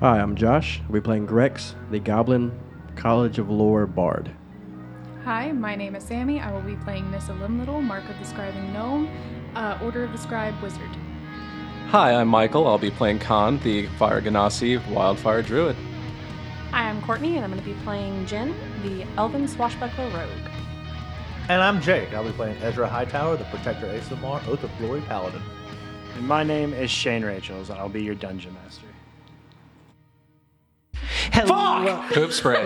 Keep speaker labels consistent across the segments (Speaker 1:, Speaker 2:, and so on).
Speaker 1: Hi, I'm Josh. We're playing Grex, the Goblin College of Lore Bard.
Speaker 2: Hi, my name is Sammy. I will be playing Nissa Limlittle, Mark of the Scribing Gnome, uh, Order of the Scribe Wizard.
Speaker 3: Hi, I'm Michael. I'll be playing Khan, the Fire Ganassi Wildfire Druid.
Speaker 4: Hi, I'm Courtney, and I'm going to be playing Jin, the Elven Swashbuckler Rogue.
Speaker 5: And I'm Jake. I'll be playing Ezra Hightower, the Protector Asamar, Oath of Glory Paladin.
Speaker 6: And my name is Shane Rachels, and I'll be your dungeon master.
Speaker 3: Fuck! Poop spray.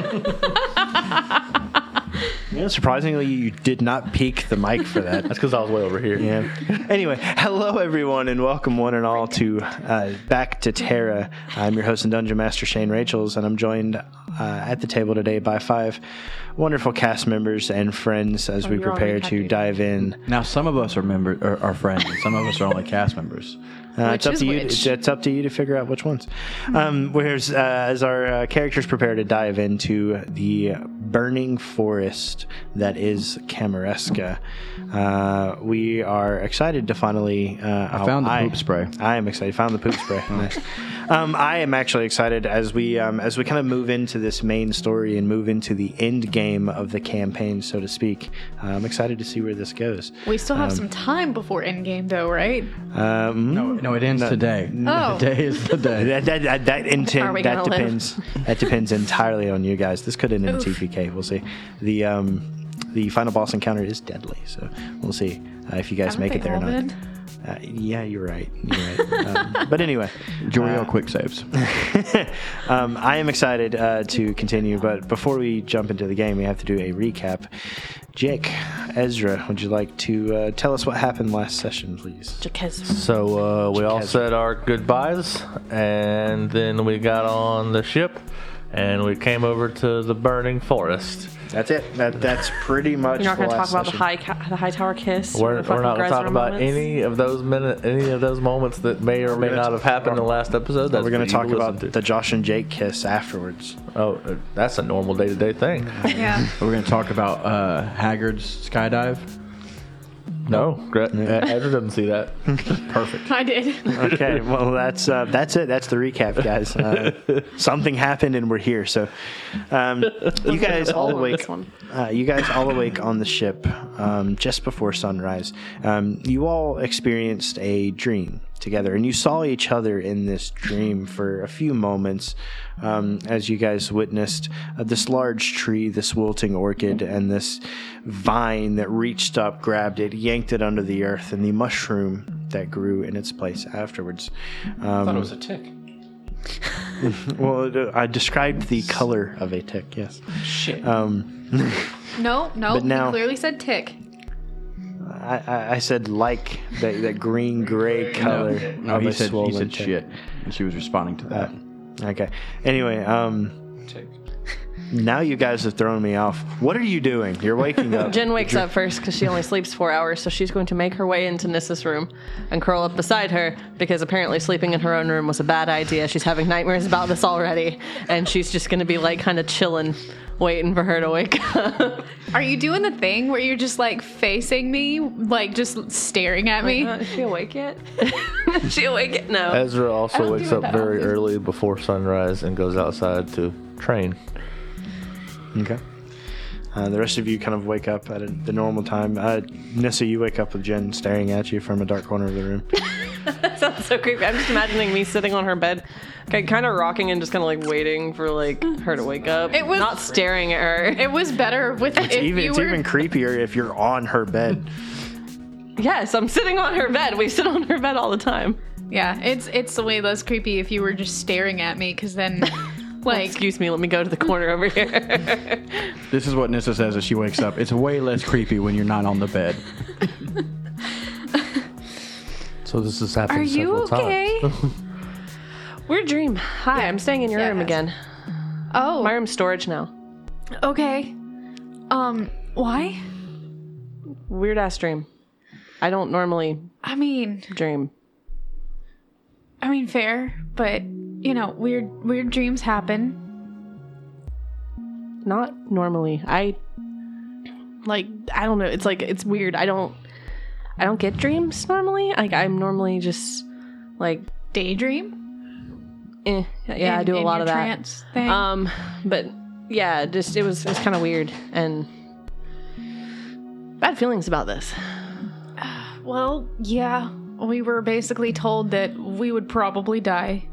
Speaker 6: You know, surprisingly, you did not peak the mic for that.
Speaker 5: That's because I was way over here.
Speaker 6: Yeah. Anyway, hello everyone, and welcome one and all to uh, Back to Terra. I'm your host and dungeon master Shane Rachels, and I'm joined uh, at the table today by five wonderful cast members and friends as we
Speaker 4: you're
Speaker 6: prepare
Speaker 4: already
Speaker 6: to
Speaker 4: happy.
Speaker 6: dive in.
Speaker 1: Now, some of us are, member, are, are friends, and some of us are only cast members.
Speaker 6: Uh,
Speaker 2: Which
Speaker 6: it's up
Speaker 2: is
Speaker 6: to you.
Speaker 2: which?
Speaker 6: It's up to you to figure out which ones. Um, whereas, uh, as our uh, characters prepare to dive into the burning forest that is Camaresca, uh, we are excited to finally. Uh, I
Speaker 1: found the poop spray. Oh.
Speaker 6: I am excited. Found the poop spray. nice. Um, I am actually excited as we um, as we kind of move into this main story and move into the end game of the campaign, so to speak. Uh, I'm excited to see where this goes.
Speaker 2: We still have some time before endgame, though, right?
Speaker 6: Um,
Speaker 1: No, no it ends today.
Speaker 2: Oh.
Speaker 1: Today is the day.
Speaker 6: That that that, that,
Speaker 4: Are we
Speaker 6: intent, that
Speaker 4: gonna live?
Speaker 6: depends. that depends entirely on you guys. This could end in a TPK. We'll see. The um, the final boss encounter is deadly, so we'll see uh, if you guys
Speaker 2: Haven't
Speaker 6: make it
Speaker 2: they
Speaker 6: there or
Speaker 2: all
Speaker 6: not.
Speaker 2: been?
Speaker 6: Uh, yeah, you're right. You're right. um, but anyway, uh,
Speaker 1: Joriel quick saves.
Speaker 6: um, I am excited uh, to continue. But before we jump into the game, we have to do a recap. Jake, Ezra, would you like to uh, tell us what happened last session, please?
Speaker 4: Because
Speaker 5: So uh, we all
Speaker 6: Chasm.
Speaker 5: said our goodbyes, and then we got on the ship, and we came over to the burning forest.
Speaker 6: That's it. That, that's pretty much.
Speaker 4: you're not going
Speaker 6: the
Speaker 4: to talk
Speaker 6: last
Speaker 4: about the
Speaker 6: session.
Speaker 4: high, ca- the high tower kiss. or
Speaker 5: We're,
Speaker 4: the
Speaker 5: we're
Speaker 4: fucking
Speaker 5: not going to talk
Speaker 4: Griswold
Speaker 5: about
Speaker 4: moments.
Speaker 5: any of those minute, any of those moments that may or may
Speaker 6: gonna
Speaker 5: not have happened in the last episode. That's
Speaker 6: We're going
Speaker 5: for
Speaker 6: to
Speaker 5: you
Speaker 6: talk about
Speaker 5: listen
Speaker 6: the Josh and Jake kiss afterwards.
Speaker 5: to. Oh, uh, that's a normal day-to-day thing.
Speaker 2: Yeah.
Speaker 1: We're going to talk about uh, Haggard's skydive.
Speaker 5: no, Gre- Ezra doesn't see that.
Speaker 1: Perfect.
Speaker 2: I did.
Speaker 6: Okay, well that's uh, that's it. That's the recap, guys. Uh, something happened and we're here. So, um, you guys all
Speaker 4: on
Speaker 6: awake.
Speaker 4: this one.
Speaker 6: Uh, you guys all awake on the ship um, just before sunrise. Um, you all experienced a dream together, and you saw each other in this dream for a few moments um, as you guys witnessed uh, this large tree, this wilting orchid, and this vine that reached up, grabbed it, yanked it under the earth, and the mushroom that grew in its place afterwards. Um,
Speaker 3: it was a tick.
Speaker 6: well, it- uh, I described the color of a tick, yes.
Speaker 3: Shit.
Speaker 2: No, no.
Speaker 6: But now-
Speaker 2: you clearly said tick.
Speaker 6: I, I, I said like that, that green gray color.
Speaker 1: No,
Speaker 6: of
Speaker 1: he
Speaker 6: a
Speaker 1: said, he
Speaker 6: swollen
Speaker 1: said
Speaker 6: tick. Uh,
Speaker 1: shit. And she was responding to that.
Speaker 6: Okay. Anyway, um,
Speaker 3: tick.
Speaker 6: now you guys have thrown me off. What are you doing? You're waking up.
Speaker 4: Jen wakes up first because she only sleeps four hours, so she's going to make her way into Nissa's room and curl up beside her because apparently sleeping in her own room was a bad idea. She's having nightmares about this already, and she's just going to be like kind of chilling, waiting for her to wake up.
Speaker 2: Are you doing the thing where you're just like facing me, like just staring at me?
Speaker 4: Uh, Is she awake yet? Is she awake yet? No.
Speaker 5: Ezra
Speaker 2: I
Speaker 5: also
Speaker 2: don't
Speaker 5: wakes
Speaker 2: do it
Speaker 5: up
Speaker 2: that
Speaker 5: very
Speaker 2: often.
Speaker 5: early before sunrise and goes outside to train.
Speaker 6: Okay. Uh, the rest of you kind of wake up at a, the normal time. Uh, Nissa, you wake up with Jen staring at you from a dark corner of the room.
Speaker 4: Sounds so creepy. I'm just imagining me sitting on her bed, kind of rocking and just kind of like waiting for like her to wake up.
Speaker 2: It was-
Speaker 4: not staring at her.
Speaker 2: It was better with if
Speaker 6: even,
Speaker 2: you
Speaker 6: it's
Speaker 2: were.
Speaker 6: even creepier if you're on her bed.
Speaker 4: yes, I'm sitting on her bed. We sit on her bed all the time.
Speaker 2: yeah, it's it's way less creepy if you were just staring at me, because then, like,
Speaker 4: Excuse me. Let me go to the corner over here.
Speaker 1: This is what Nissa says as she wakes up. It's way less creepy when you're not on the bed.
Speaker 5: So this has happened
Speaker 2: are you
Speaker 5: several
Speaker 2: okay?
Speaker 5: times.
Speaker 4: Weird dream. Hi, I'm staying in your
Speaker 2: Yeah,
Speaker 4: room
Speaker 2: it has.
Speaker 4: again.
Speaker 2: Oh,
Speaker 4: My room's storage now.
Speaker 2: okay. Um, why?
Speaker 4: Weird ass dream. I don't normally
Speaker 2: I mean,
Speaker 4: dream.
Speaker 2: I mean, fair, but you know, weird weird dreams happen.
Speaker 4: Not normally. I like I don't know. It's like it's weird. I don't I don't get dreams normally. Like I'm normally just like
Speaker 2: Daydream?
Speaker 4: eh, yeah, I
Speaker 2: in-
Speaker 4: do a
Speaker 2: in
Speaker 4: lot
Speaker 2: your
Speaker 4: of that.
Speaker 2: trance thing?
Speaker 4: Um, but yeah, just it was it was kind of weird and bad feelings about this.
Speaker 2: Well, yeah. We were basically told that we would probably die.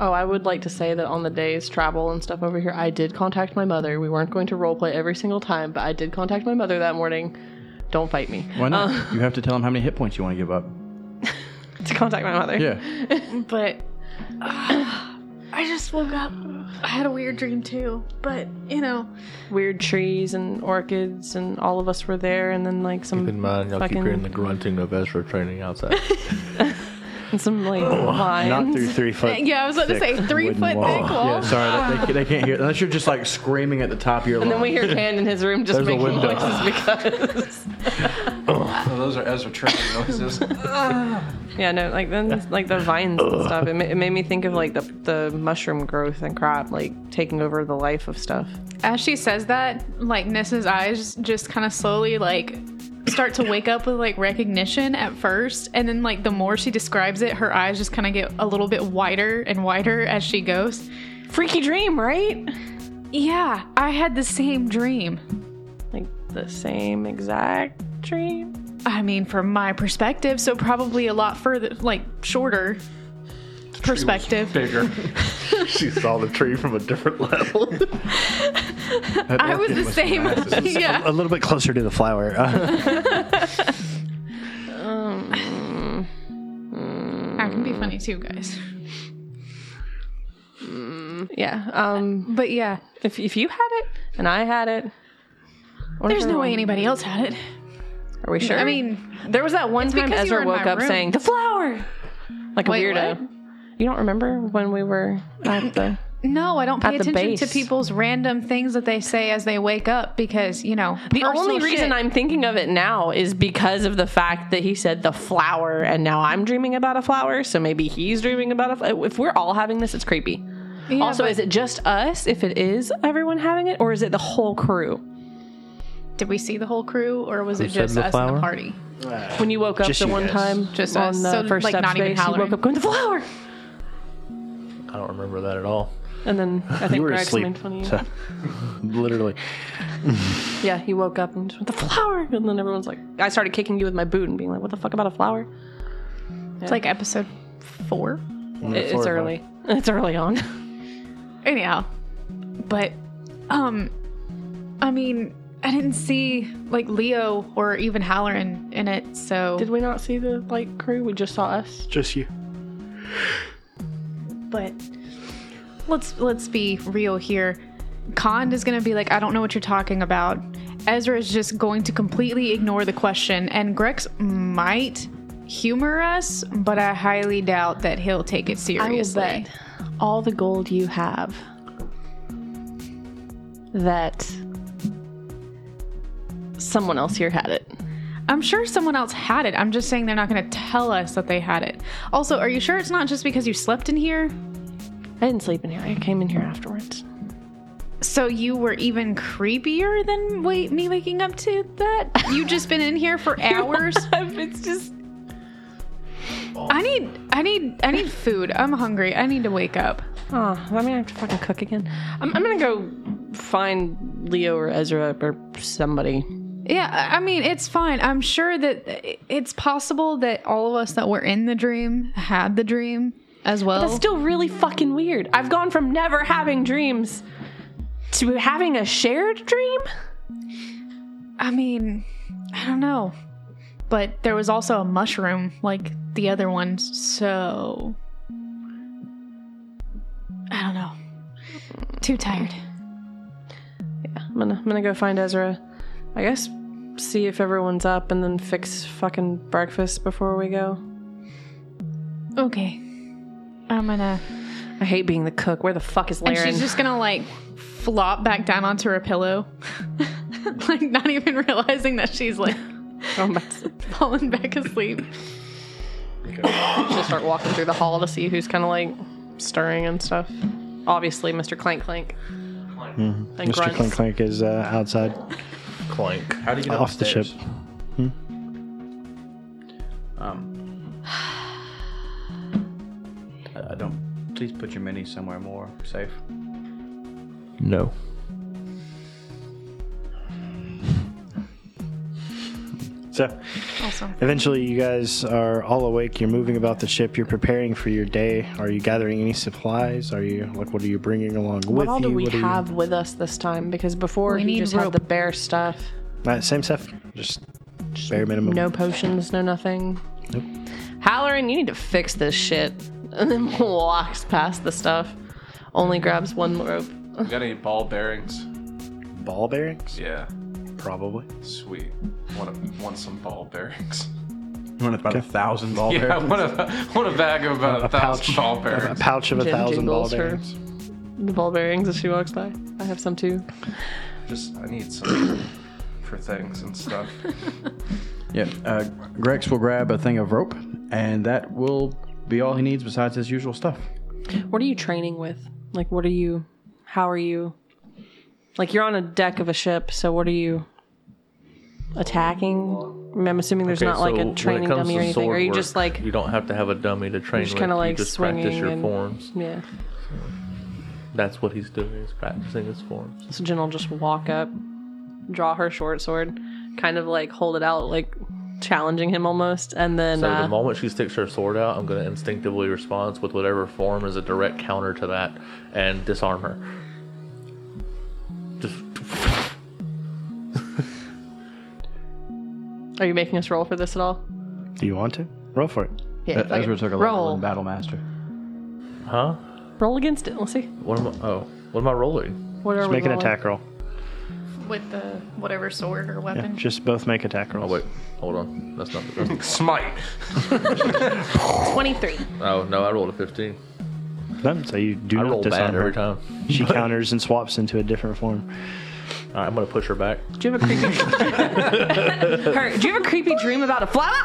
Speaker 4: Oh, I would like to say that on the days travel and stuff over here, I did contact my mother. We weren't going to roleplay every single time, but I did contact my mother that morning. Don't fight me.
Speaker 1: Why not? you have to tell him how many hit points you want to give up.
Speaker 4: To contact my mother.
Speaker 1: Yeah.
Speaker 2: But I just woke up. I had a weird dream too. But you know,
Speaker 4: Weird trees and orchids, and all of us were there, and then like some
Speaker 5: Keep in mind, y'all keep
Speaker 4: fucking-
Speaker 5: hearing the grunting of Ezra training outside.
Speaker 4: and some like vines.
Speaker 6: Not through three foot.
Speaker 2: yeah, I was about to say three
Speaker 6: wooden
Speaker 2: foot
Speaker 6: wall.
Speaker 2: thick wall.
Speaker 1: Sorry, they, they can't hear unless you're just like screaming at the top of your
Speaker 4: And then we hear Pan in his room just
Speaker 5: There's a
Speaker 4: making
Speaker 5: window.
Speaker 4: noises because
Speaker 3: those are Ezra training noises.
Speaker 4: yeah, no, like then like the vines and stuff. It, ma- it made me think of like the the mushroom growth and crap, like taking over the life of stuff.
Speaker 2: As she says that, like Nessa's eyes just kind of slowly like start to wake up with like recognition at first, and then like the more she describes it, her eyes just kind of get a little bit wider and wider as she goes.
Speaker 4: Freaky dream, right?
Speaker 2: Yeah, I had the same dream.
Speaker 4: Like the same exact dream.
Speaker 2: I mean, from my perspective, so probably a lot further, like shorter perspective.
Speaker 3: Bigger.
Speaker 5: she saw the tree from a different level.
Speaker 2: I was the same. yeah.
Speaker 6: A little bit closer to the flower. uh,
Speaker 2: I can
Speaker 4: Mm.
Speaker 2: be funny too, guys.
Speaker 4: Yeah. Um.
Speaker 2: But yeah,
Speaker 4: If if you had it and I had it, what if
Speaker 2: there's no way
Speaker 4: everyone-
Speaker 2: anybody else had it.
Speaker 4: Are we sure?
Speaker 2: I mean,
Speaker 4: there was that one
Speaker 2: it's
Speaker 4: time
Speaker 2: because you were
Speaker 4: Ezra
Speaker 2: in
Speaker 4: woke
Speaker 2: my
Speaker 4: up
Speaker 2: room.
Speaker 4: saying the flower, like a
Speaker 2: Wait,
Speaker 4: weirdo.
Speaker 2: what?
Speaker 4: You don't remember when we were at the.
Speaker 2: no, I don't pay
Speaker 4: At the
Speaker 2: attention to
Speaker 4: base.
Speaker 2: people's random things that they say as they wake up because, you know,
Speaker 4: The only reason I'm thinking of it now is because of the fact that he said the flower, and now I'm dreaming about a flower. So maybe he's dreaming about a. fl- If we're all having this, it's creepy. also, is it just us? If it is everyone having it, or is it the whole crew?
Speaker 2: Did we see the whole crew or was it
Speaker 5: said
Speaker 2: just
Speaker 5: the
Speaker 2: us and
Speaker 5: flower?
Speaker 2: the party?
Speaker 4: When you woke up
Speaker 6: Just
Speaker 4: the
Speaker 6: you
Speaker 4: one
Speaker 6: guys.
Speaker 4: time,
Speaker 2: Just
Speaker 4: on
Speaker 2: us.
Speaker 4: the
Speaker 2: So,
Speaker 4: first
Speaker 2: like,
Speaker 4: step
Speaker 2: not even
Speaker 4: space, you
Speaker 2: Halloran.
Speaker 4: woke up going the flower,
Speaker 5: I don't remember that at all.
Speaker 4: and then I think
Speaker 6: you were
Speaker 4: Greg's
Speaker 6: asleep.
Speaker 4: made fun of you.
Speaker 6: so- literally.
Speaker 4: Yeah, he woke up and just went, the flower, and then everyone's like, I started kicking you with my boot and being like, what the fuck about a flower?
Speaker 2: It's like episode four.
Speaker 4: It- it's
Speaker 6: flower.
Speaker 4: early. It's early on.
Speaker 2: anyhow but um i mean i didn't see like leo or even halloran in it so
Speaker 4: Did we not see the like crew? We just saw us.
Speaker 6: Just you.
Speaker 2: but let's let's be real here khan is gonna be like i don't know what you're talking about ezra is just going to completely ignore the question and grex might humor us but i highly doubt that he'll take it seriously
Speaker 4: I will bet all the gold you have that someone else here had it.
Speaker 2: I'm sure someone else had it. I'm just saying they're not going to tell us that they had it. Also, are you sure it's not just because you slept in here?
Speaker 4: I didn't sleep in here. I came in here afterwards.
Speaker 2: So you were even creepier than wait me waking up to that? You just been in here for hours?
Speaker 4: it's just
Speaker 2: I need I need I need food. I'm hungry. I need to wake up.
Speaker 4: oh, that mean I have to fucking cook again. I'm, I'm gonna go find Leo or Ezra or somebody.
Speaker 2: Yeah, I I mean, it's fine. I'm sure that i- it's possible that all of us that were in the dream had the dream as well.
Speaker 4: That's still really fucking weird. I've gone from never having dreams to having a shared dream.
Speaker 2: I mean, I don't know. But there was also a mushroom like the other ones, so I don't know. Too tired.
Speaker 4: I'm gonna, I'm gonna go find Ezra. I guess see if everyone's up and then fix fucking breakfast before we go.
Speaker 2: Okay. I'm gonna.
Speaker 4: I hate being the cook. Where the fuck is
Speaker 2: And
Speaker 4: Laren?
Speaker 2: she's just gonna like flop back down onto her pillow, like not even realizing that she's like
Speaker 4: Going back to-
Speaker 2: falling back asleep.
Speaker 4: She'll start walking through the hall to see who's kind of like stirring and stuff. Obviously, Mr. Clank Clank.
Speaker 6: Mm-hmm.
Speaker 4: And
Speaker 6: Mr.
Speaker 4: grunts.
Speaker 6: Clink Clink is uh, outside
Speaker 5: Clank.
Speaker 1: How do you get
Speaker 6: off the ship.
Speaker 1: upstairs? Hmm?
Speaker 5: Um,
Speaker 1: Please put your mini somewhere more safe.
Speaker 5: No.
Speaker 6: So,
Speaker 2: Also,
Speaker 6: eventually, you guys are all awake. You're moving about the ship. You're preparing for your day. Are you gathering any supplies? Are you like, what are you bringing along with
Speaker 4: What all
Speaker 6: you?
Speaker 4: do we
Speaker 6: What are you-
Speaker 4: have with us this time? Because before
Speaker 2: We
Speaker 4: we
Speaker 2: need
Speaker 4: just
Speaker 2: rope.
Speaker 4: had the bare stuff.
Speaker 6: Uh, same stuff, just bare minimum.
Speaker 4: No potions, no nothing.
Speaker 6: Mm. Nope.
Speaker 4: Halloran, you need to fix this shit. And then walks past the stuff. Only grabs one rope.
Speaker 3: You got any ball bearings?
Speaker 6: ball bearings,
Speaker 3: Yeah.
Speaker 6: probably.
Speaker 3: Sweet. Want want some ball bearings?
Speaker 1: You want about a thousand ball
Speaker 3: Yeah, I
Speaker 1: bearings?
Speaker 3: want a want a bag of about a, thousand
Speaker 6: pouch.
Speaker 3: ball
Speaker 6: A
Speaker 3: bearings.
Speaker 6: pouch of a
Speaker 4: Jim
Speaker 6: thousand ball
Speaker 4: jingles her.
Speaker 6: bearings.
Speaker 4: The ball bearings as she walks by. I have some too.
Speaker 3: Just I need some for things and stuff.
Speaker 1: Yeah. Uh, Grex will grab a thing of rope, and that will be all he needs besides his usual stuff.
Speaker 4: What are you training with? Like, what are you? How are you? Like, you're on a deck of a ship, so what are you attacking? I mean, I'm assuming there's not like a training dummy or anything. Or you just like,
Speaker 5: you don't have to have a dummy to train
Speaker 4: just
Speaker 5: with.
Speaker 4: kinda,
Speaker 5: you
Speaker 4: like,
Speaker 5: just practice
Speaker 4: swinging
Speaker 5: your
Speaker 4: and-
Speaker 5: forms.
Speaker 4: yeah.
Speaker 5: That's what he's doing. He's practicing his forms.
Speaker 4: So Jen will just walk up, draw her short sword, kind of like hold it out, like challenging him almost, and then
Speaker 5: So
Speaker 4: uh,
Speaker 5: the moment she sticks her sword out, I'm going to instinctively respond with whatever form is a direct counter to that and disarm her. Just
Speaker 4: are you making us roll for this at all?
Speaker 6: Do you want to roll for it?
Speaker 4: Yeah.
Speaker 1: Uh, Ezra took a level
Speaker 4: roll.
Speaker 1: in Battle Master.
Speaker 5: huh?
Speaker 4: Roll against it. Let's see.
Speaker 5: What am I? Oh, what am I rolling?
Speaker 4: What are
Speaker 6: Just
Speaker 4: we
Speaker 6: make an
Speaker 4: rolling?
Speaker 6: attack roll.
Speaker 2: with the whatever sword or
Speaker 6: Yeah,
Speaker 2: weapon.
Speaker 6: just both make attack rolls.
Speaker 5: Oh wait, hold on. That's not. the
Speaker 3: Smite.
Speaker 4: Twenty-three.
Speaker 5: Oh no, I rolled a 15.
Speaker 6: No, so you do
Speaker 5: I
Speaker 6: not
Speaker 5: roll bad
Speaker 6: disarm her.
Speaker 5: every time.
Speaker 6: She counters and swaps into a different form.
Speaker 5: All right, I'm going to push her back.
Speaker 4: Do you have a creepy? her, do you have a creepy dream about a flower?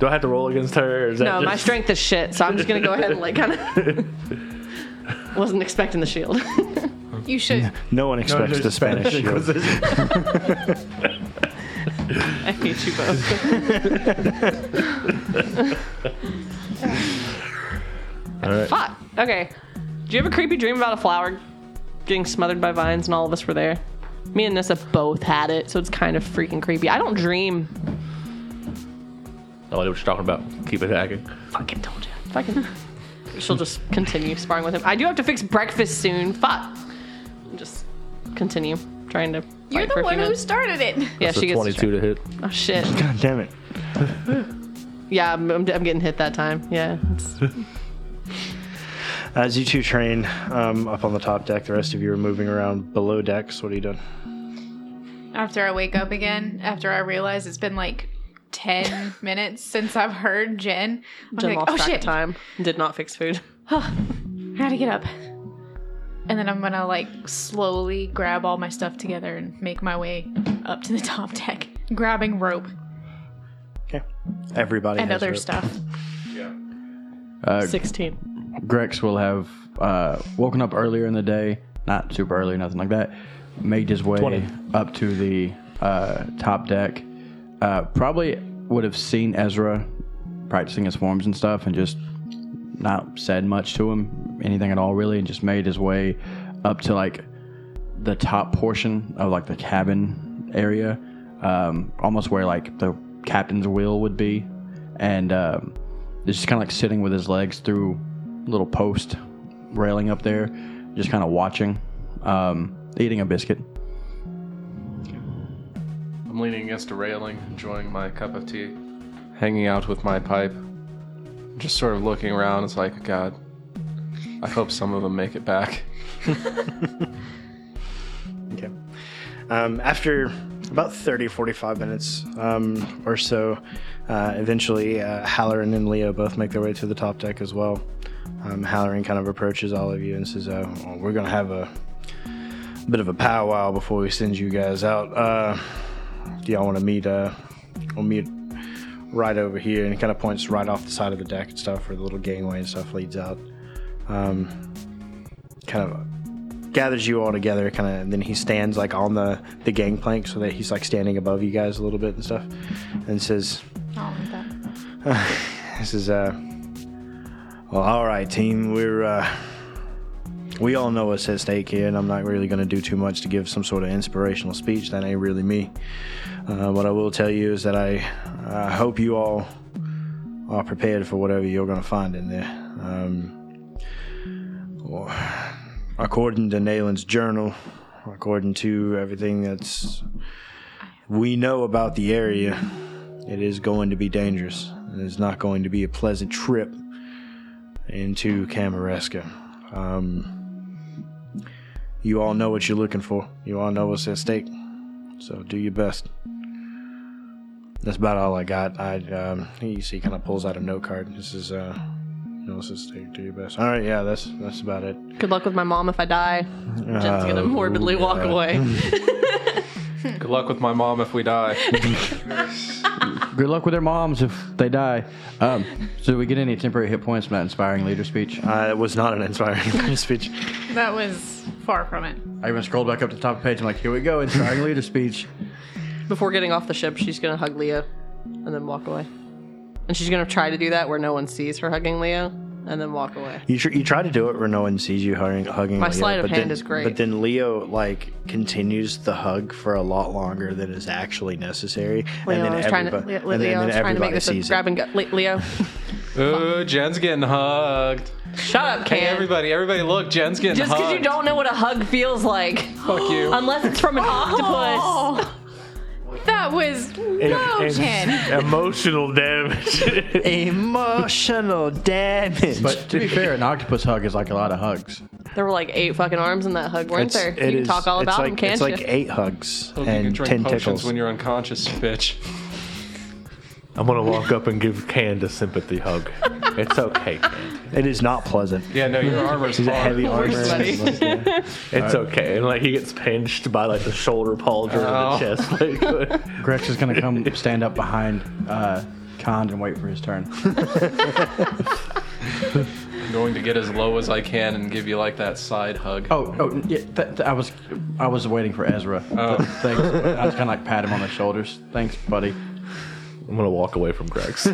Speaker 5: Do I have to roll against her? Or is that
Speaker 4: No, my
Speaker 5: just-
Speaker 4: strength is shit, so I'm just gonna go ahead and like kind of. Wasn't expecting the shield.
Speaker 2: You should.
Speaker 6: No one expects the Spanish shield.
Speaker 5: Oh,
Speaker 4: I hate you both.
Speaker 5: All right.
Speaker 4: Fuck. Okay. Do you have a creepy dream about a flower getting smothered by vines and all of us were there? Me and Nissa both had it, so it's kind of freaking creepy. I don't dream.
Speaker 5: No idea what you're talking about. Keep attacking.
Speaker 4: Fucking told you. Fucking. She'll just continue sparring with him. I do have to fix breakfast soon. Fuck. Just continue trying to.
Speaker 2: You're
Speaker 4: fight
Speaker 2: the
Speaker 4: for a few
Speaker 2: one who
Speaker 4: minutes.
Speaker 2: started it.
Speaker 4: Yeah,
Speaker 5: It's
Speaker 4: she
Speaker 5: a
Speaker 4: gets.
Speaker 5: 22 to hit.
Speaker 4: Oh shit.
Speaker 6: God damn it.
Speaker 4: Yeah, I'm, I'm, I'm getting hit that time. Yeah. it's-
Speaker 6: As you Uh, two train um, up on the top deck, the rest of you are moving around below decks. What are you doing?
Speaker 2: After I wake up again, after I realize it's been like 10 minutes since I've heard Jen, I'm
Speaker 4: Jim
Speaker 2: like,
Speaker 4: lost
Speaker 2: oh
Speaker 4: track of
Speaker 2: shit,
Speaker 4: time. Did not fix food.
Speaker 2: I gotta get up. And then I'm gonna like slowly grab all my stuff together and make my way up to the top deck, grabbing rope
Speaker 6: Okay. Everybody
Speaker 2: and
Speaker 6: has
Speaker 2: other
Speaker 6: rope.
Speaker 2: stuff.
Speaker 4: Sixteen.
Speaker 1: Grex will have uh, woken up earlier in the day, not super early, nothing like that. Made his way
Speaker 5: 20.
Speaker 1: up to the uh, top deck. Uh, probably would have seen Ezra practicing his forms and stuff, and just not said much to him, anything at all, really, and just made his way up to like the top portion of like the cabin area, um, almost where like the captain's wheel would be, and um, it's just kind of like sitting with his legs through little post railing up there, just kind of watching, um, eating a biscuit.
Speaker 3: I'm leaning against a railing, enjoying my cup of tea, hanging out with my pipe, just sort of looking around. It's like, God, I hope some of them make it back.
Speaker 6: Okay. Um, after about 30, 45 minutes um, or so, uh, eventually uh, Halloran and Leo both make their way to the top deck as well. Um, Halloran kind of approaches all of you and says, uh, well, We're going to have a bit of a powwow before we send you guys out. Uh, do y'all want to meet? Uh, we'll meet right over here. And he kind of points right off the side of the deck and stuff where the little gangway and stuff leads out. Um, kind of gathers you all together kind of and then he stands like on the the gangplank so that he's like standing above you guys a little bit and stuff and says
Speaker 2: Oh, like that.
Speaker 6: this is uh Well, all right, team. We're uh, we all know what's at stake here, and I'm not really going to do too much to give some sort of inspirational speech. That ain't really me. Uh, what I will tell you is that I I hope you all are prepared for whatever you're going to find in there. Um, well, according to Nalen's journal, according to everything that's we know about the area, it is going to be dangerous. It is not going to be a pleasant trip into Camaresca. Um, you all know what you're looking for. You all know what's at stake. So do your best. That's about all I got. I um, you see, kind of pulls out a note card. This is uh, you know, what's at stake. Do your best. All right, yeah, that's that's about it.
Speaker 4: Good luck with my mom if I die. Jen's gonna
Speaker 6: Oh,
Speaker 4: morbidly walk
Speaker 6: yeah.
Speaker 4: away.
Speaker 3: Good luck with my mom if we die.
Speaker 1: Good luck with their moms if they die. Um, so, do we get any temporary hit points from that inspiring leader speech?
Speaker 6: Uh, it was not an inspiring speech.
Speaker 2: That was far from it.
Speaker 1: I even scrolled back up to the top of the page. I'm like, here we go, inspiring leader speech.
Speaker 4: Before getting off the ship, she's gonna hug Leo and then walk away. And she's gonna try to do that where no one sees her hugging Leo and then walk away.
Speaker 6: You, tr- you try to do it where no one sees you hugging, hugging
Speaker 4: My
Speaker 6: Leo,
Speaker 4: sleight of
Speaker 6: but
Speaker 4: hand
Speaker 6: then-
Speaker 4: is great.
Speaker 6: But then Leo like continues the hug for a lot longer than is actually necessary,
Speaker 4: Leo,
Speaker 6: and then
Speaker 4: I was trying to,
Speaker 6: everybody,
Speaker 4: Leo,
Speaker 6: and then,
Speaker 4: Leo, I
Speaker 6: and
Speaker 4: was
Speaker 6: then
Speaker 4: trying to make
Speaker 6: everybody
Speaker 4: this a
Speaker 6: sees
Speaker 4: grab and go. Le- Leo,
Speaker 3: Ooh, Jen's getting hugged.
Speaker 4: shut up,
Speaker 3: Hey,
Speaker 4: Cam.
Speaker 3: everybody, everybody, look, Jen's getting
Speaker 4: Just
Speaker 3: hugged.
Speaker 4: because you don't know what a hug feels like,
Speaker 3: Fuck you.
Speaker 4: unless it's from an octopus.
Speaker 2: That was no
Speaker 5: It's
Speaker 2: Jen.
Speaker 5: Emotional damage.
Speaker 6: it. Emotional damage.
Speaker 1: But to be fair, an octopus hug is like a lot of hugs.
Speaker 4: There were like eight fucking arms in that hug, weren't there? you can
Speaker 6: is-
Speaker 4: talk all
Speaker 6: it's
Speaker 4: about
Speaker 6: like,
Speaker 4: them, can't
Speaker 6: It's like
Speaker 4: you?
Speaker 6: eight hugs
Speaker 3: Hope you can
Speaker 6: and
Speaker 3: drink
Speaker 6: ten
Speaker 3: potions
Speaker 6: tickles.
Speaker 3: when you're unconscious, bitch.
Speaker 5: I'm gonna walk up and give Cand a sympathy hug. It's okay, Cand.
Speaker 6: It is not pleasant.
Speaker 3: Yeah, no, your armor's
Speaker 6: He's a
Speaker 3: hard.
Speaker 6: heavy armor.
Speaker 5: It's okay. And like he gets pinched by like the shoulder pauldron
Speaker 3: Ow.
Speaker 5: and the chest. Like,
Speaker 1: Grex is gonna come stand up behind uh, Kond and wait for his turn.
Speaker 3: I'm going to get as low as I can and give you like that side hug.
Speaker 1: Oh, oh, yeah, th- th- I was, I was waiting for Ezra. Oh. Thanks. I was kind of like pat him on the shoulders. Thanks, buddy.
Speaker 5: I'm gonna walk away from Greg's.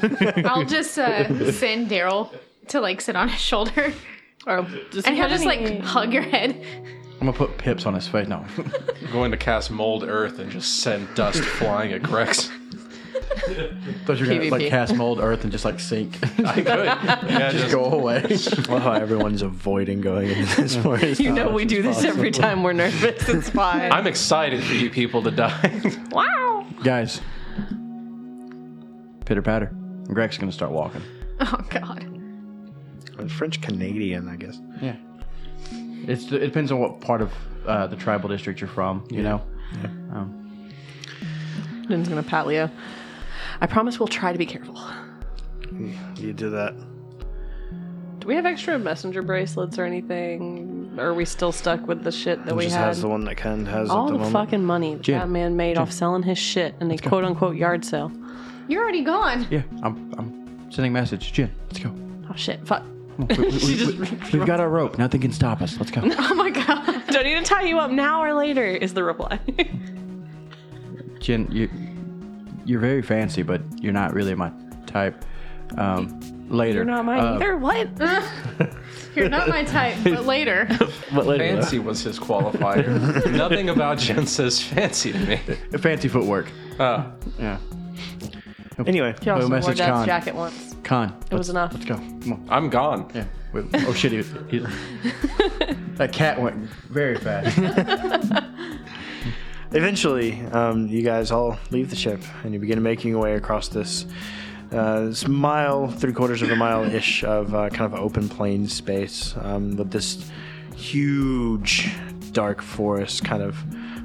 Speaker 2: I'll just uh, send Daryl to like sit on his shoulder,
Speaker 4: Or does he
Speaker 2: and he'll
Speaker 4: have
Speaker 2: just
Speaker 4: any-
Speaker 2: like hug your head.
Speaker 1: I'm gonna put pips on his face. No,
Speaker 3: I'm going to cast mold earth and just send dust flying at Grex.
Speaker 1: those are gonna like
Speaker 4: PvP.
Speaker 1: cast mold earth and just like sink,
Speaker 3: I could. Yeah, just,
Speaker 1: go away.
Speaker 6: I love how everyone's avoiding going into this for as
Speaker 4: You know we do this every time we're nervous. It's fine.
Speaker 3: I'm excited for you people to die.
Speaker 4: wow.
Speaker 1: Guys, pitter patter. Greg's gonna start walking.
Speaker 2: Oh God.
Speaker 6: French Canadian, I guess.
Speaker 1: Yeah. It's it depends on what part of uh, the tribal district you're from. You know. Um,
Speaker 4: Lynn's gonna pat Leo. I promise we'll try to be careful.
Speaker 6: You do that.
Speaker 4: Do we have extra messenger bracelets or anything? Or are we still stuck with the shit that we
Speaker 6: Just
Speaker 4: had?
Speaker 6: has the one that Ken has
Speaker 4: All
Speaker 6: at
Speaker 4: the,
Speaker 6: the, moment.
Speaker 4: fucking money that, that man made off selling his shit in a quote unquote yard sale.
Speaker 2: You're already gone.
Speaker 1: yeah. I'm I'm sending message. Jin, let's go.
Speaker 4: Oh shit, fuck.
Speaker 1: We, we, we,
Speaker 4: just-
Speaker 1: have got our rope. Nothing can stop us. Let's go.
Speaker 2: Oh my God.
Speaker 4: Do I need to tie you up now or later? Is the reply.
Speaker 1: Jin, you you're very fancy, but you're not really my type. Um, later.
Speaker 4: You're not mine
Speaker 1: Uh,
Speaker 4: either. What?
Speaker 2: You're not my type, but later.
Speaker 5: but later,
Speaker 3: Fancy was his qualifier. Nothing about Jen says fancy to me.
Speaker 1: Fancy footwork.
Speaker 3: Uh,
Speaker 1: Yeah.
Speaker 6: Anyway,
Speaker 4: She also wore
Speaker 1: message
Speaker 4: Dad's
Speaker 1: Khan.
Speaker 4: jacket once.
Speaker 1: Con. It
Speaker 4: was enough.
Speaker 1: Let's go. Come on.
Speaker 3: I'm gone.
Speaker 1: Yeah. Wait, oh shit. He, was- he, that cat went very fast.
Speaker 6: eventually, um, you guys all leave the ship and you begin making your way across this. Uh, this mile, three quarters of a mile ish of uh, kind of open plain space um, with this huge dark forest kind of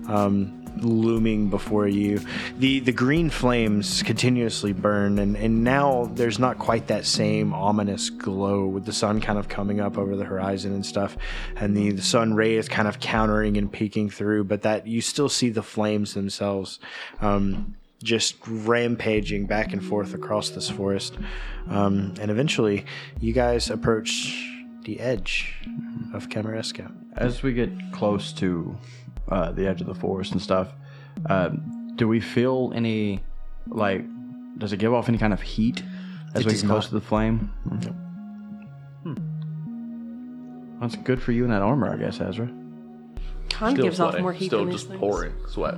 Speaker 6: um, looming before you. The the green flames continuously burn, and, and now there's not quite that same ominous glow with the sun kind of coming up over the horizon and stuff, and the, the sun rays kind of countering and peeking through, but that you still see the flames themselves. Um, just rampaging back and forth across this forest. Um, and eventually, you guys approach the edge of Camaresca.
Speaker 1: As we get close to uh, the edge of the forest and stuff, um, do we feel any like? Does it give off any kind of heat as we
Speaker 6: does
Speaker 1: get
Speaker 6: not.
Speaker 1: close to the flame? Hmm. That's good for you in that armor, I guess, Ezra.
Speaker 4: Khan
Speaker 5: Still
Speaker 4: gives off
Speaker 5: sweating.
Speaker 4: more heat
Speaker 5: Still
Speaker 4: than
Speaker 5: just
Speaker 4: these
Speaker 5: pouring sweat.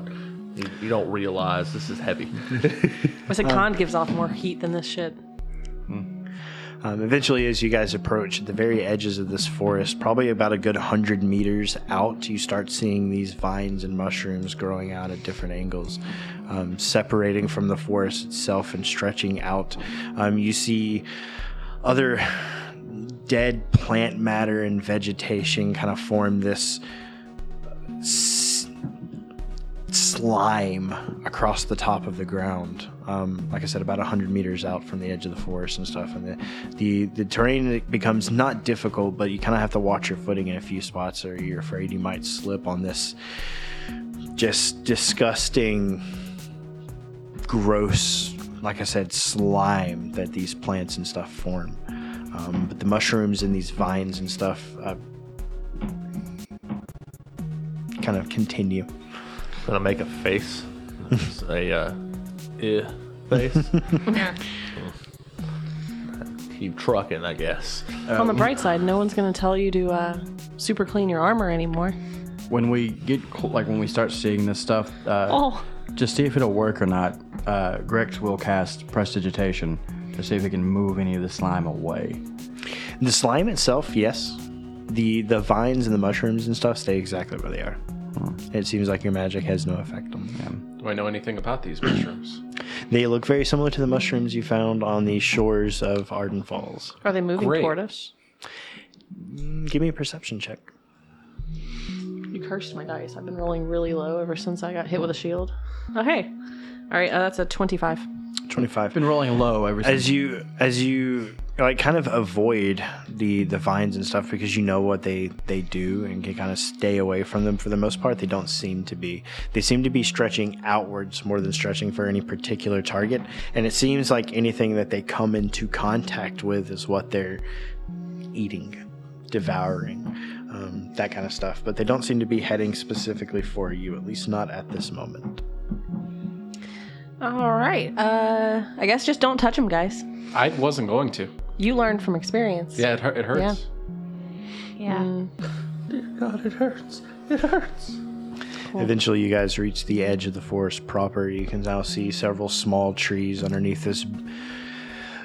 Speaker 5: You, you don't realize this is heavy.
Speaker 4: things. I said Khan gives off more heat than this shit.
Speaker 6: Um, eventually, as you guys approach the very edges of this forest, probably about a good 100 meters out, you start seeing these vines and mushrooms growing out at different angles, um, separating from the forest itself and stretching out. Um, you see other dead plant matter and vegetation kind of form this slime across the top of the ground. Um, like I said, about 100 meters out from the edge of the forest and stuff. And the, the, the terrain becomes not difficult, but you kind of have to watch your footing in a few spots or you're afraid you might slip on this just disgusting, gross, like I said, slime that these plants and stuff form. Um, but the mushrooms and these vines and stuff uh, kind of continue.
Speaker 5: gonna make a face. It's a uh, eh face. Keep trucking, I guess.
Speaker 1: Uh, mm.
Speaker 4: On the bright side, no one's gonna tell you to uh, super clean your armor anymore.
Speaker 1: When we get cl- like when we start seeing this stuff, uh,
Speaker 4: Oh,
Speaker 1: just see if it'll work or not. Uh, Grex will cast prestidigitation to see if it can move any of the slime away.
Speaker 6: The slime itself, yes. The the vines and the mushrooms and stuff stay exactly where they are. It seems like your magic has no effect on them.
Speaker 3: Do I know anything about these mushrooms?
Speaker 6: They look very similar to the mushrooms you found on the shores of Arden Falls.
Speaker 4: are they moving
Speaker 3: Great.
Speaker 4: toward us?
Speaker 6: Give me a perception check.
Speaker 4: You cursed my dice. I've been rolling really low ever since I got hit with a shield. Oh hey, all right, uh, that's a twenty-five.
Speaker 6: Twenty-five.
Speaker 1: Been rolling low ever since.
Speaker 6: as you as you like kind of avoid the the vines and stuff because you know what they they do and can kind of stay away from them for the most part they don't seem to be they seem to be stretching outwards more than stretching for any particular target and it seems like anything that they come into contact with is what they're eating devouring um, that kind of stuff but they don't seem to be heading specifically for you at least not at this moment
Speaker 4: All right, uh, I guess just don't touch them, guys.
Speaker 3: I wasn't going to.
Speaker 4: You learn from experience.
Speaker 3: Yeah, it, hurt, it hurts.
Speaker 2: Yeah.
Speaker 5: God, it hurts. It hurts.
Speaker 6: Eventually, you guys reach the edge of the forest proper. You can now see several small trees underneath this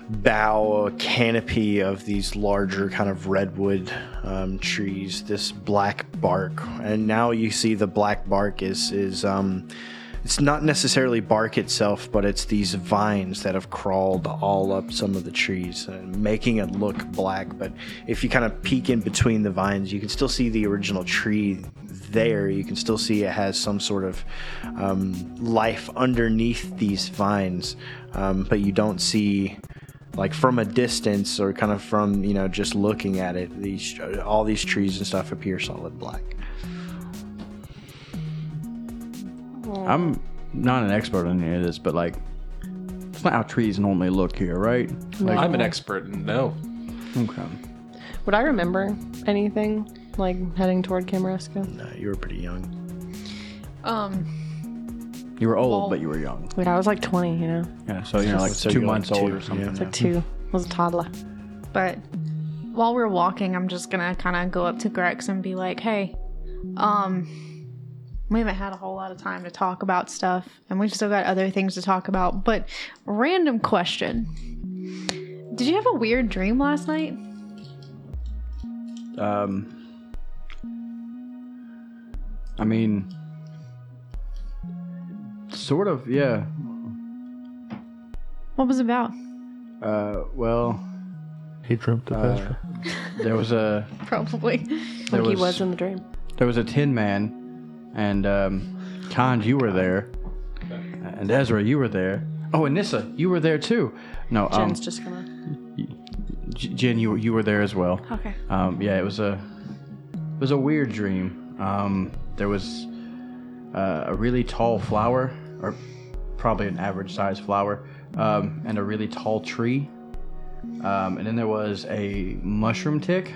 Speaker 6: bough canopy of these larger kind of redwood um, trees. This black bark, and now you see the black bark is is um, it's not necessarily bark itself, but it's these vines that have crawled all up some of the trees, uh, making it look black. But if you kind of peek in between the vines, you can still see the original tree there. You can still see it has some sort of um, life underneath these vines, um, but you don't see like from a distance or kind of from you know just looking at it these all these trees and stuff appear solid black
Speaker 1: I'm not an expert on any of this, but like, it's not how trees normally look here, right? Like,
Speaker 3: I'm an expert. in No.
Speaker 1: okay.
Speaker 4: Would I remember anything like heading toward Camarasca?
Speaker 6: no, you were pretty young
Speaker 2: Um.
Speaker 1: You were old, but you were young.
Speaker 4: Wait, I was like twenty, you know,
Speaker 1: Yeah, so you know, like
Speaker 6: So
Speaker 1: two
Speaker 6: you're like
Speaker 1: months old
Speaker 6: two,
Speaker 1: or something.
Speaker 6: yeah.
Speaker 4: like two. I was a toddler.
Speaker 2: But while we're walking, I'm just gonna kind of go up to Grex and be like, "Hey, um, we haven't had a whole lot of time to talk about stuff, and we've still got other things to talk about." But random question: Did you have a weird dream last night?
Speaker 1: Um, I mean, sort of, yeah.
Speaker 2: What was it about?
Speaker 1: Uh, well,
Speaker 5: He dreamt of Ezra.
Speaker 1: there was a
Speaker 2: Probably.
Speaker 1: there
Speaker 4: Like
Speaker 1: was,
Speaker 4: he was in the dream.
Speaker 1: there was a Tin Man, and um, Khan, you were there, and Ezra, you were there. Oh, and Nissa, you were there too. No, um,
Speaker 4: Jen's just gonna.
Speaker 1: J- Jen, you you were there as well.
Speaker 2: Okay.
Speaker 1: Um, yeah, it was a it was a weird dream. Um, there was uh, a really tall flower, or probably an average sized flower, um, and a really tall tree. Um, and then there was a mushroom tick.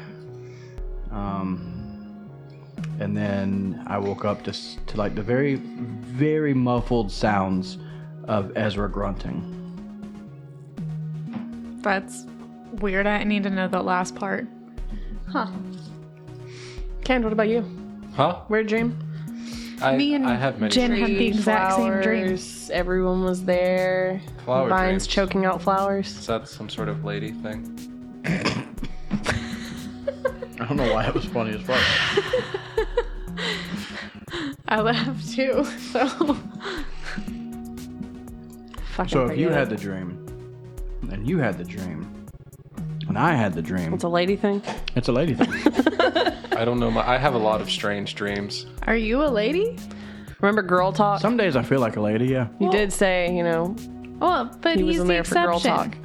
Speaker 1: Um, and then I woke up to, s- to like the very, very muffled sounds of Ezra grunting.
Speaker 2: That's weird. I need to know that last part. Huh.
Speaker 4: Ken, what about you?
Speaker 3: Huh?
Speaker 4: Weird dream.
Speaker 3: I,
Speaker 2: Me and
Speaker 3: I have many
Speaker 2: Jen- had the exact same dream.
Speaker 4: dream. Everyone was there.
Speaker 3: Flower
Speaker 4: Vines
Speaker 3: dreams.
Speaker 4: choking out flowers.
Speaker 3: Is that some sort of lady thing?
Speaker 1: I don't know why it was funny as fuck.
Speaker 2: I laughed too. So
Speaker 4: Fucking
Speaker 1: So if you
Speaker 4: forget it.
Speaker 1: had the dream, and you had the dream, and I had the dream,
Speaker 4: It's a lady thing.
Speaker 1: it's a lady thing.
Speaker 3: I don't know. My, I have a lot of strange dreams.
Speaker 2: are you a lady?
Speaker 4: Remember girl talk?
Speaker 1: Some days I feel like a lady, yeah.
Speaker 4: you did say, you know,
Speaker 2: Well, but
Speaker 4: he
Speaker 2: he's
Speaker 4: was in
Speaker 2: the
Speaker 4: there for
Speaker 2: exception.
Speaker 4: girl talk.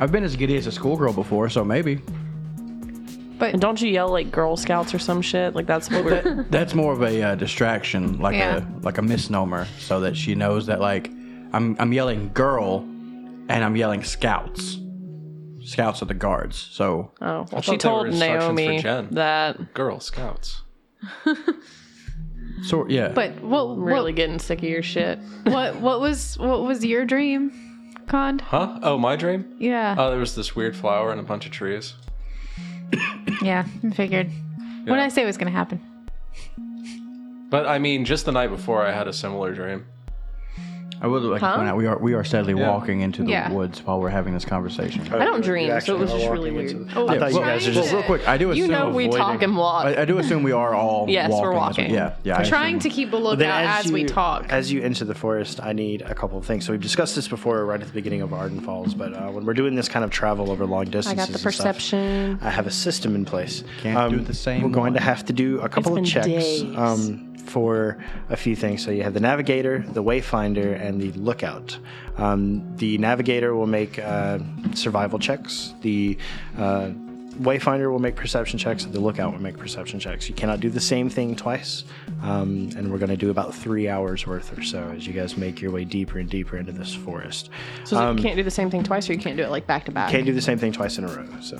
Speaker 1: I've been as giddy as a schoolgirl before, so maybe.
Speaker 4: And don't you yell like Girl Scouts or some shit? Like that's what we're.
Speaker 1: That, that's more of a uh, distraction, like
Speaker 2: Yeah.
Speaker 1: a like a misnomer, so that she knows that like I'm I'm yelling girl, and I'm yelling scouts. Scouts are the guards. So
Speaker 4: Oh, well, she
Speaker 3: thought they were
Speaker 4: told
Speaker 3: instructions for
Speaker 4: Naomi
Speaker 3: Jen.
Speaker 4: that
Speaker 3: Girl Scouts.
Speaker 1: so yeah.
Speaker 2: But what
Speaker 4: really getting sick of your shit.
Speaker 2: what, what what was what was your dream, Con?
Speaker 3: Huh? Oh, my dream?
Speaker 2: Yeah.
Speaker 3: Oh, there was this weird flower and a bunch of trees.
Speaker 2: yeah, I figured. What
Speaker 3: Yeah.
Speaker 2: I say was gonna happen.
Speaker 3: But I mean, just the night before, I had a similar dream.
Speaker 1: I would like to point out we are we are sadly
Speaker 3: Yeah.
Speaker 1: walking into the
Speaker 2: Yeah.
Speaker 1: woods while we're having this conversation.
Speaker 4: I don't dream, so it was just really weird.
Speaker 2: Oh,
Speaker 6: I thought you guys are
Speaker 2: trying
Speaker 6: just-
Speaker 2: to-
Speaker 1: Real quick, I do assume
Speaker 4: You know we
Speaker 1: avoiding-
Speaker 4: talk and walk.
Speaker 1: I, I do assume we are all
Speaker 4: Yes,
Speaker 1: walking
Speaker 4: we're
Speaker 1: as well.
Speaker 4: walking.
Speaker 1: Yeah, yeah. I
Speaker 2: trying
Speaker 1: assume.
Speaker 2: to keep a
Speaker 6: Well,
Speaker 2: lookout
Speaker 6: then
Speaker 2: as, we
Speaker 6: you-
Speaker 2: talk.
Speaker 6: As you enter the forest, I need a couple of things. So we've discussed this before, right at the beginning of Arden Falls. But uh, when we're doing this kind of travel over long distances,
Speaker 4: I got the
Speaker 6: and stuff,
Speaker 4: perception.
Speaker 6: I have a system in place. Um,
Speaker 1: Can't do the same
Speaker 6: We're going to
Speaker 1: one.
Speaker 6: have to do a couple of
Speaker 4: been
Speaker 6: checks
Speaker 4: days.
Speaker 6: um, for a few things. So you have the navigator, the wayfinder, and the lookout. Um, the navigator will make uh, survival checks. The uh, Wayfinder will make perception checks, and the lookout will make perception checks. You cannot do the same thing twice, um, and we're going to do about three hours worth or so as you guys make your way deeper and deeper into this forest. Um,
Speaker 4: So you can't do the same thing twice, or you can't do it like back to back.
Speaker 6: Can't do the same thing twice in a row, so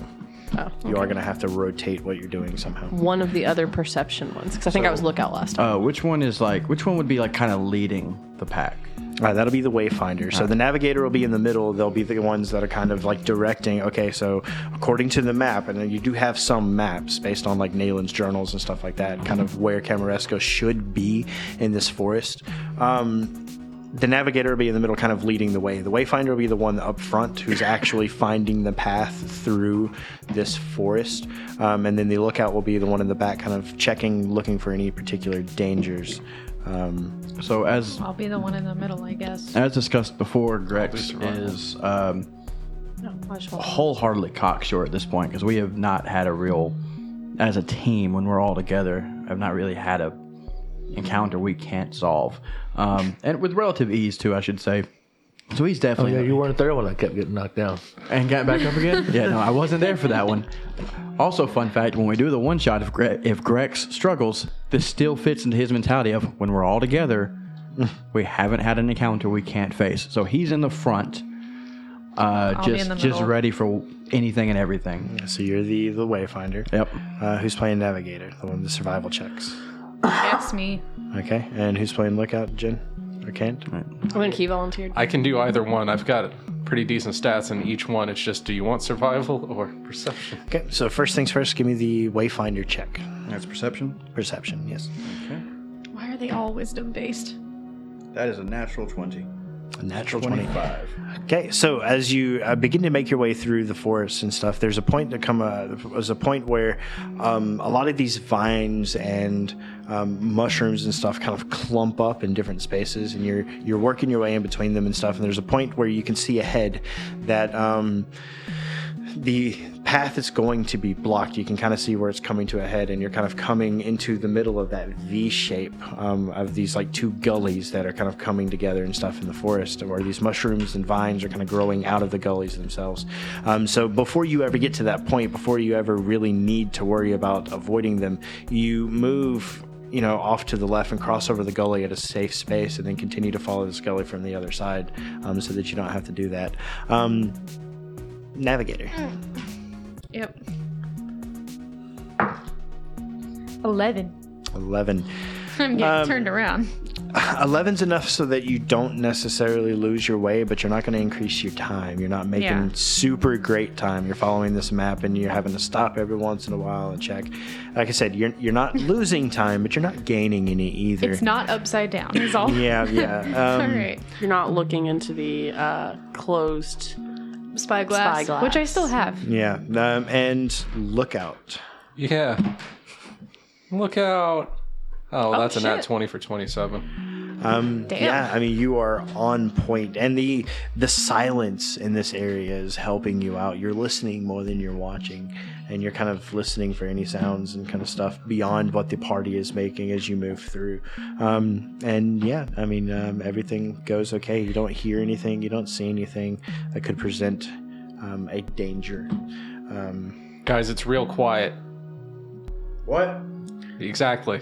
Speaker 4: Oh,
Speaker 6: you are going to have to rotate what you're doing somehow.
Speaker 4: one of the other perception ones because I think I was lookout last time.
Speaker 1: Uh, which one is like? Which one would be like kind of leading the pack?
Speaker 6: Uh, that'll be the wayfinder. So the navigator will be in the middle. They'll be the ones that are kind of like directing. Okay, so according to the map, and then you do have some maps based on like Nayland's journals and stuff like that, kind of where Camaresco should be in this forest. Um, the navigator will be in the middle, kind of leading the way. The wayfinder will be the one up front who's actually finding the path through this forest. Um, and then the lookout will be the one in the back, kind of checking, looking for any particular dangers. Um,
Speaker 1: So as
Speaker 2: I'll be the one in the middle, I guess.
Speaker 1: as discussed before, Grex
Speaker 3: survival.
Speaker 1: is um, wholeheartedly cocksure at this point because we have not had a real, as a team when we're all together, have not really had a encounter we can't solve, um, and with relative ease too, I should say. So he's definitely
Speaker 5: Oh, Yeah, you weren't there when I kept getting knocked down.
Speaker 1: and got back up again. yeah, no, I wasn't there for that one. Also, fun fact: when we do the one shot, if Gre- if Grex struggles, this still fits into his mentality of when we're all together, we haven't had an encounter we can't face. So he's in the front, uh,
Speaker 2: I'll be in
Speaker 1: just
Speaker 2: the
Speaker 1: just
Speaker 2: middle.
Speaker 1: ready for anything and everything.
Speaker 6: So you're the the wayfinder.
Speaker 1: Yep.
Speaker 6: Uh, who's playing navigator? The one with the survival checks.
Speaker 2: That's me.
Speaker 6: Okay. And who's playing lookout? Jen or Kent?
Speaker 4: I think he volunteered.
Speaker 3: I can do either one. I've got pretty decent stats in each one. It's just, do you want survival or perception?
Speaker 6: Okay. So first things first, give me the wayfinder check.
Speaker 1: That's perception.
Speaker 6: Perception. Yes.
Speaker 2: Why are they all wisdom based?
Speaker 1: That is a natural twenty.
Speaker 6: A natural 25. Okay, so as you uh, begin to make your way through the forest and stuff, there's a point that come uh, there's a point where um, a lot of these vines and um, mushrooms and stuff kind of clump up in different spaces, and you're you're working your way in between them and stuff. And there's a point where you can see ahead that. Um, the path is going to be blocked. You can kind of see where it's coming to a head, and you're kind of coming into the middle of that V shape um, of these like two gullies that are kind of coming together and stuff in the forest, where these mushrooms and vines are kind of growing out of the gullies themselves. Um, so before you ever get to that point, before you ever really need to worry about avoiding them, you move you know, off to the left and cross over the gully at a safe space, and then continue to follow this gully from the other side, um, so that you don't have to do that. Um, navigator.
Speaker 2: Yep. Eleven.
Speaker 6: 11.
Speaker 2: I'm getting turned around.
Speaker 6: Eleven's enough so that you don't necessarily lose your way, but you're not going to increase your time. You're not making
Speaker 2: Yeah.
Speaker 6: super great time. You're following this map, and you're having to stop every once in a while and check. Like I said, you're you're not losing time, but you're not gaining any either.
Speaker 2: It's not upside down. Is all.
Speaker 6: Yeah, yeah.
Speaker 2: all
Speaker 6: Um,
Speaker 2: right.
Speaker 7: You're not looking into the uh, closed.
Speaker 2: Spyglass,
Speaker 7: Spyglass.
Speaker 2: which I still have.
Speaker 6: Yeah, um, and look out.
Speaker 3: Yeah. Look out. Oh, that's a nat
Speaker 2: shit.
Speaker 3: 20 for 27.
Speaker 2: Damn.
Speaker 6: Yeah, I mean you are on point, and the the silence in this area is helping you out. You're listening more than you're watching, and you're kind of listening for any sounds and kind of stuff beyond what the party is making as you move through. Um, and yeah, I mean um, everything goes okay. You don't hear anything, you don't see anything that could present um, a danger. Um,
Speaker 3: Guys, it's real quiet.
Speaker 6: what?
Speaker 3: Exactly.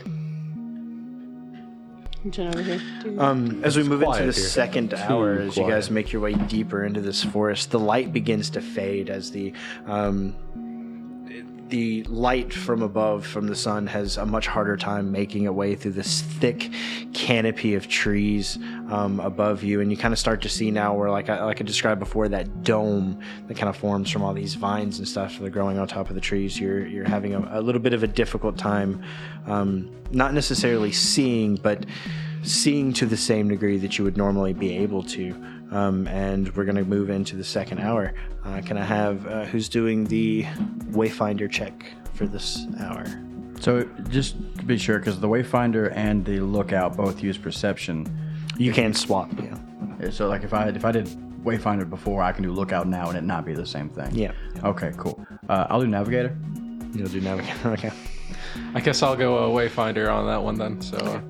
Speaker 7: Jen over here.
Speaker 6: Um, as we move into
Speaker 5: quiet
Speaker 6: the
Speaker 5: here.
Speaker 6: second hour, as you
Speaker 5: quiet.
Speaker 6: guys make your way deeper into this forest, the light begins to fade as the um, the light from above from the sun has a much harder time making its way through this thick canopy of trees um, above you and you kind of start to see now where like I, like I described before that dome that kind of forms from all these vines and stuff that are growing on top of the trees you're you're having a, a little bit of a difficult time um, not necessarily seeing but seeing to the same degree that you would normally be able to um, and we're going to move into the second hour. Uh, can I have uh, who's doing the Wayfinder check for this hour?
Speaker 1: So just to be sure, because the Wayfinder and the Lookout both use perception.
Speaker 6: You can swap, yeah.
Speaker 1: Yeah, So like if I if I did Wayfinder before, I can do Lookout now and it not be the same thing.
Speaker 6: Yeah.
Speaker 1: Okay, cool. Uh, I'll do Navigator.
Speaker 6: You'll do navigator. okay.
Speaker 3: I guess I'll go uh, Wayfinder on that one then. So, uh,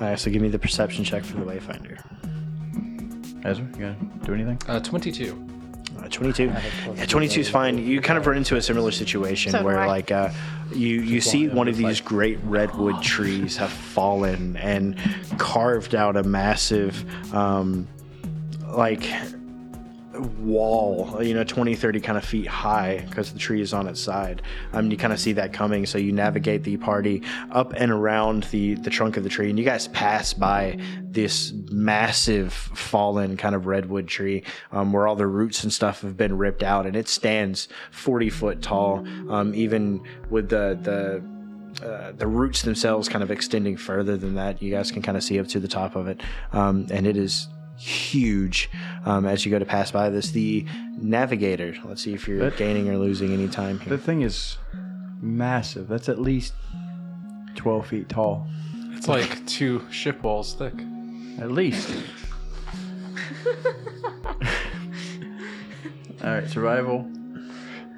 Speaker 6: All right, so give me the perception check for the Wayfinder.
Speaker 1: Ezra, you gonna do anything?
Speaker 3: uh, 22.
Speaker 6: Uh, 22. Yeah, 22 is fine. You kind of run into a similar situation
Speaker 2: So do
Speaker 6: where,
Speaker 2: I.
Speaker 6: like, uh, you, you see one of these great redwood trees have fallen and carved out a massive, um, like, wall, you know, 20, 30 kind of feet high because the tree is on its side. Um, you kind of see that coming. So you navigate the party up and around the, the trunk of the tree, and you guys pass by this massive fallen kind of redwood tree um, where all the roots and stuff have been ripped out, and it stands 40 foot tall, um, even with the, the uh, the roots themselves kind of extending further than that. You guys can kind of see up to the top of it, um, and it is huge um, as you go to pass by this. The navigator. Let's see if you're
Speaker 1: But-
Speaker 6: gaining or losing any time
Speaker 1: The
Speaker 6: here.
Speaker 1: thing is massive. That's at least twelve feet tall.
Speaker 3: It's like two ship walls thick.
Speaker 1: At least. All right, survival.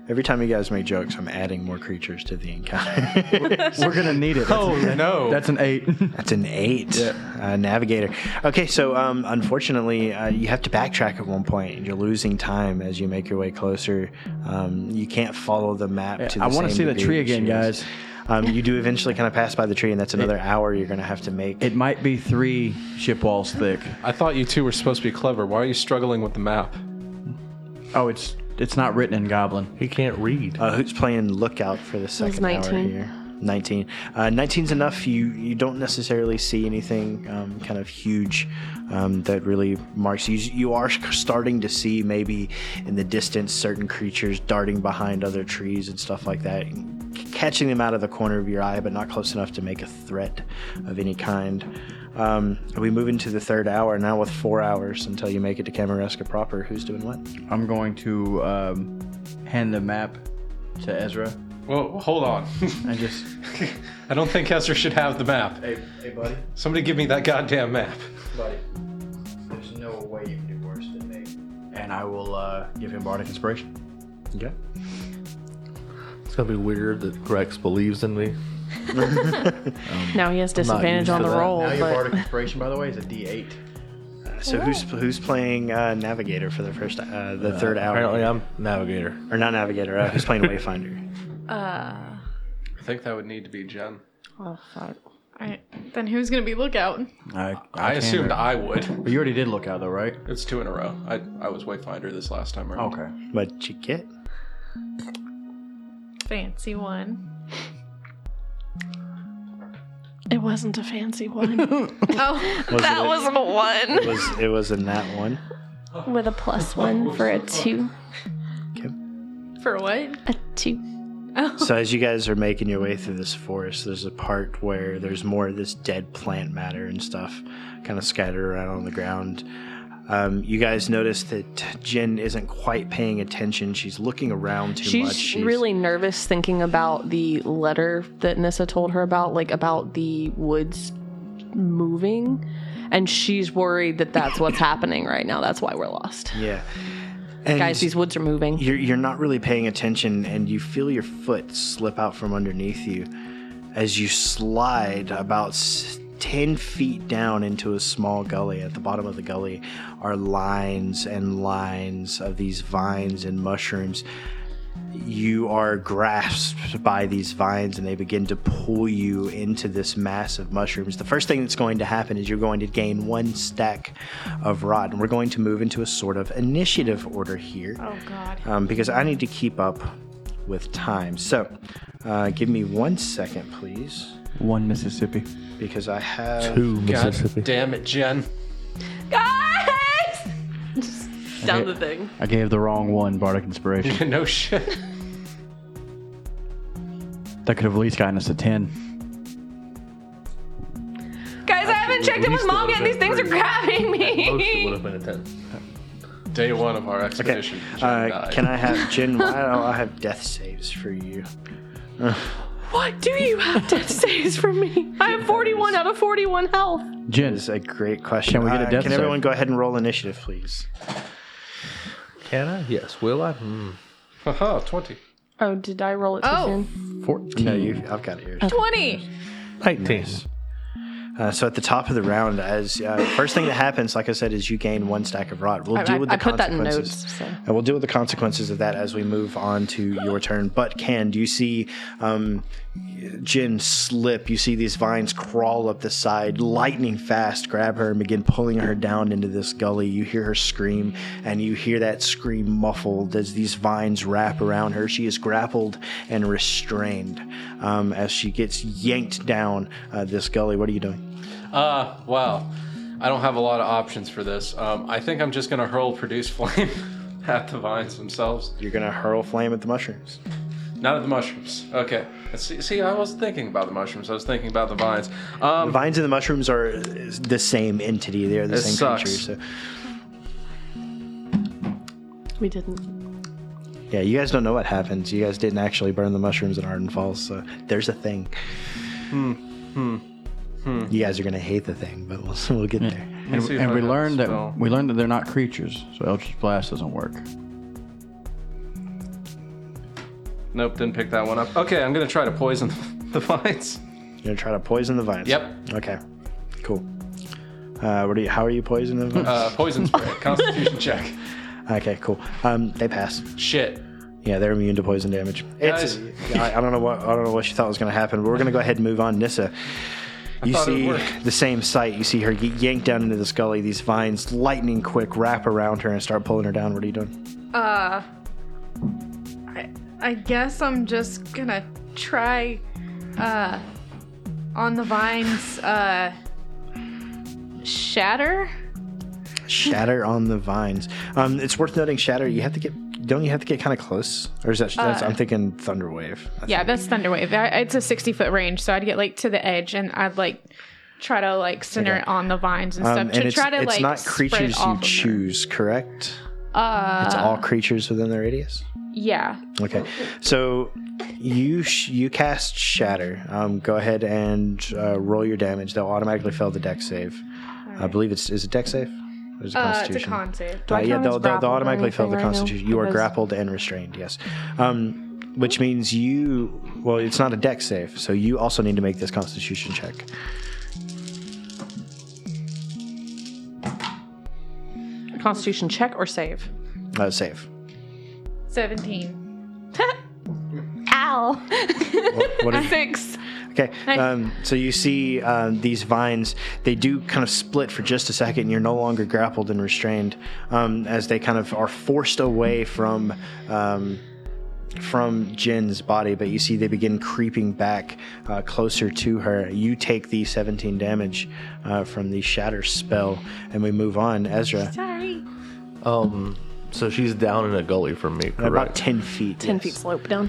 Speaker 6: Every time you guys make jokes, I'm adding more creatures to the encounter.
Speaker 1: We're gonna need it.
Speaker 3: Oh, no.
Speaker 1: That's an eight.
Speaker 6: That's an eight. Uh, navigator. Okay, so um, unfortunately, uh, you have to backtrack at one point. You're losing time as you make your way closer. Um, you can't follow the map. to the
Speaker 1: I wanna
Speaker 6: same
Speaker 1: see that
Speaker 6: degree
Speaker 1: tree
Speaker 6: that she
Speaker 1: again,
Speaker 6: is.
Speaker 1: guys.
Speaker 6: Um, you do eventually kind of pass by the tree, and that's another hour you're going to have to make.
Speaker 1: It might be three ship walls thick.
Speaker 3: I thought you two were supposed to be clever. Why are you struggling with the map?
Speaker 1: Oh, it's it's not written in Goblin.
Speaker 5: He can't read.
Speaker 6: Uh, who's playing lookout for the second
Speaker 7: 19.
Speaker 6: hour here? 19. Uh, 19's enough. You you don't necessarily see anything um, kind of huge um, that really marks you. You are starting to see maybe in the distance certain creatures darting behind other trees and stuff like that, c- catching them out of the corner of your eye, but not close enough to make a threat of any kind. Um, we move into the third hour now with four hours until you make it to Camaresca proper. Who's doing what?
Speaker 1: I'm going to um, hand the map to Ezra
Speaker 3: Well, hold on.
Speaker 1: and just
Speaker 3: I don't think Esther should have the map.
Speaker 1: hey, hey, buddy,
Speaker 3: Somebody give me that goddamn map.
Speaker 1: buddy. There's no way you can do worse than me. And I will uh, give him bardic inspiration.
Speaker 6: Okay.
Speaker 5: It's gonna be weird that Grex believes in me.
Speaker 7: Now he has
Speaker 5: not
Speaker 7: disadvantage
Speaker 5: used
Speaker 7: on
Speaker 5: to
Speaker 7: the
Speaker 5: that.
Speaker 7: roll,
Speaker 1: Now your
Speaker 7: but
Speaker 1: bardic inspiration, by the way, is a D8.
Speaker 6: So who's who's playing uh, Navigator for the first uh, the third hour?
Speaker 5: Apparently, I'm navigator.
Speaker 6: or not Navigator? Uh, who's playing Wayfinder?
Speaker 3: I think that would need to be Jen.
Speaker 7: oh, fuck.
Speaker 2: All right. Then who's gonna be lookout?
Speaker 1: I, I,
Speaker 3: I
Speaker 1: can't-
Speaker 3: assumed I would.
Speaker 1: But you already did look out though, right?
Speaker 3: It's two in a row. I, I was Wayfinder this last time around.
Speaker 1: Okay.
Speaker 6: What'd you get?
Speaker 2: Fancy one.
Speaker 7: It wasn't a fancy one
Speaker 2: Oh,
Speaker 6: Was
Speaker 8: That
Speaker 6: it,
Speaker 8: wasn't a one.
Speaker 6: it was it was in that one.
Speaker 7: with a plus one for a two.
Speaker 2: for what?
Speaker 7: A two.
Speaker 6: So as you guys are making your way through this forest, there's a part where there's more of this dead plant matter and stuff kind of scattered around on the ground. Um, you guys notice that Jin isn't quite paying attention. She's looking around too
Speaker 4: She's
Speaker 6: much.
Speaker 4: really nervous thinking about the letter that Nissa told her about, like about the woods moving. And she's worried that that's what's happening right now. That's why we're lost.
Speaker 6: yeah. And
Speaker 4: Guys, these woods are moving.
Speaker 6: you're you're not really paying attention, and you feel your foot slip out from underneath you as you slide about s- ten feet down into a small gully. At the bottom of the gully are lines and lines of these vines and mushrooms. You are grasped by these vines and they begin to pull you into this mass of mushrooms. The first thing that's going to happen is you're going to gain one stack of rot, and we're going to move into a sort of initiative order here
Speaker 2: Oh God.
Speaker 6: um, because I need to keep up with time. So, uh, give me one second, please,
Speaker 1: One Mississippi.
Speaker 6: because I have
Speaker 5: Ooh,
Speaker 3: God
Speaker 5: Mississippi.
Speaker 3: damn it, Jen.
Speaker 4: Guys!
Speaker 7: Down the thing.
Speaker 1: I gave the wrong one bardic inspiration.
Speaker 3: no shit.
Speaker 1: that could have at least gotten us a ten.
Speaker 8: Guys, I haven't checked in with mom yet. These things are grabbing
Speaker 5: Most it would
Speaker 8: me.
Speaker 5: have been a 10.
Speaker 3: Day one of our expedition. Jen
Speaker 6: Uh,
Speaker 3: died.
Speaker 6: can I have Jen? Why don't I have death saves for you?
Speaker 4: What do you have to say is for me? I have 41 out of 41 health.
Speaker 1: Jen,
Speaker 6: This is a great question.
Speaker 1: Can we get a
Speaker 6: Uh,
Speaker 1: death
Speaker 6: Can
Speaker 1: save?
Speaker 6: everyone go ahead and roll initiative, please?
Speaker 5: Can I? Yes. Will I? Hmm.
Speaker 3: Haha, 20.
Speaker 7: Oh, did I roll it to
Speaker 2: Oh.
Speaker 7: Finn?
Speaker 1: fourteen.
Speaker 6: No, you. I've got it here.
Speaker 2: Twenty.
Speaker 5: 19.
Speaker 6: Uh, so at the top of the round, as uh, first thing that happens, like I said, is you gain one stack of rot. We'll
Speaker 4: I,
Speaker 6: deal with
Speaker 4: I-
Speaker 6: the
Speaker 4: I put that in
Speaker 6: consequences.
Speaker 4: notes. So.
Speaker 6: And we'll deal with the consequences of that as we move on to your turn. But Ken, do you see um, Jin slip? You see these vines crawl up the side, lightning fast, grab her and begin pulling her down into this gully. You hear her scream, and you hear that scream muffled as these vines wrap around her. She is grappled and restrained um, as she gets yanked down uh, this gully. What are you doing?
Speaker 3: Uh, wow. I don't have a lot of options for this. Um, I think I'm just gonna hurl produce flame at the vines themselves.
Speaker 6: You're gonna hurl flame at the mushrooms.
Speaker 3: Not at the mushrooms. Okay. See, see, I wasn't thinking about the mushrooms. I was thinking about the vines. Um,
Speaker 6: The vines and the mushrooms are uh, the same entity. They are the
Speaker 3: It
Speaker 6: same
Speaker 3: sucks.
Speaker 6: creature. So.
Speaker 7: We didn't.
Speaker 6: Yeah, you guys don't know what happens. You guys didn't actually burn the mushrooms in Arden Falls, so there's a thing. Hmm. Hmm. You guys are gonna hate the thing, but we'll we'll get there.
Speaker 1: and,
Speaker 3: see if
Speaker 1: and
Speaker 3: I
Speaker 1: we
Speaker 3: got
Speaker 1: learned that
Speaker 3: spell.
Speaker 1: we learned that they're not creatures, so Eldritch Blast doesn't work.
Speaker 3: nope, didn't pick that one up. Okay, I'm gonna try to poison the vines.
Speaker 6: You're gonna try to poison the vines.
Speaker 3: Yep.
Speaker 6: Okay. Cool. Uh, what are you? How are you poisoning the vines?
Speaker 3: Uh, poison spray. Constitution check.
Speaker 6: okay, cool. Um, they pass.
Speaker 3: Shit.
Speaker 6: Yeah, they're immune to poison damage. It's, I, I don't know what I don't know what you thought was gonna happen, but we're gonna go ahead and move on. Nissa, you
Speaker 3: thought it
Speaker 6: see
Speaker 3: worked.
Speaker 6: the same sight. You see her get yanked down into this gully. These vines, lightning quick, wrap around her and start pulling her down. What are you doing?
Speaker 2: Uh, I, I guess I'm just gonna try, uh, on the vines, uh, shatter.
Speaker 6: Shatter on the vines. Um, it's worth noting, Shatter. You have to get. Don't you have to get kind of close? Or is that? That's, I'm thinking Thunderwave.
Speaker 2: Uh, Yeah, that's Thunderwave. I, it's a 60 foot range, so I'd get like to the edge and I'd like try to like center
Speaker 6: Okay.
Speaker 2: it on the vines and
Speaker 6: Um,
Speaker 2: stuff
Speaker 6: and
Speaker 2: to
Speaker 6: it's,
Speaker 2: try to
Speaker 6: it's
Speaker 2: like
Speaker 6: not
Speaker 2: spread
Speaker 6: creatures
Speaker 2: off
Speaker 6: you
Speaker 2: of her.
Speaker 6: choose, correct?
Speaker 2: Uh,
Speaker 6: It's all creatures within the radius.
Speaker 2: yeah.
Speaker 6: Okay, so you sh- you cast Shatter. Um, go ahead and uh, roll your damage. They'll automatically fail the deck save. I believe it's is it deck save? Or is it
Speaker 2: Uh, it's a
Speaker 6: Constitution?
Speaker 2: con save.
Speaker 6: Uh, yeah,
Speaker 4: count
Speaker 6: they'll, they'll,
Speaker 4: as
Speaker 6: they'll
Speaker 4: grappled or
Speaker 6: automatically fail the
Speaker 4: anything right now?
Speaker 6: constitution. You are
Speaker 4: Because-
Speaker 6: grappled and restrained, yes. Um, which means you, well, it's not a deck save, so you also need to make this constitution check.
Speaker 4: Constitution check or save?
Speaker 6: Uh, save.
Speaker 2: 17.
Speaker 4: Ow.
Speaker 6: What, what is-
Speaker 2: Six.
Speaker 6: okay, um, so you see um, these vines, they do kind of split for just a second, and you're no longer grappled and restrained um, as they kind of are forced away from. Um, from Jin's body, but you see they begin creeping back uh, closer to her. You take the 17 damage uh, from the Shatter spell, and we move on. Ezra,
Speaker 2: Sorry.
Speaker 5: Um, so she's down in a gully from me,
Speaker 6: about
Speaker 5: correct?
Speaker 6: 10 feet.
Speaker 7: 10 feet slope down.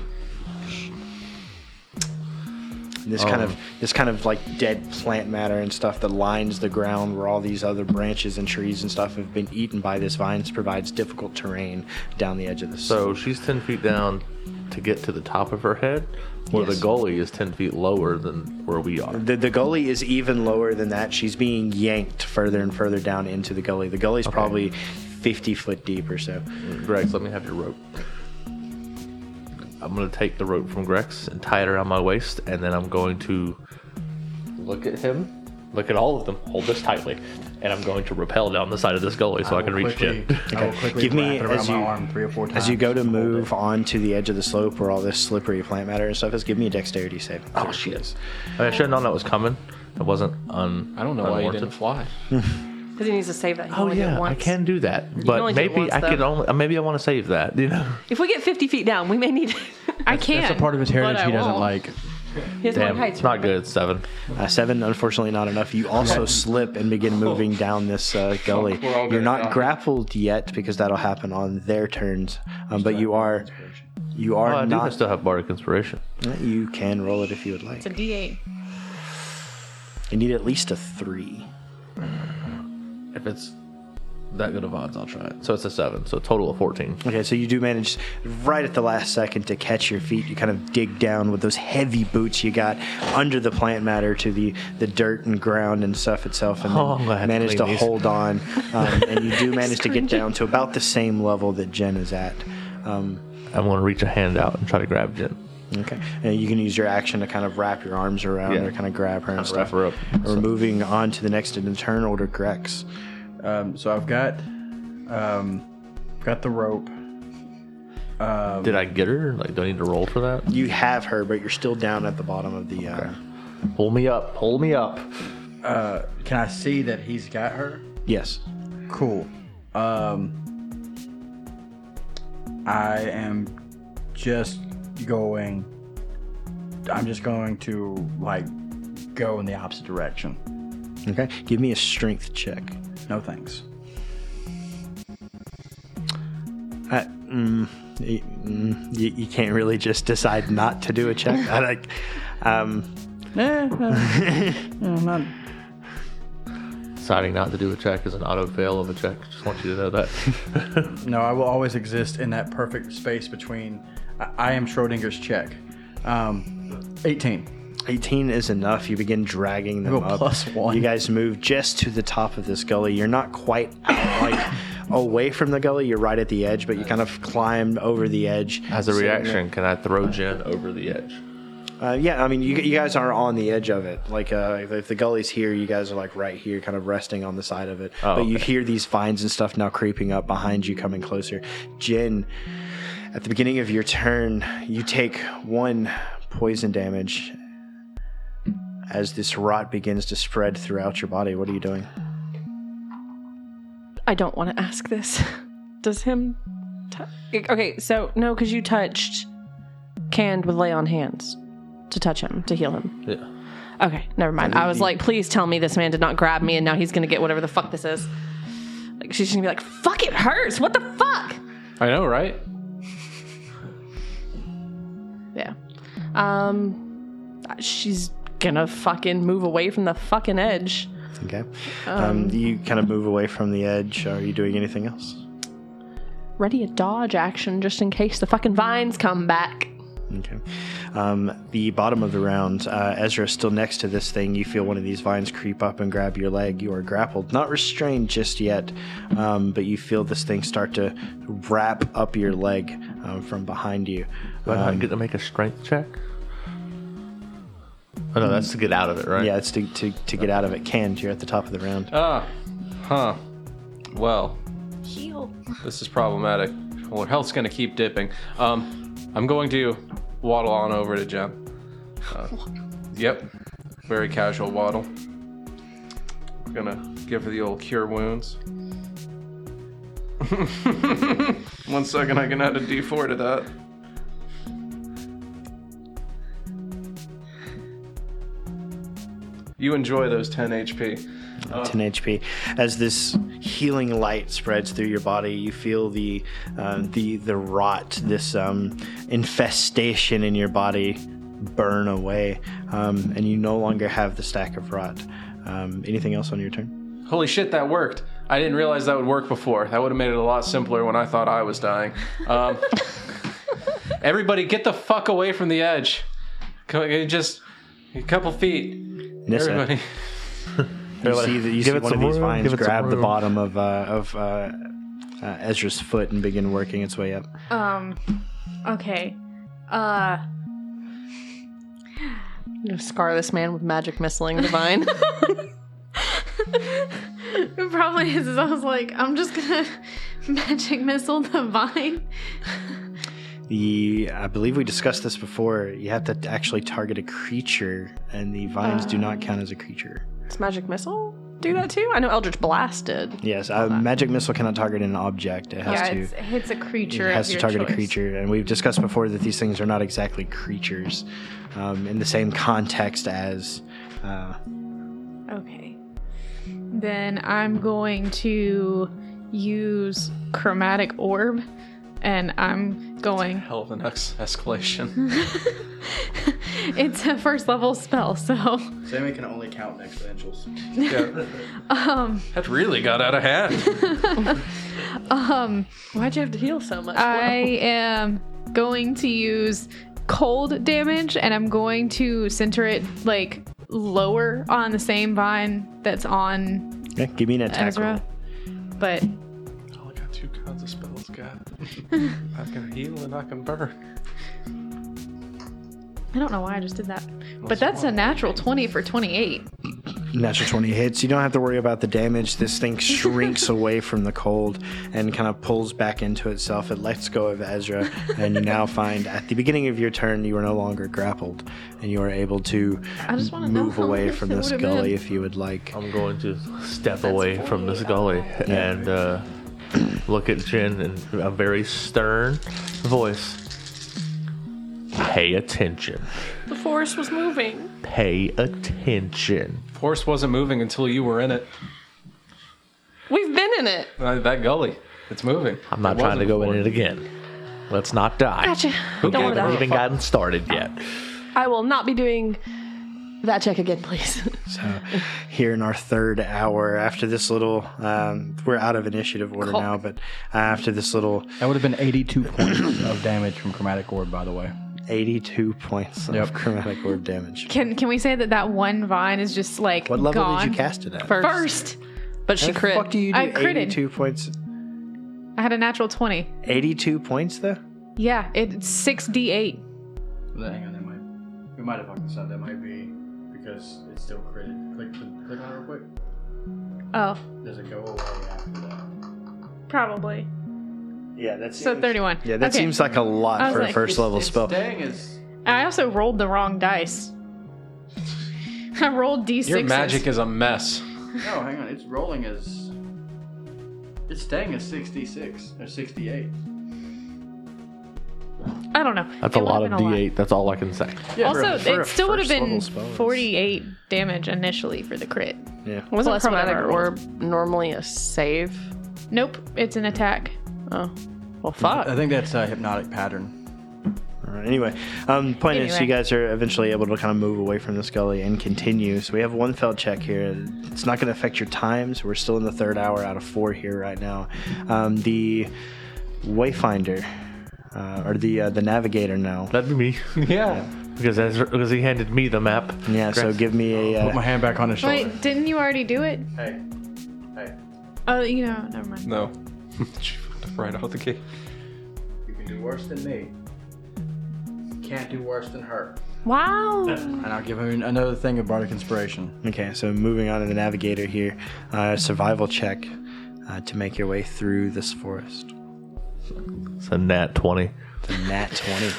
Speaker 6: This
Speaker 5: Oh.
Speaker 6: kind of this kind of like dead plant matter and stuff that lines the ground where all these other branches and trees and stuff have been eaten by this vines provides difficult terrain down the edge of the
Speaker 5: So she's 10 feet down to get to the top of her head, where
Speaker 6: Yes. Mm-hmm.
Speaker 5: the gully is 10 feet lower than where we are.
Speaker 6: The, the gully is even lower than that. She's being yanked further and further down into the gully. The gully's probably 50 foot deep or so.
Speaker 5: Grex, let me have your rope. I'm going to take the rope from Grex and tie it around my waist, and then I'm going to look at him, look at all of them, hold this tightly, and I'm going to rappel down the side of this gully so I, can reach
Speaker 1: quickly,
Speaker 5: Jin.
Speaker 1: I will quickly
Speaker 6: Give me
Speaker 1: wrap it around
Speaker 6: as
Speaker 1: my
Speaker 6: you-
Speaker 1: arm three or four times.
Speaker 6: As you go to
Speaker 1: Hold it.
Speaker 6: move onto the edge of the slope where all this slippery plant matter and stuff is, give me a dexterity save.
Speaker 5: Oh, shit. I, mean, I should have known that was coming. It wasn't un.
Speaker 3: I don't know why you
Speaker 5: unwarranted.
Speaker 3: didn't fly.
Speaker 7: Because he needs to save that. He
Speaker 5: Oh
Speaker 7: only did it
Speaker 5: yeah, I
Speaker 7: once.
Speaker 5: can do that,
Speaker 7: only
Speaker 5: but
Speaker 7: do it
Speaker 5: maybe
Speaker 7: once,
Speaker 5: I could
Speaker 7: though.
Speaker 5: only maybe I want to save that. You know,
Speaker 7: If we get 50 feet down, we may need it.
Speaker 2: I can't.
Speaker 1: That's a part of his heritage he doesn't like.
Speaker 7: He doesn't
Speaker 5: damn,
Speaker 7: like heights.
Speaker 5: it's not good. Seven.
Speaker 6: Uh, seven, unfortunately, not enough. You also slip and begin moving down this uh, gully.
Speaker 3: Oh. We're all gonna
Speaker 6: You're not
Speaker 3: die.
Speaker 6: grappled yet because that'll happen on their turns, um, but you are. You
Speaker 5: Oh,
Speaker 6: are
Speaker 5: I do I
Speaker 6: not.
Speaker 5: still have bardic inspiration.
Speaker 6: You can roll it if you would like.
Speaker 2: It's a D8.
Speaker 6: You need at least a three.
Speaker 5: If it's that good of odds, I'll try it. So it's a seven. So a total of fourteen.
Speaker 6: Okay, so you do manage right at the last second to catch your feet. You kind of dig down with those heavy boots you got under the plant matter to the, the dirt and ground and stuff itself, and
Speaker 5: Oh, I'm
Speaker 6: then
Speaker 5: gonna have to
Speaker 6: manage to
Speaker 5: clean these.
Speaker 6: hold on. Um, and you do manage to get down to about the same level that Jen is at. Um,
Speaker 5: I'm gonna reach a hand out and try to grab Jin.
Speaker 6: okay, and you can use your action to kind of wrap your arms around
Speaker 5: Yeah.
Speaker 6: or kind of grab her and
Speaker 5: Kinda wrap
Speaker 6: stuff.
Speaker 5: her up.
Speaker 6: We're moving on to the next in turn order, Grex.
Speaker 1: Um, so I've got, um, got the rope.
Speaker 5: Did I get her? Like, do I need to roll for that?
Speaker 6: You have her, but you're still down at the bottom of the. Uh,
Speaker 5: Pull me up. Pull me up.
Speaker 1: Can I see that he's got her?
Speaker 6: Yes.
Speaker 1: Cool. Um, I am just going. I'm just going to like go in the opposite direction.
Speaker 6: Okay. Give me a strength check.
Speaker 1: No thanks.
Speaker 6: I, mm, y- mm, you, you can't really just decide not to do a check. I like, um,
Speaker 5: Deciding not to do a check is an auto fail of a check. Just want you to know that.
Speaker 1: No, I will always exist in that perfect space between. I, I am Schrodinger's check. Um, 18.
Speaker 6: 18 is enough. You begin dragging them
Speaker 1: Go
Speaker 6: up.
Speaker 1: Oh, plus one.
Speaker 6: You guys move just to the top of this gully. You're not quite out, like away from the gully. You're right at the edge, but you kind of climb over the edge.
Speaker 5: As a reaction, can I throw Jin over the edge?
Speaker 6: Uh, yeah, I mean, you, you guys are on the edge of it. Like, uh, if the gully's here, you guys are like right here, kind of resting on the side of it.
Speaker 5: Oh,
Speaker 6: but you
Speaker 5: okay.
Speaker 6: hear these vines and stuff now creeping up behind you, coming closer. Jin, at the beginning of your turn, you take one poison damage as this rot begins to spread throughout your body. What are you doing?
Speaker 7: I don't want to ask this. Does him. T- okay, so no, because you touched Canned with lay on hands to touch him, to heal him.
Speaker 5: Yeah.
Speaker 7: Okay, never mind. I was like, please tell me this man did not grab me and now he's going to get whatever the fuck this is. Like, she's going to be like, fuck, it hurts. What the fuck?
Speaker 3: I know, right?
Speaker 7: Yeah. Um, she's gonna fucking move away from the fucking edge.
Speaker 6: Okay. Um, you kind of move away from the edge. Are you doing anything else?
Speaker 7: Ready a dodge action just in case the fucking vines come back.
Speaker 6: Okay. Um, the bottom of the round, uh, Ezra is still next to this thing. You feel one of these vines creep up and grab your leg. You are grappled, not restrained just yet, um, but you feel this thing start to wrap up your leg um, from behind you.
Speaker 5: Do I not get to make a strength check? Oh no, that's to get out of it, right?
Speaker 6: Yeah, it's to, to, to get out of it. Canned, you're at the top of the round.
Speaker 3: Ah, huh. Well,
Speaker 2: Heal.
Speaker 3: this is problematic. Well, her health's gonna keep dipping. Um, I'm going to waddle on over to Jem. Uh, yep, very casual waddle. We're gonna give her the old cure wounds. One second, I can add a D4 to that. You enjoy those 10 HP.
Speaker 6: 10 HP. As this healing light spreads through your body, you feel the um, the the rot, this um, infestation in your body, burn away, um, and you no longer have the stack of rot. Um, anything else on your turn?
Speaker 3: Holy shit, that worked. I didn't realize that would work before. That would have made it a lot simpler when I thought I was dying. Um, everybody, get the fuck away from the edge. Come on, Just a couple feet.
Speaker 6: Nissa,
Speaker 3: Everybody.
Speaker 6: you see, that you see
Speaker 5: it
Speaker 6: one of
Speaker 5: some
Speaker 6: these
Speaker 5: room,
Speaker 6: vines
Speaker 5: give it some
Speaker 6: grab the
Speaker 5: room.
Speaker 6: bottom of uh, of uh, uh, Ezra's foot and begin working its way up.
Speaker 2: Um, okay. Uh,
Speaker 4: You scar this man with magic missling divine.
Speaker 2: it probably is. is I was like, I'm just gonna magic missile the vine.
Speaker 6: The I believe we discussed this before. You have to actually target a creature, and the vines do not count as a creature.
Speaker 7: It's magic missile.
Speaker 4: Do that too? I know Eldritch blasted.
Speaker 6: Yes, a magic missile cannot target an object. It has
Speaker 2: yeah,
Speaker 6: to
Speaker 2: it's, it hits a creature.
Speaker 6: it has
Speaker 2: of
Speaker 6: to
Speaker 2: your
Speaker 6: target a
Speaker 2: choice.
Speaker 6: creature, and we've discussed before that these things are not exactly creatures um, in the same context as. Uh,
Speaker 2: Okay. Then I'm going to use chromatic orb, and I'm going.
Speaker 3: Hell of an ex- escalation.
Speaker 2: It's a first level spell, so
Speaker 1: Sammy can only count exponentials.
Speaker 3: Yeah. that really got out of hand.
Speaker 4: Why'd you have to heal so much?
Speaker 2: I am going to use cold damage and I'm going to center it like lower on the same vine that's on
Speaker 6: yeah, give me an attack
Speaker 2: Ezra. But
Speaker 3: Oh, I got two kinds of spells, God. I can heal and I can burn.
Speaker 2: I don't know why I just did that. But that's a natural 20 for 28.
Speaker 6: roll. Natural twenty hits. You don't have to worry about the damage. This thing shrinks away from the cold and kind of pulls back into itself. It lets go of Ezra, and you now find at the beginning of your turn you are no longer grappled, and you are able to
Speaker 2: just wanna know
Speaker 6: move
Speaker 2: how
Speaker 6: away
Speaker 2: much
Speaker 6: from
Speaker 2: it
Speaker 6: this
Speaker 2: would've been.
Speaker 6: gully if you would like.
Speaker 5: I'm going to step away from this gully and uh, look at Jin in a very stern voice. Pay attention.
Speaker 7: The forest was moving.
Speaker 5: Pay attention.
Speaker 3: Force wasn't moving until you were in it.
Speaker 4: We've been in it.
Speaker 3: Uh, That gully. It's moving.
Speaker 5: I'm not trying to go in it again. Let's not die.
Speaker 7: Gotcha. Don't
Speaker 3: Who gave
Speaker 7: want
Speaker 5: We haven't
Speaker 3: her a
Speaker 7: that.
Speaker 5: even
Speaker 3: fuck?
Speaker 5: gotten started yet.
Speaker 7: I will not be doing that check again, please.
Speaker 6: So here in our third hour, after this little, um, we're out of initiative order now, but uh, after this little
Speaker 1: That would have been 82 points of damage from chromatic orb, by the way.
Speaker 6: 82 points of
Speaker 1: Yep.
Speaker 6: chromatic orb damage.
Speaker 2: Can can we say that that one vine is just like
Speaker 6: What level
Speaker 2: gone?
Speaker 6: did you cast it at?
Speaker 4: First.
Speaker 2: First.
Speaker 4: But she
Speaker 6: How the
Speaker 4: crit.
Speaker 6: fuck do you do
Speaker 2: I critted.
Speaker 6: 82 points?
Speaker 2: I had a natural 20.
Speaker 6: 82 points though?
Speaker 2: Yeah, it's 6d8.
Speaker 1: Hang on, that might, we might have fucked this up. That might be because it's still critted. Click, click on it real quick.
Speaker 2: Oh,
Speaker 1: Does
Speaker 6: Um,
Speaker 1: it go away after that?
Speaker 2: probably.
Speaker 6: Yeah, that's
Speaker 2: So 31.
Speaker 6: Yeah, that
Speaker 2: Okay.
Speaker 6: seems like
Speaker 2: I
Speaker 6: a lot
Speaker 2: was
Speaker 6: for a
Speaker 2: like,
Speaker 6: first level spell.
Speaker 1: Dang is.
Speaker 2: I also rolled the wrong dice. I rolled d6.
Speaker 3: Your magic is a mess.
Speaker 1: No, hang on. It's rolling as. It's staying as 66 or 68.
Speaker 2: Oh, I don't know.
Speaker 5: That's
Speaker 2: It
Speaker 5: a lot of
Speaker 2: would've been a
Speaker 5: D8. That's all I can say.
Speaker 2: also,
Speaker 6: for a-
Speaker 2: it still would have
Speaker 6: for a
Speaker 2: been
Speaker 6: first level spell, it's-
Speaker 2: 48 damage initially for the crit.
Speaker 6: Yeah.
Speaker 4: Wasn't
Speaker 2: Plus
Speaker 4: chromatic
Speaker 2: whatever I
Speaker 4: orb normally a save?
Speaker 2: Nope, it's an attack.
Speaker 4: Oh. Well, fuck.
Speaker 1: I think that's a hypnotic pattern.
Speaker 6: All right, Anyway, um, point is,
Speaker 2: Anyway.
Speaker 6: you guys are eventually able to kind of move away from this gully and continue. So we have one failed check here. It's not going to affect your times. We're still in the third hour out of four here right now. Um, the wayfinder, uh, or the uh, the navigator now.
Speaker 5: That'd be me.
Speaker 3: Yeah.
Speaker 5: because Ezra, because he handed me the map.
Speaker 6: Yeah. So give me a.
Speaker 1: Put my
Speaker 6: Uh,
Speaker 1: hand back on his shoulder.
Speaker 2: Wait, didn't you already do it?
Speaker 1: Hey. Hey.
Speaker 2: Oh, you know, never mind.
Speaker 3: No. She fucked up right out the gate.
Speaker 1: You can do worse than me. You can't do worse than her.
Speaker 7: Wow.
Speaker 1: And I'll give him another thing of bardic inspiration.
Speaker 6: uh, okay. So moving on to the navigator here, uh, survival check uh, to make your way through this forest.
Speaker 5: It's a nat 20.
Speaker 6: Nat 20.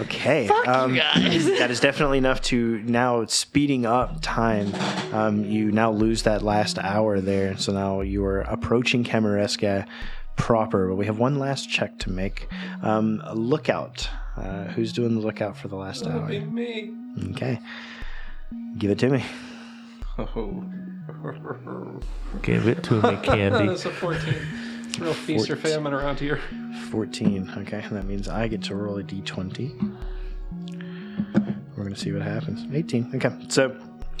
Speaker 6: Okay. um, that is definitely enough to now speeding up time. Um, you now lose that last hour there. So now you are approaching Camaresca proper. But we have one last check to make. Um, a lookout. Uh, who's doing the lookout for the last hour?
Speaker 3: Me.
Speaker 6: Okay. Give it to me.
Speaker 3: Oh.
Speaker 5: Give it to me, Candy.
Speaker 3: That's a 14. It's a real feast or famine around here.
Speaker 6: 14. Okay, that means I get to roll a d20. We're going to see what happens. 18. Okay, so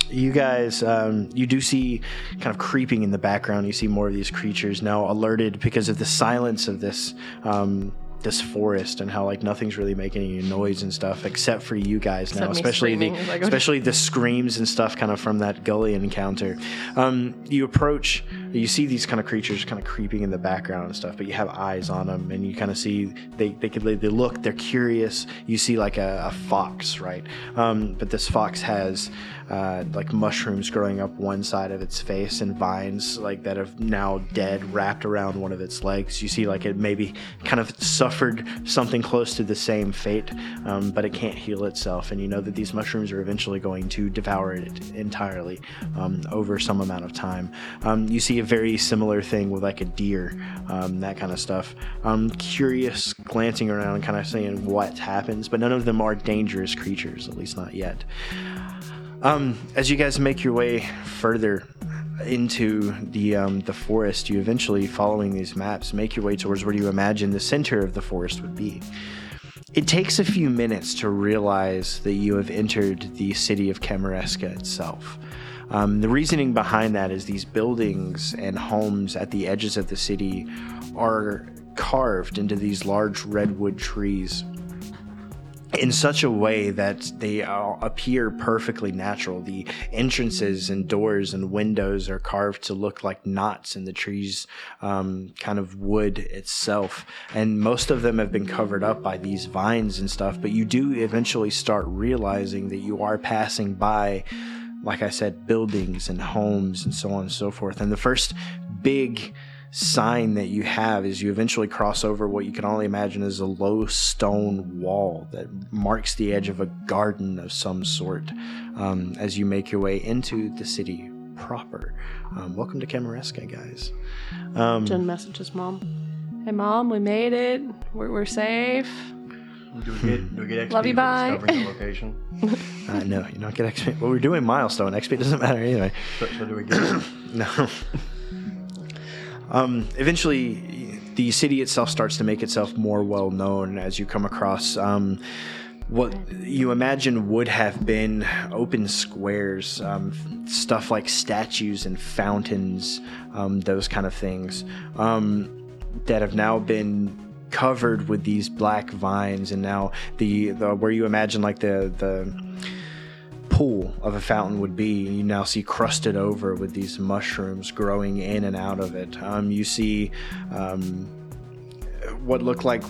Speaker 6: you guys, um, you do see kind of creeping in the background. You see more of these creatures now alerted because of the silence of this. Um, this forest and how like nothing's really making any noise and stuff except for you guys now
Speaker 4: me
Speaker 6: especially the
Speaker 4: screaming as I go
Speaker 6: especially the screams and stuff kind of from that gully encounter um, you approach you see these kind of creatures kind of creeping in the background and stuff but you have eyes on them and you kind of see they, they could they look they're curious you see like a, a fox right um, but this fox has uh, like mushrooms growing up one side of its face and vines like that have now dead wrapped around one of its legs you see like it maybe kind of suffered something close to the same fate um, but it can't heal itself and you know that these mushrooms are eventually going to devour it entirely um, over some amount of time um, you see a very similar thing with like a deer um, that kind of stuff um, curious glancing around kind of seeing what happens but none of them are dangerous creatures at least not yet um, as you guys make your way further into the um, the forest, you eventually, following these maps, make your way towards where you imagine the center of the forest would be. It takes a few minutes to realize that you have entered the city of Cameresca itself. Um, the reasoning behind that is these buildings and homes at the edges of the city are carved into these large redwood trees in such a way that they all appear perfectly natural. The entrances and doors and windows are carved to look like knots in the tree's um, kind of wood itself. And most of them have been covered up by these vines and stuff, but you do eventually start realizing that you are passing by like I said, buildings and homes and so on and so forth. And the first big sign that you have is you eventually cross over what you can only imagine is a low stone wall that marks the edge of a garden of some sort um, as you make your way into the city proper. Um, welcome to Camaresca, guys. Um,
Speaker 7: Jen messages mom. Hey, mom, we made it. We're, we're safe.
Speaker 1: Do we get, do we get XP
Speaker 7: Love you,
Speaker 1: for
Speaker 7: bye.
Speaker 1: discovering the location?
Speaker 6: uh, no, you don't get XP. Well, we're doing milestone. XP doesn't matter anyway.
Speaker 1: So, so do we get
Speaker 6: No. um, eventually, the city itself starts to make itself more well known as you come across um, what you imagine would have been open squares, um, stuff like statues and fountains, um, those kind of things, um, that have now been covered with these black vines, and now the, the where you imagine like the the pool of a fountain would be, you now see crusted over with these mushrooms growing in and out of it. Um, you see um, what look like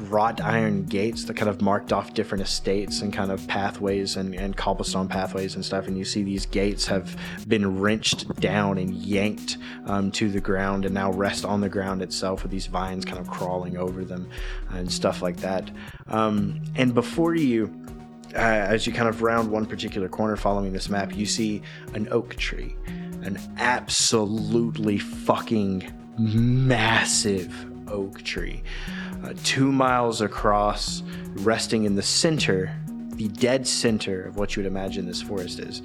Speaker 6: wrought iron gates that kind of marked off different estates and kind of pathways and, and cobblestone pathways and stuff. And you see these gates have been wrenched down and yanked um, to the ground and now rest on the ground itself with these vines kind of crawling over them and stuff like that. Um, and before you, uh, as you kind of round one particular corner following this map, you see an oak tree, an absolutely fucking massive oak tree, uh, two miles across, resting in the center, the dead center of what you would imagine this forest is.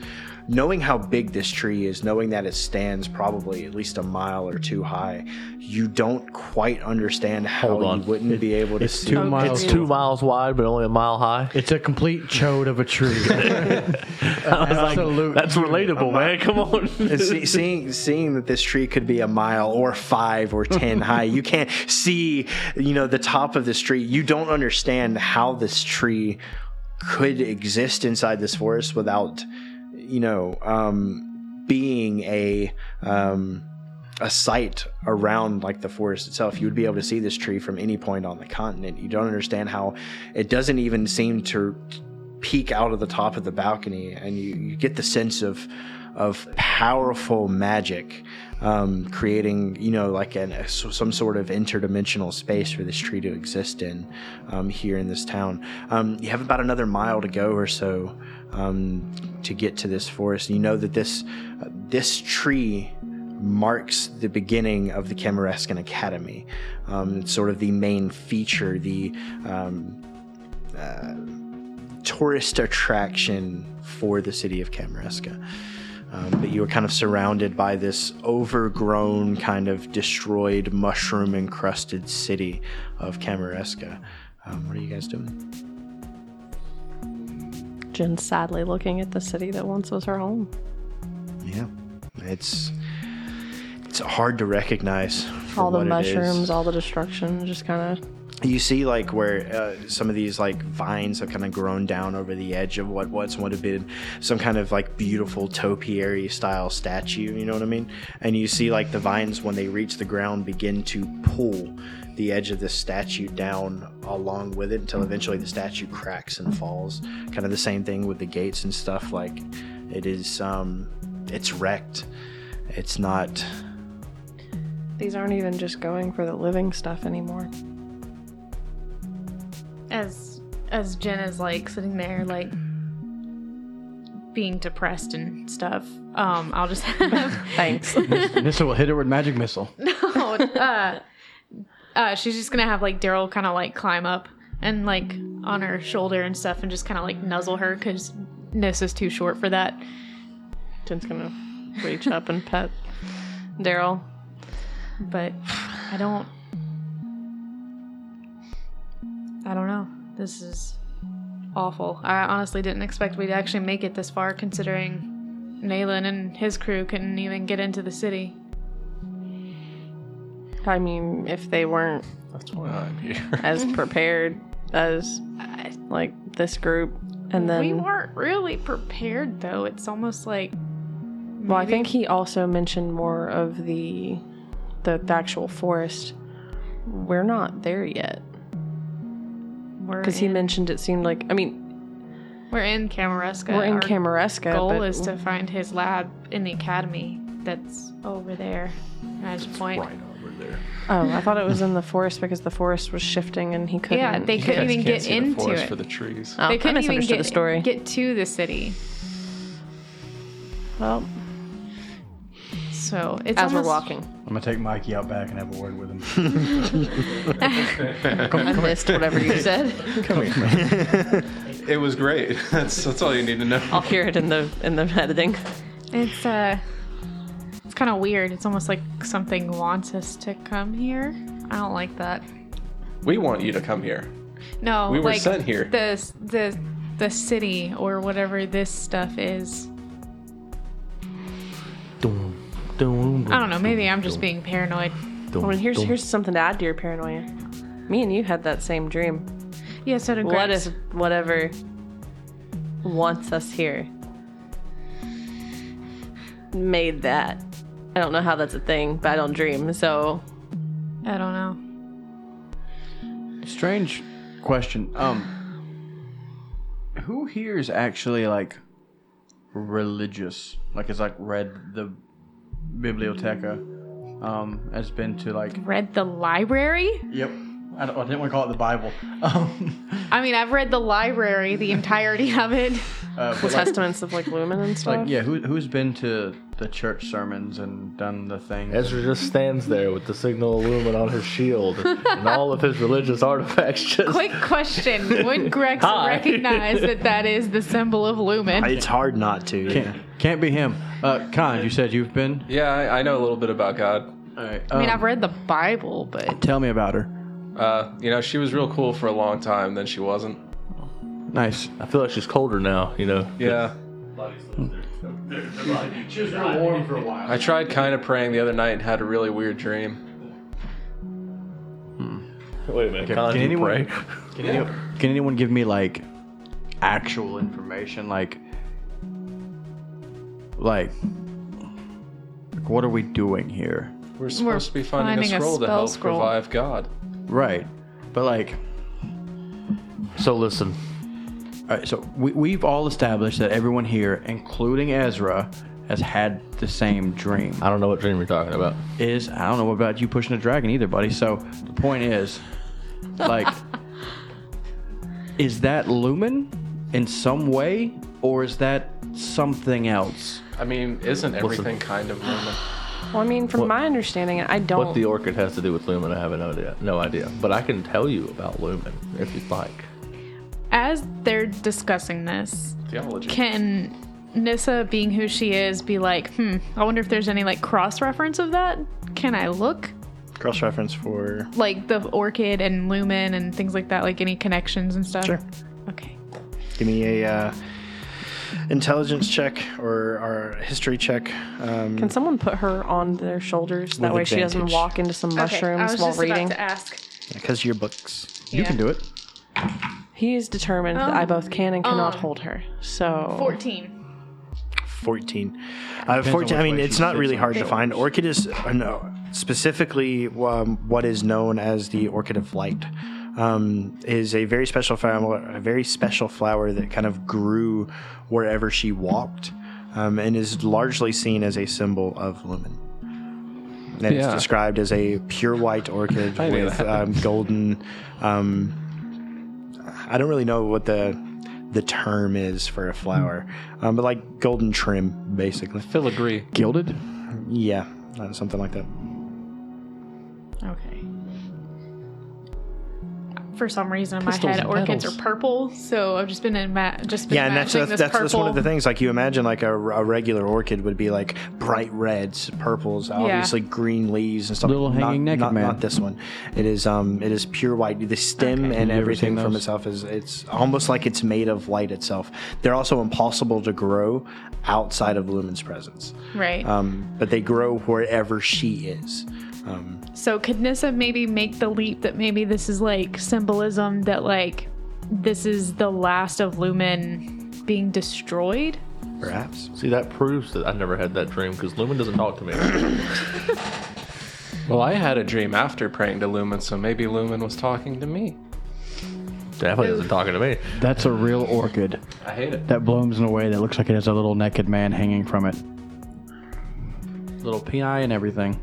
Speaker 6: Knowing how big this tree is, knowing that it stands probably at least a mile or two high, you don't quite understand how
Speaker 5: Hold
Speaker 6: you
Speaker 5: on.
Speaker 6: wouldn't be able to
Speaker 1: It's
Speaker 6: see.
Speaker 1: two miles.
Speaker 5: It's two miles wide, but only a mile high.
Speaker 1: It's a complete chode of a tree. Absolute.
Speaker 5: That's relatable, man. Come on.
Speaker 6: And see, seeing seeing that this tree could be a mile or five or ten high, you can't see you know the top of this tree. You don't understand how this tree could exist inside this forest without you know um, being a um, a site around like the forest itself you would be able to see this tree from any point on the continent you don't understand how it doesn't even seem to peek out of the top of the balcony and you, you get the sense of of powerful magic um, creating you know like an, a- so- some sort of interdimensional space for this tree to exist in um, here in this town um, you have about another mile to go or so um, to get to this forest you know that this uh, this tree marks the beginning of the Camerescan Academy. Um, it's sort of the main feature, the um, uh, tourist attraction for the city of Cameresca. Um, but you were kind of surrounded by this overgrown, kind of destroyed, mushroom encrusted city of Camaresca. Um, what are you guys doing?
Speaker 4: Jen's sadly looking at the city that once was her home.
Speaker 6: Yeah, it's it's hard to recognize for
Speaker 4: All the
Speaker 6: what it is.
Speaker 4: mushrooms, all the destruction, just kind of.
Speaker 6: you see like where uh, some of these like vines have kind of grown down over the edge of what once would have been some kind of like beautiful topiary style statue you know what i mean and you see like the vines when they reach the ground begin to pull the edge of this statue down along with it until eventually the statue cracks and falls kind of the same thing with the gates and stuff like it is um it's wrecked it's not
Speaker 4: These aren't even just going for the living stuff anymore.
Speaker 2: as as Jen is like sitting there like being depressed and stuff. Um, I'll just have
Speaker 4: Thanks.
Speaker 1: missile will hit her with magic missile.
Speaker 2: no. Uh, uh, she's just gonna have like Daryl kind of like climb up and like on her shoulder and stuff, and just kind of like nuzzle her because Nis is too short for that.
Speaker 4: Jen's gonna reach up and pet Daryl.
Speaker 2: But I don't. I don't know. This is awful. I honestly didn't expect we'd actually make it this far, considering Naylan and his crew couldn't even get into the city.
Speaker 4: I mean, if they weren't
Speaker 3: That's why I'm here.
Speaker 4: as
Speaker 7: Mm-hmm.
Speaker 4: prepared as like this group, and then
Speaker 2: we weren't really prepared, though. It's almost like
Speaker 7: Well, I think he also mentioned more of the the, the actual forest.
Speaker 4: we're not there yet.
Speaker 2: we're
Speaker 7: Because he
Speaker 2: in,
Speaker 7: mentioned it seemed like I mean
Speaker 2: we're in Camaresca.
Speaker 7: we're in
Speaker 2: Our
Speaker 7: Camaresca.
Speaker 2: goal
Speaker 7: but
Speaker 2: is to find his lab in the academy that's over there. And I just point.
Speaker 7: Oh, I thought it was in the forest because the forest was shifting and he couldn't.
Speaker 2: Yeah, they couldn't even get into
Speaker 3: forest
Speaker 2: it.
Speaker 3: for the trees.
Speaker 4: Oh,
Speaker 2: they couldn't
Speaker 4: I
Speaker 2: even
Speaker 4: misunderstood
Speaker 2: get,
Speaker 4: the story.
Speaker 2: get to the city.
Speaker 4: well,
Speaker 2: So it's
Speaker 4: as we're
Speaker 2: almost-
Speaker 4: walking,
Speaker 1: I'm gonna take Mikey out back and have a word with him.
Speaker 4: I missed whatever you said.
Speaker 3: It was great. That's that's all you need to know.
Speaker 4: I'll
Speaker 2: Oh.
Speaker 4: hear it in the in the editing.
Speaker 2: It's uh, it's kind of weird. It's almost like something wants us to come here. I don't like that.
Speaker 3: We want you to come here.
Speaker 2: No,
Speaker 3: We were
Speaker 2: like
Speaker 3: sent here.
Speaker 2: The the the city or whatever this stuff is. I don't know. Maybe I'm just being paranoid.
Speaker 7: Well, and here's here's something to add to your paranoia. Me and you had that same dream.
Speaker 2: Yeah, so did
Speaker 4: What
Speaker 2: Grex.
Speaker 4: if whatever wants us here made that? I don't know how that's a thing, but I don't dream, so
Speaker 2: I don't know.
Speaker 1: Strange question. Um, who here is actually like religious? Like, has like read the Bibliotheca? Um, has been to like.
Speaker 2: Read the library?
Speaker 1: Yep. I, don't, I didn't want to call it the Bible. Um,
Speaker 2: I mean, I've read the library, the entirety of it.
Speaker 1: uh, but, like,
Speaker 7: Testaments of like lumen and stuff.
Speaker 1: like, yeah, who who's been to the church sermons and done the thing?
Speaker 5: Ezra just stands there with the signal illumin on his shield and all of his religious artifacts just.
Speaker 2: Quick question: Would Grex
Speaker 5: Hi.
Speaker 2: recognize that that is the symbol of Lumen?
Speaker 6: it's hard not to yeah.
Speaker 1: Can't, can't be him. Uh, Con, you said you've been.
Speaker 3: Yeah, I, I know a little bit about God.
Speaker 1: All right.
Speaker 2: I mean,
Speaker 1: um,
Speaker 2: I've read the Bible, but
Speaker 1: Tell me about her.
Speaker 3: Uh, you know, she was real cool for a long time, then she wasn't.
Speaker 1: Nice.
Speaker 5: I feel like she's colder now, you know.
Speaker 3: Yeah.
Speaker 1: warm for a while.
Speaker 3: I tried kind of praying the other night and had a really weird dream.
Speaker 5: Wait a minute.
Speaker 1: Can,
Speaker 5: Colin,
Speaker 1: can
Speaker 5: you
Speaker 1: anyone?
Speaker 5: pray?
Speaker 1: Can, any- can anyone give me like actual information? Like, like, like, what are we doing here?
Speaker 3: We're supposed to be finding,
Speaker 2: finding a
Speaker 3: a scroll to
Speaker 2: spell
Speaker 3: help
Speaker 2: scroll.
Speaker 3: revive God.
Speaker 1: Right. But like,
Speaker 5: So listen,
Speaker 1: all right. uh, So we we've all established that everyone here, including Ezra, has had the same dream.
Speaker 5: I don't know what dream you're talking about.
Speaker 1: Is I don't know about you pushing a dragon either, buddy. So the point is, like, is that Lumen in some way, or is that something else?
Speaker 3: I mean, isn't everything kind of lumen?
Speaker 7: Well, I mean, from my understanding, I don't.
Speaker 4: Oh.
Speaker 5: What the orchid has to do with Lumen, I have no idea. No idea. But I can tell you about Lumen if you'd like.
Speaker 2: as they're discussing this,
Speaker 3: Theology.
Speaker 2: can Nissa, being who she is, be like, hmm, I wonder if there's any like cross reference of that? Can I look?
Speaker 6: Cross reference for
Speaker 2: Like the orchid and lumen and things like that, like any connections and stuff?
Speaker 6: Sure.
Speaker 2: Okay.
Speaker 6: Give me a uh, intelligence check or, or a history check. Um,
Speaker 7: Can someone put her on their shoulders? That
Speaker 6: With
Speaker 7: way she doesn't
Speaker 6: advantage.
Speaker 7: walk into some mushrooms
Speaker 2: okay. I was
Speaker 7: while
Speaker 2: just
Speaker 7: reading.
Speaker 2: about to ask.
Speaker 6: because of your books.
Speaker 1: You can do it.
Speaker 7: He is determined that I both can and cannot
Speaker 2: Um,
Speaker 7: hold her. So
Speaker 2: 14.
Speaker 6: 14. Uh,
Speaker 1: on
Speaker 6: 14 I
Speaker 1: which
Speaker 6: mean,
Speaker 1: way
Speaker 6: it's
Speaker 1: she
Speaker 6: not
Speaker 1: sits
Speaker 6: really
Speaker 1: on
Speaker 6: hard
Speaker 1: the
Speaker 6: to find. Orchid is uh, no, specifically um, what is known as the orchid of light. Um, is a very special flower, a very special flower that kind of grew wherever she walked, um, and is largely seen as a symbol of lumen. And it's
Speaker 3: Yeah.
Speaker 6: described as a pure white orchid
Speaker 3: I knew
Speaker 6: with
Speaker 3: that.
Speaker 6: um, golden. Um, I don't really know what the the term is for a flower, um, but like golden trim, basically.
Speaker 3: Filigree.
Speaker 1: Gilded?
Speaker 6: Yeah, uh, something like that.
Speaker 2: Okay. For some reason, in my
Speaker 3: Pistils
Speaker 2: head,
Speaker 3: and
Speaker 2: orchids
Speaker 3: petals.
Speaker 2: are purple, so I've just been in just been
Speaker 6: yeah, and that's
Speaker 2: imagining
Speaker 6: that's,
Speaker 2: this
Speaker 6: that's, that's one of
Speaker 2: purple-
Speaker 6: the things. Like you imagine, like a, a regular orchid would be like bright reds, purples, obviously green leaves and stuff.
Speaker 1: Little
Speaker 6: Not-
Speaker 1: hanging naked
Speaker 6: not,
Speaker 1: man.
Speaker 6: Not this one. It is um, it is pure white. The stem and
Speaker 1: ever
Speaker 6: everything
Speaker 1: seen
Speaker 6: from
Speaker 1: those?
Speaker 6: itself is it's almost like it's made of light itself. They're also impossible to grow outside of Lumen's presence,
Speaker 2: Right.
Speaker 6: um, but they grow wherever she is. Um,
Speaker 2: So could Nissa maybe make the leap that maybe this is like symbolism that like this is the last of Lumen being destroyed?
Speaker 6: perhaps.
Speaker 5: See, that proves that I never had that dream because Lumen doesn't talk to me.
Speaker 3: Well, I had a dream after praying to Lumen, so maybe Lumen was talking to me.
Speaker 5: Definitely isn't talking to me.
Speaker 1: That's a real orchid
Speaker 3: I hate it.
Speaker 1: that blooms in a way that looks like it has a little naked man hanging from it. Little PI and everything.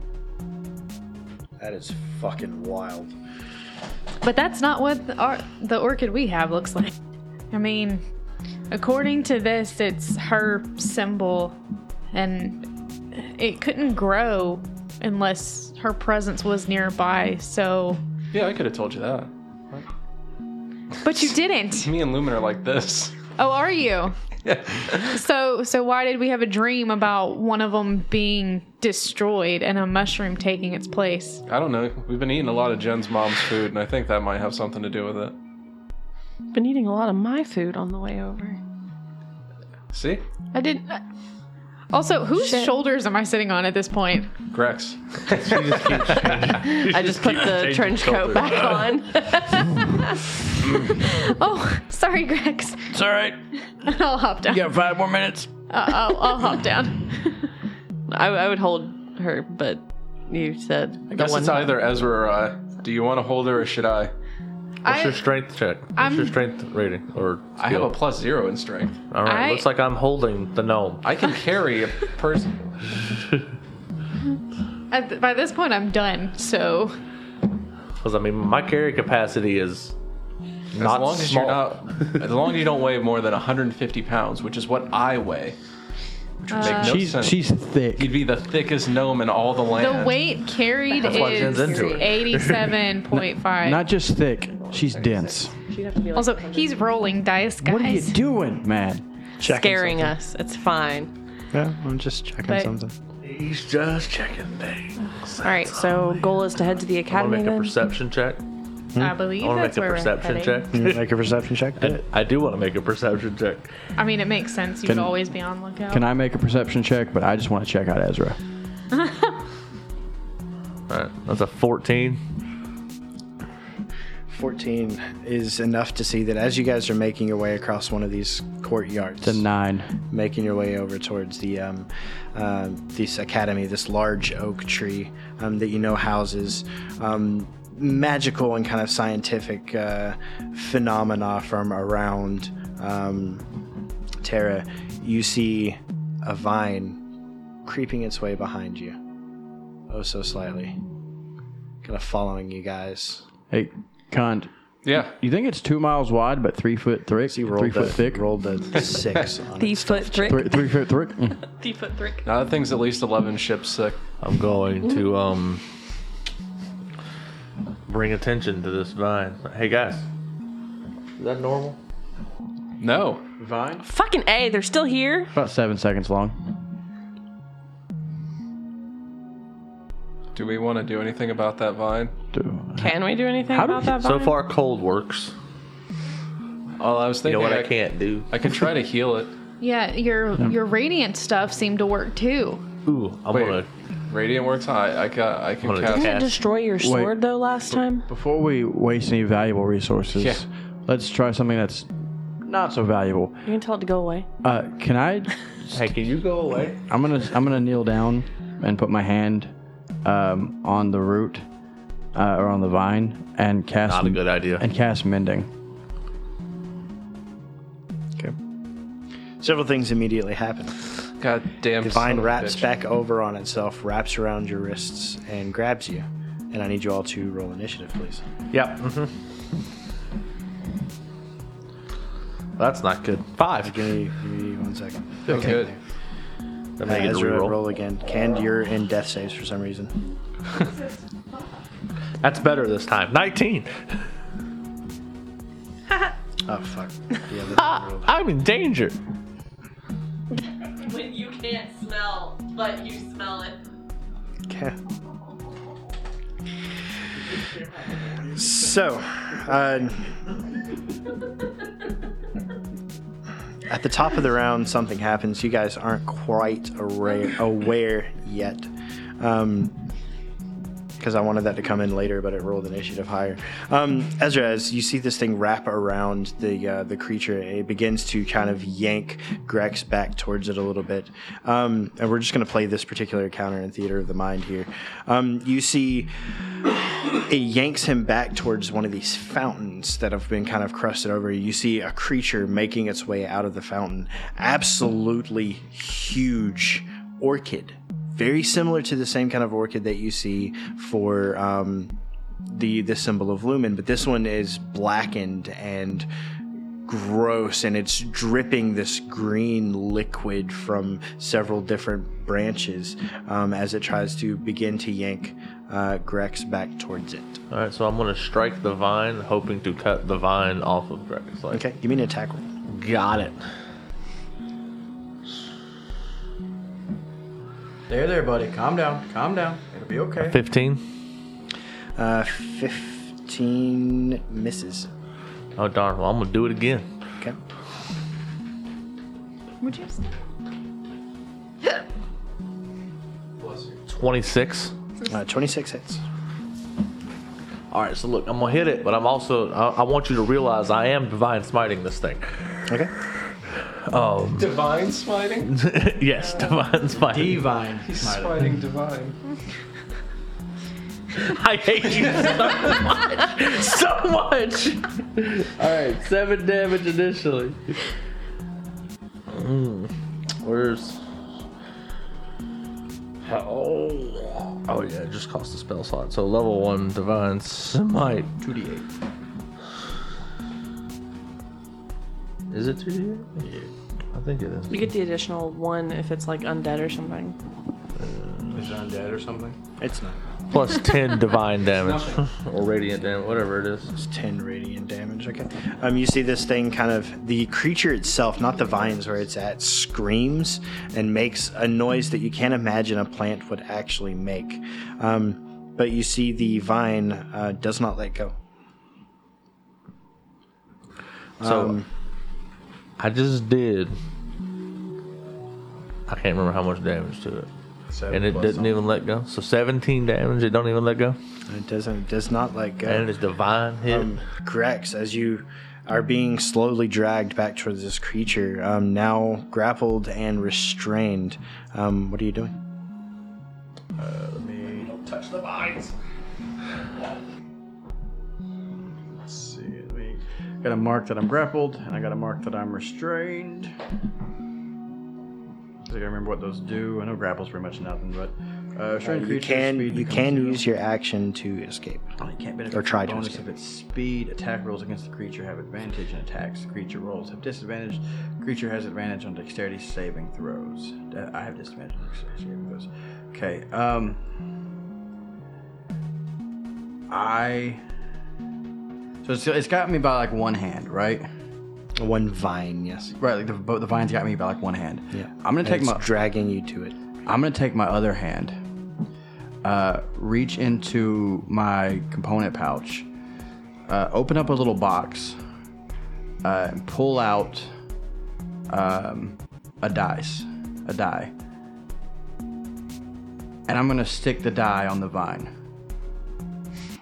Speaker 6: That is fucking wild.
Speaker 2: But that's not what the, or- the orchid we have looks like. I mean, according to this, it's her symbol, and it couldn't grow unless her presence was nearby. So,
Speaker 3: Yeah, I could have told you that.
Speaker 2: but you didn't.
Speaker 3: Me and Lumen are like this.
Speaker 2: Oh, are you? so, so why did we have a dream about one of them being destroyed and a mushroom taking its place?
Speaker 3: I don't know. We've been eating a lot of Jen's mom's food, and I think that might have something to do with it.
Speaker 7: been eating a lot of my food on the way over.
Speaker 3: See?
Speaker 2: I didn't. Also, whose shoulders am I sitting on at this point?
Speaker 3: Grex.
Speaker 4: I just put the trench coat back on.
Speaker 2: Oh, sorry, Grex.
Speaker 1: It's all right.
Speaker 2: I'll hop down.
Speaker 1: got five more minutes.
Speaker 2: Uh, I'll, I'll hop down.
Speaker 4: I, I would hold her, but you said
Speaker 3: I guess it's either Ezra or I. Do you want to hold her or should I?
Speaker 5: What's your
Speaker 2: I,
Speaker 5: strength check? What's
Speaker 2: I'm-
Speaker 5: your strength rating? Or
Speaker 3: I have a
Speaker 5: skill?
Speaker 3: plus zero in strength.
Speaker 5: All right,
Speaker 2: I-
Speaker 5: looks like I'm holding the gnome.
Speaker 3: I can carry a person.
Speaker 2: at th- by this point, I'm done. So,
Speaker 5: Because I mean, my carry capacity is
Speaker 3: As
Speaker 5: not
Speaker 3: long as you're
Speaker 5: small.
Speaker 3: not, as long as you don't weigh more than 150 pounds, which is what I weigh, which would make no
Speaker 1: she's
Speaker 3: sense.
Speaker 1: she's thick.
Speaker 3: You'd be the thickest gnome in all Uh, the land.
Speaker 2: the weight carried
Speaker 5: That's why
Speaker 2: is
Speaker 5: Jen's into it.
Speaker 2: 87.5.
Speaker 1: Not just thick, she's dense.
Speaker 2: also, he's rolling dice, guys.
Speaker 1: What are you doing, man?
Speaker 6: Checking
Speaker 4: scaring us. It's fine.
Speaker 6: Yeah, I'm just checking
Speaker 2: But-
Speaker 6: something.
Speaker 5: He's just checking things.
Speaker 7: All right, so goal is to head to the
Speaker 5: I want
Speaker 7: academy.
Speaker 5: to make a
Speaker 7: then?
Speaker 5: perception check.
Speaker 2: I believe
Speaker 5: I want to
Speaker 2: that's
Speaker 5: Hmm? make a
Speaker 2: where we're
Speaker 5: perception
Speaker 2: heading.
Speaker 5: check.
Speaker 6: You make a perception check. Do it.
Speaker 5: I do want to make a perception check.
Speaker 2: I mean, it makes sense. You
Speaker 1: Can-
Speaker 2: would always be on lookout.
Speaker 1: Can I make a perception check? But I just want to check out Ezra.
Speaker 5: All right, that's a 14.
Speaker 6: 14 is enough to see that as you guys are making your way across one of these courtyards,
Speaker 1: The nine.
Speaker 6: making your way over towards the um, uh, this academy, this large oak tree um, that you know houses um, magical and kind of scientific uh, phenomena from around um, Terra. You see a vine creeping its way behind you, oh so slightly, kind of following you guys.
Speaker 1: Hey, Kant.
Speaker 3: Yeah.
Speaker 1: You think it's two miles wide, but three foot thick?
Speaker 6: See, rolled
Speaker 1: three
Speaker 6: the,
Speaker 1: foot thick.
Speaker 6: Rolled the six. on it.
Speaker 4: The foot trick.
Speaker 1: Three, three foot thick. Mm.
Speaker 4: The foot trick.
Speaker 3: Now that thing's at least 11 ships sick.
Speaker 5: I'm going to um bring attention to this vine. Hey guys, is that normal?
Speaker 3: No.
Speaker 9: Vine?
Speaker 7: Fucking A, they're still here.
Speaker 9: About seven seconds long.
Speaker 3: Do we want to do anything about that vine?
Speaker 9: Do-
Speaker 7: Can we do anything
Speaker 9: How do
Speaker 7: about
Speaker 9: we-
Speaker 7: that?
Speaker 5: So
Speaker 7: vine?
Speaker 5: far, cold works.
Speaker 3: All I was
Speaker 5: You know
Speaker 3: thinking.
Speaker 5: what I can't do?
Speaker 3: I can try to heal it.
Speaker 2: Yeah, your your radiant stuff seemed to work too.
Speaker 5: Ooh, I'm
Speaker 3: Wait.
Speaker 5: gonna.
Speaker 3: Radiant works. I I ca I can
Speaker 5: Wanna
Speaker 3: cast.
Speaker 7: Didn't
Speaker 5: Yes.
Speaker 7: it destroy your sword though last time?
Speaker 9: Before we waste any valuable resources,
Speaker 3: Yeah.
Speaker 9: let's try something that's not so valuable.
Speaker 7: You can tell it to go away.
Speaker 9: Uh, can I?
Speaker 5: Hey, can you go away?
Speaker 9: I'm gonna I'm gonna kneel down and put my hand um, on the root uh, or on the vine and cast
Speaker 5: Not a good idea.
Speaker 9: and cast mending.
Speaker 1: Okay. Several things immediately happen.
Speaker 3: God damn.
Speaker 1: The vine
Speaker 3: son of a
Speaker 1: wraps
Speaker 3: bitch.
Speaker 1: back over on itself, wraps around your wrists, and grabs you. And I need you all to roll initiative, please.
Speaker 5: Yep. Mm-hmm. That's not good. Five.
Speaker 1: Give me, give me one second.
Speaker 3: Feels good.
Speaker 5: That
Speaker 1: Uh,
Speaker 5: may get a
Speaker 1: Ezra,
Speaker 5: reroll.
Speaker 1: roll again. Canned, you're in death saves for some reason.
Speaker 5: That's better this time. Nineteen.
Speaker 1: Oh, fuck. Yeah, this one rolled.
Speaker 5: I'm in danger.
Speaker 10: When you can't smell, but you smell it.
Speaker 1: Okay. So, uh, at the top of the round, something happens. You guys aren't quite aware, aware yet. Um, because I wanted that to come in later, but it rolled initiative higher. Um, Ezra, as you see this thing wrap around the uh, the creature, it begins to kind of yank Grex back towards it a little bit. Um, and we're just going to play this particular encounter in Theater of the Mind here. Um, you see it yanks him back towards one of these fountains that have been kind of crusted over. You see a creature making its way out of the fountain. Absolutely huge orchid. Very similar to the same kind of orchid that you see for um, the the symbol of lumen, but this one is blackened and gross and it's dripping this green liquid from several different branches um, as it tries to begin to yank uh, Grex back towards it.
Speaker 5: All right, so I'm gonna strike the vine, hoping to cut the vine off of Greg's leg.
Speaker 1: Okay, give me an attack roll.
Speaker 5: Got it.
Speaker 9: There, there, buddy. Calm down. Calm down. It'll be okay.
Speaker 5: Fifteen.
Speaker 1: Uh, 15 misses.
Speaker 5: Oh darn! Well, I'm gonna do it again.
Speaker 1: Okay.
Speaker 2: Would you?
Speaker 5: Twenty-six.
Speaker 1: Uh, 26 hits.
Speaker 5: All right, so look, I'm gonna hit it, but I'm also I, I want you to realize I am divine smiting this thing.
Speaker 1: Okay.
Speaker 3: Divine smiting.
Speaker 5: yes, divine smiting.
Speaker 9: Divine.
Speaker 3: He's smiting divine.
Speaker 5: I hate you so much, so much. All right, seven damage initially. Mm, where's? Oh, oh yeah, it just cost a spell slot. So level one divine smite. Two d eight. Is it two d eight? I think it is.
Speaker 7: You get the additional one if it's like undead or something.
Speaker 9: Is it undead or something?
Speaker 1: It's not.
Speaker 5: Plus ten divine damage or radiant damage, whatever it is.
Speaker 1: It's 10 radiant damage. Okay. Um, you see this thing kind of, the creature itself, not the vines where it's at, screams and makes a noise that you can't imagine a plant would actually make. Um, but you see the vine uh, does not let go.
Speaker 5: So
Speaker 6: Um,
Speaker 5: I just did. I can't remember how much damage to it, and it didn't even let go. So 17 damage. It don't even let go,
Speaker 1: It doesn't, does not let go.
Speaker 5: and it's divine hit.
Speaker 1: Um, Grex, as you are being slowly dragged back towards this creature, um, now grappled and restrained, um, what are you doing?
Speaker 5: Don't touch the vines.
Speaker 9: see. Let me. Got a mark that I'm grappled, and I got a mark that I'm restrained. I gotta remember what those do. I know grapple's pretty much nothing, but uh, restrained
Speaker 1: You
Speaker 9: creatures.
Speaker 1: can
Speaker 9: speed
Speaker 1: you
Speaker 9: becomes
Speaker 1: can
Speaker 9: zero.
Speaker 1: use your action to escape.
Speaker 9: Only can't benefit
Speaker 1: or
Speaker 9: from
Speaker 1: try to
Speaker 9: bonus
Speaker 1: escape.
Speaker 9: if its speed. Attack rolls against the creature have advantage, and attacks the creature rolls have disadvantage. Creature has advantage on dexterity saving throws. Da- I have disadvantage on dexterity saving throws. Okay. Um. I. So it's, it's got me by like one hand, right?
Speaker 6: One vine, yes.
Speaker 1: Right, like the both the vines got me by like one hand.
Speaker 6: Yeah.
Speaker 1: I'm gonna
Speaker 6: And
Speaker 1: take
Speaker 6: it's
Speaker 1: my
Speaker 6: dragging you to it.
Speaker 1: I'm gonna take my other hand, uh, reach into my component pouch, uh, open up a little box, uh, and pull out um, a dice, a die, and I'm gonna stick the die on the vine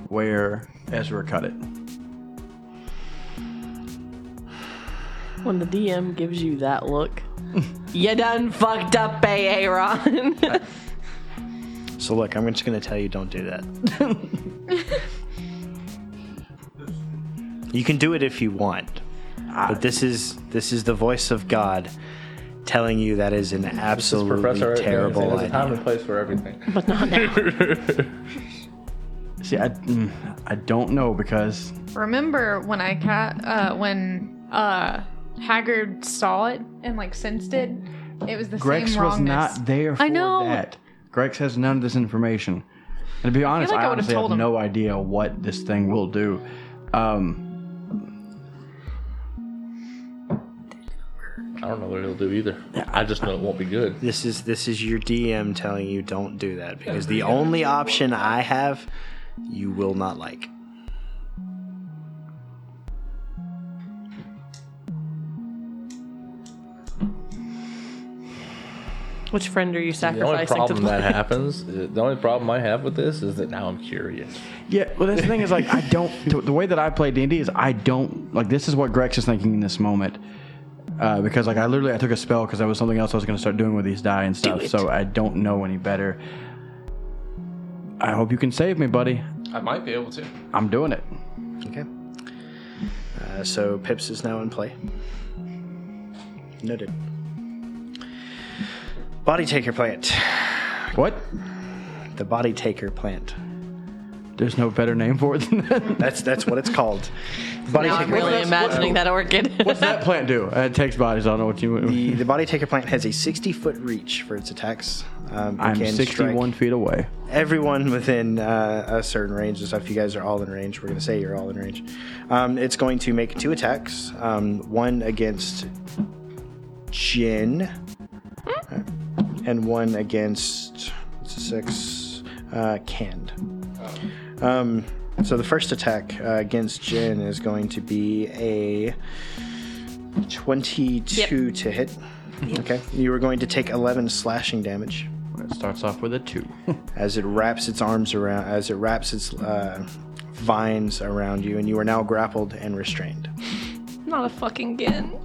Speaker 1: where Ezra cut it.
Speaker 4: When the DM gives you that look, you done fucked up, Aaron.
Speaker 6: So look, I'm just gonna tell you don't do that. you can do it if you want. But this is this is the voice of God telling you that is an absolutely
Speaker 5: Professor,
Speaker 6: terrible
Speaker 5: there's a time
Speaker 6: idea.
Speaker 5: and place for everything.
Speaker 1: See, I, mm, I don't know because
Speaker 2: Remember when I cat uh, when uh Haggard saw it and like sensed it? It was the
Speaker 1: Grex
Speaker 2: same
Speaker 1: was
Speaker 2: wrongness.
Speaker 1: not there for
Speaker 2: I know.
Speaker 1: that. Grex has none of this information. And to be honest, I,
Speaker 2: like I would've
Speaker 1: honestly have
Speaker 2: told him.
Speaker 1: no idea what this thing will do. Um,
Speaker 5: I don't know what it'll do either. I just know it won't be good.
Speaker 6: This is this is your DM telling you don't do that because the only option I have you will not like.
Speaker 4: Which friend are you
Speaker 5: The only
Speaker 4: sacrificing to
Speaker 5: problem
Speaker 4: play?
Speaker 5: that happens, the only problem I have with this is that now I'm curious.
Speaker 1: yeah, well, this thing is like I don't. th- The way that I play D and D is I don't like. This is what Grex is thinking in this moment. Uh, because like I literally I took a spell because that was something else I was going to start doing with these die and stuff. So I don't know any better. I hope you can save me, buddy.
Speaker 3: I might be able to.
Speaker 1: I'm doing it.
Speaker 6: Okay. Uh, so Pips is now in play. Noted. Body taker plant.
Speaker 1: What?
Speaker 6: The body taker plant.
Speaker 1: There's no better name for it than that.
Speaker 6: That's that's what it's called. Body
Speaker 4: Now I'm
Speaker 6: taker
Speaker 4: really
Speaker 6: plant.
Speaker 4: imagining that orchid.
Speaker 1: What's that plant do? Uh, it takes bodies. I don't know what you.
Speaker 6: The, the body taker plant has a 60 foot reach for its attacks. Um, it
Speaker 1: I'm
Speaker 6: can strike
Speaker 1: 61 feet away.
Speaker 6: everyone within uh, a certain range and stuff. You guys are all in range. We're going to say you're all in range. Um, it's going to make two attacks. Um, one against Jin, and one against it's a six uh, canned. Um, so the first attack uh, against Jin is going to be a twenty-two to hit. Okay, you are going to take eleven slashing damage
Speaker 1: It starts off with a two.
Speaker 6: as it wraps its arms around, as it wraps its uh, vines around you, and you are now grappled and restrained.
Speaker 8: Not a fucking gin.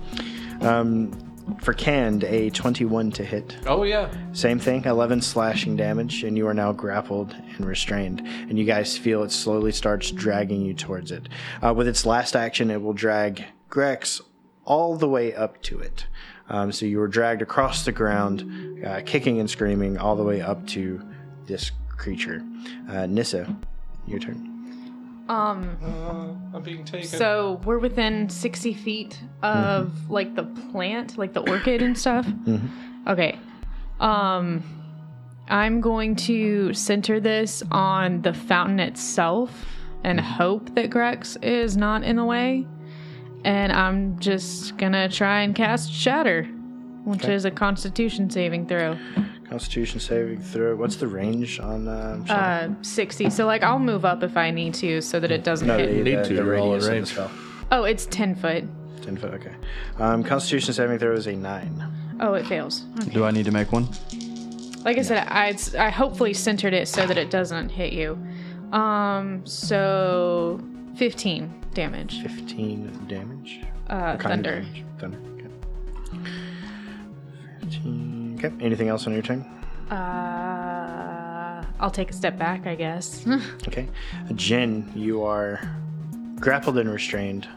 Speaker 6: Um, For Cand, a 21 to hit.
Speaker 3: Oh yeah.
Speaker 6: Same thing, 11 slashing damage, and you are now grappled and restrained. And you guys feel it slowly starts dragging you towards it. Uh, with its last action, it will drag Grex all the way up to it. Um, so you were dragged across the ground, uh, kicking and screaming, all the way up to this creature. Uh, Nissa, your turn.
Speaker 3: I'm being taken.
Speaker 2: So we're within 60 feet of like the plant, like the orchid and stuff. Okay. Um I'm going to center this on the fountain itself and hope that Grex is not in the way. And I'm just going to try and cast Shatter, which is a constitution saving throw.
Speaker 6: Constitution saving throw. What's the range on? Um, shot?
Speaker 2: Uh 60. So like I'll move up if I need to so that it doesn't hit.
Speaker 6: the,
Speaker 5: need
Speaker 6: the-
Speaker 5: to,
Speaker 6: The
Speaker 5: you're all in
Speaker 6: radius of the
Speaker 5: range.
Speaker 6: spell.
Speaker 2: Oh, it's 10 foot.
Speaker 6: Ten foot. Okay. Um, Constitution saving throw is a nine.
Speaker 2: Oh, it fails.
Speaker 1: Do I need to make one?
Speaker 2: like I said, I, I hopefully centered it so that it doesn't hit you. Um, so 15 damage.
Speaker 6: Fifteen damage.
Speaker 2: Uh,
Speaker 6: Kind of
Speaker 2: thunder.
Speaker 6: damage. Thunder. Okay. Fifteen. Okay. Anything else on your turn?
Speaker 2: Uh, I'll take a step back, I guess.
Speaker 6: Mm-hmm. Okay. Uh, Jin, you are grappled and restrained,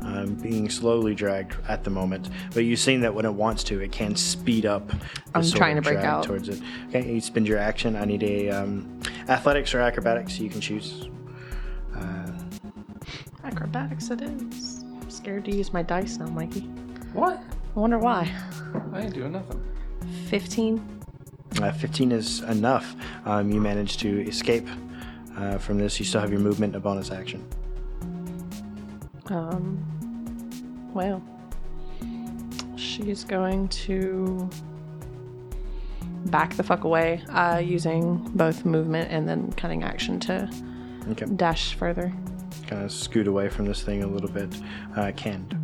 Speaker 6: um, being slowly dragged at the moment. But you've seen that when it wants to, it can speed up. The
Speaker 4: I'm
Speaker 6: sort
Speaker 4: trying
Speaker 6: of
Speaker 4: to break
Speaker 6: drag
Speaker 4: out.
Speaker 6: towards it. Okay, you spend your action. I need a um, athletics or acrobatics. You can choose.
Speaker 4: Acrobatics it is. I'm scared to use my dice now, Mikey.
Speaker 3: what?
Speaker 4: I wonder why.
Speaker 3: I ain't doing nothing.
Speaker 4: 15.
Speaker 6: Uh, 15 is enough. Um, you managed to escape uh, from this. You still have your movement and a bonus action.
Speaker 4: Um, well,
Speaker 7: she's going to back the fuck away uh, using both movement and then cutting action to
Speaker 6: Okay.
Speaker 7: dash further.
Speaker 6: Kind of scoot away from this thing a little bit. Uh, canned.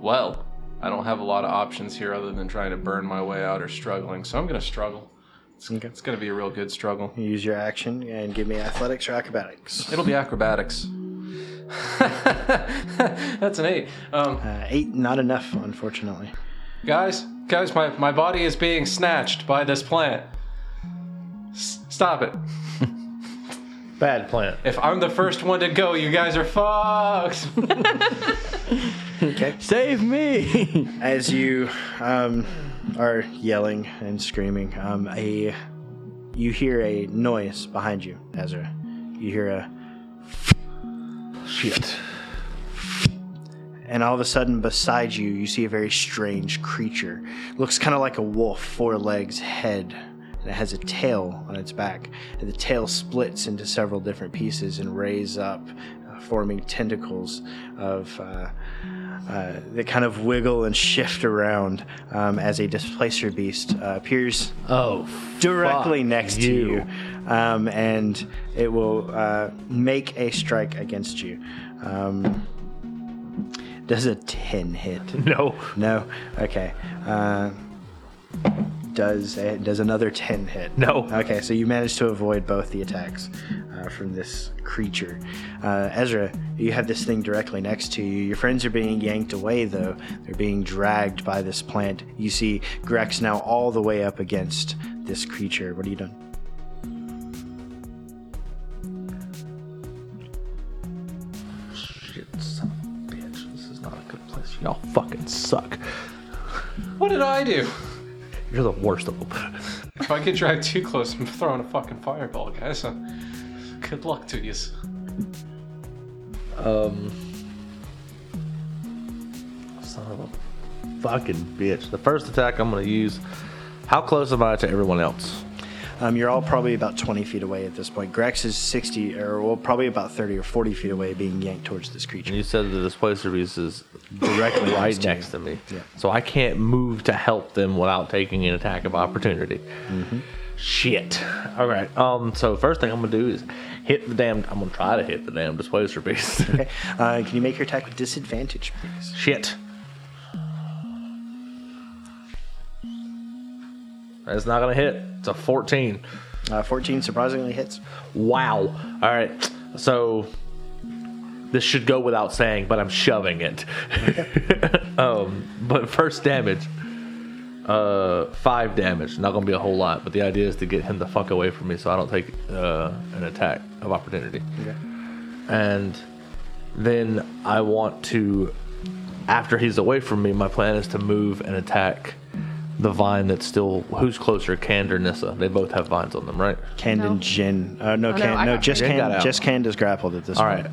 Speaker 3: Well, I don't have a lot of options here other than trying to burn my way out or struggling, so I'm gonna struggle. It's,
Speaker 6: Okay.
Speaker 3: it's gonna be a real good struggle.
Speaker 6: Use your action and give me athletics or acrobatics.
Speaker 3: It'll be acrobatics. That's an eight. Um,
Speaker 6: Uh, eight, not enough, unfortunately.
Speaker 3: guys, guys, my, my body is being snatched by this plant. S- stop it.
Speaker 5: Bad plant.
Speaker 3: If I'm the first one to go, you guys are fucked.
Speaker 1: Save me!
Speaker 6: As you um, are yelling and screaming, um, a you hear a noise behind you, Ezra. You hear a
Speaker 5: Shit.
Speaker 6: and all of a sudden beside you you see a very strange creature looks kind of like a wolf four legs head and it has a tail on its back and the tail splits into several different pieces and raise up uh, forming tentacles of uh, uh, that kind of wiggle and shift around um, as a displacer beast uh, appears
Speaker 5: Oh.
Speaker 6: directly
Speaker 5: Fuck
Speaker 6: next
Speaker 5: you.
Speaker 6: to you, um, and it will uh, make a strike against you. Um, does a ten hit?
Speaker 5: No.
Speaker 6: No. Okay. Uh, does a, does another ten hit?
Speaker 5: No.
Speaker 6: Okay, so you managed to avoid both the attacks uh, from this creature. Uh, Ezra, you have this thing directly next to you. Your friends are being yanked away, though. They're being dragged by this plant. You see Grex now all the way up against this creature. What are you doing?
Speaker 5: Shit, son of a bitch. This is not a good place. Y'all fucking suck.
Speaker 3: what did I do?
Speaker 5: You're the worst of them.
Speaker 3: If I get dragged too close, I'm throwing a fucking fireball, guys. Uh, good luck to you.
Speaker 5: Um. Son of a fucking bitch. The first attack I'm going to use. How close am I to everyone else?
Speaker 6: Um, you're all probably about 20 feet away at this point. Grex is 60, or well, probably about 30 or 40 feet away, being yanked towards this creature.
Speaker 5: And you said the displacer beast is directly right next to me.
Speaker 6: Yeah.
Speaker 5: So I can't move to help them without taking an attack of opportunity. Shit. All right. Um. So first thing I'm going to do is hit the damn. I'm going to try to hit the damn displacer beast.
Speaker 6: Okay. Uh, can you make your attack with disadvantage, please?
Speaker 5: Shit. That's not gonna hit. It's a 14.
Speaker 6: Uh, 14 surprisingly hits.
Speaker 5: Wow. All right. So this should go without saying, but I'm shoving it. um, but first damage. Uh, five damage. Not gonna be a whole lot, but the idea is to get him the fuck away from me, so I don't take uh, an attack of opportunity.
Speaker 6: Okay.
Speaker 5: And then I want to, after he's away from me, my plan is to move and attack the vine that's still. Who's closer, Cand or Nissa? They both have vines on them, right?
Speaker 6: Cand
Speaker 2: No. Oh,
Speaker 6: and Jin. Uh, no, Cand,
Speaker 2: I
Speaker 6: no,
Speaker 2: got-
Speaker 6: just
Speaker 5: Jin got
Speaker 6: Cand,
Speaker 5: out.
Speaker 6: just Cand is grappled at this
Speaker 5: All
Speaker 6: point.
Speaker 5: right.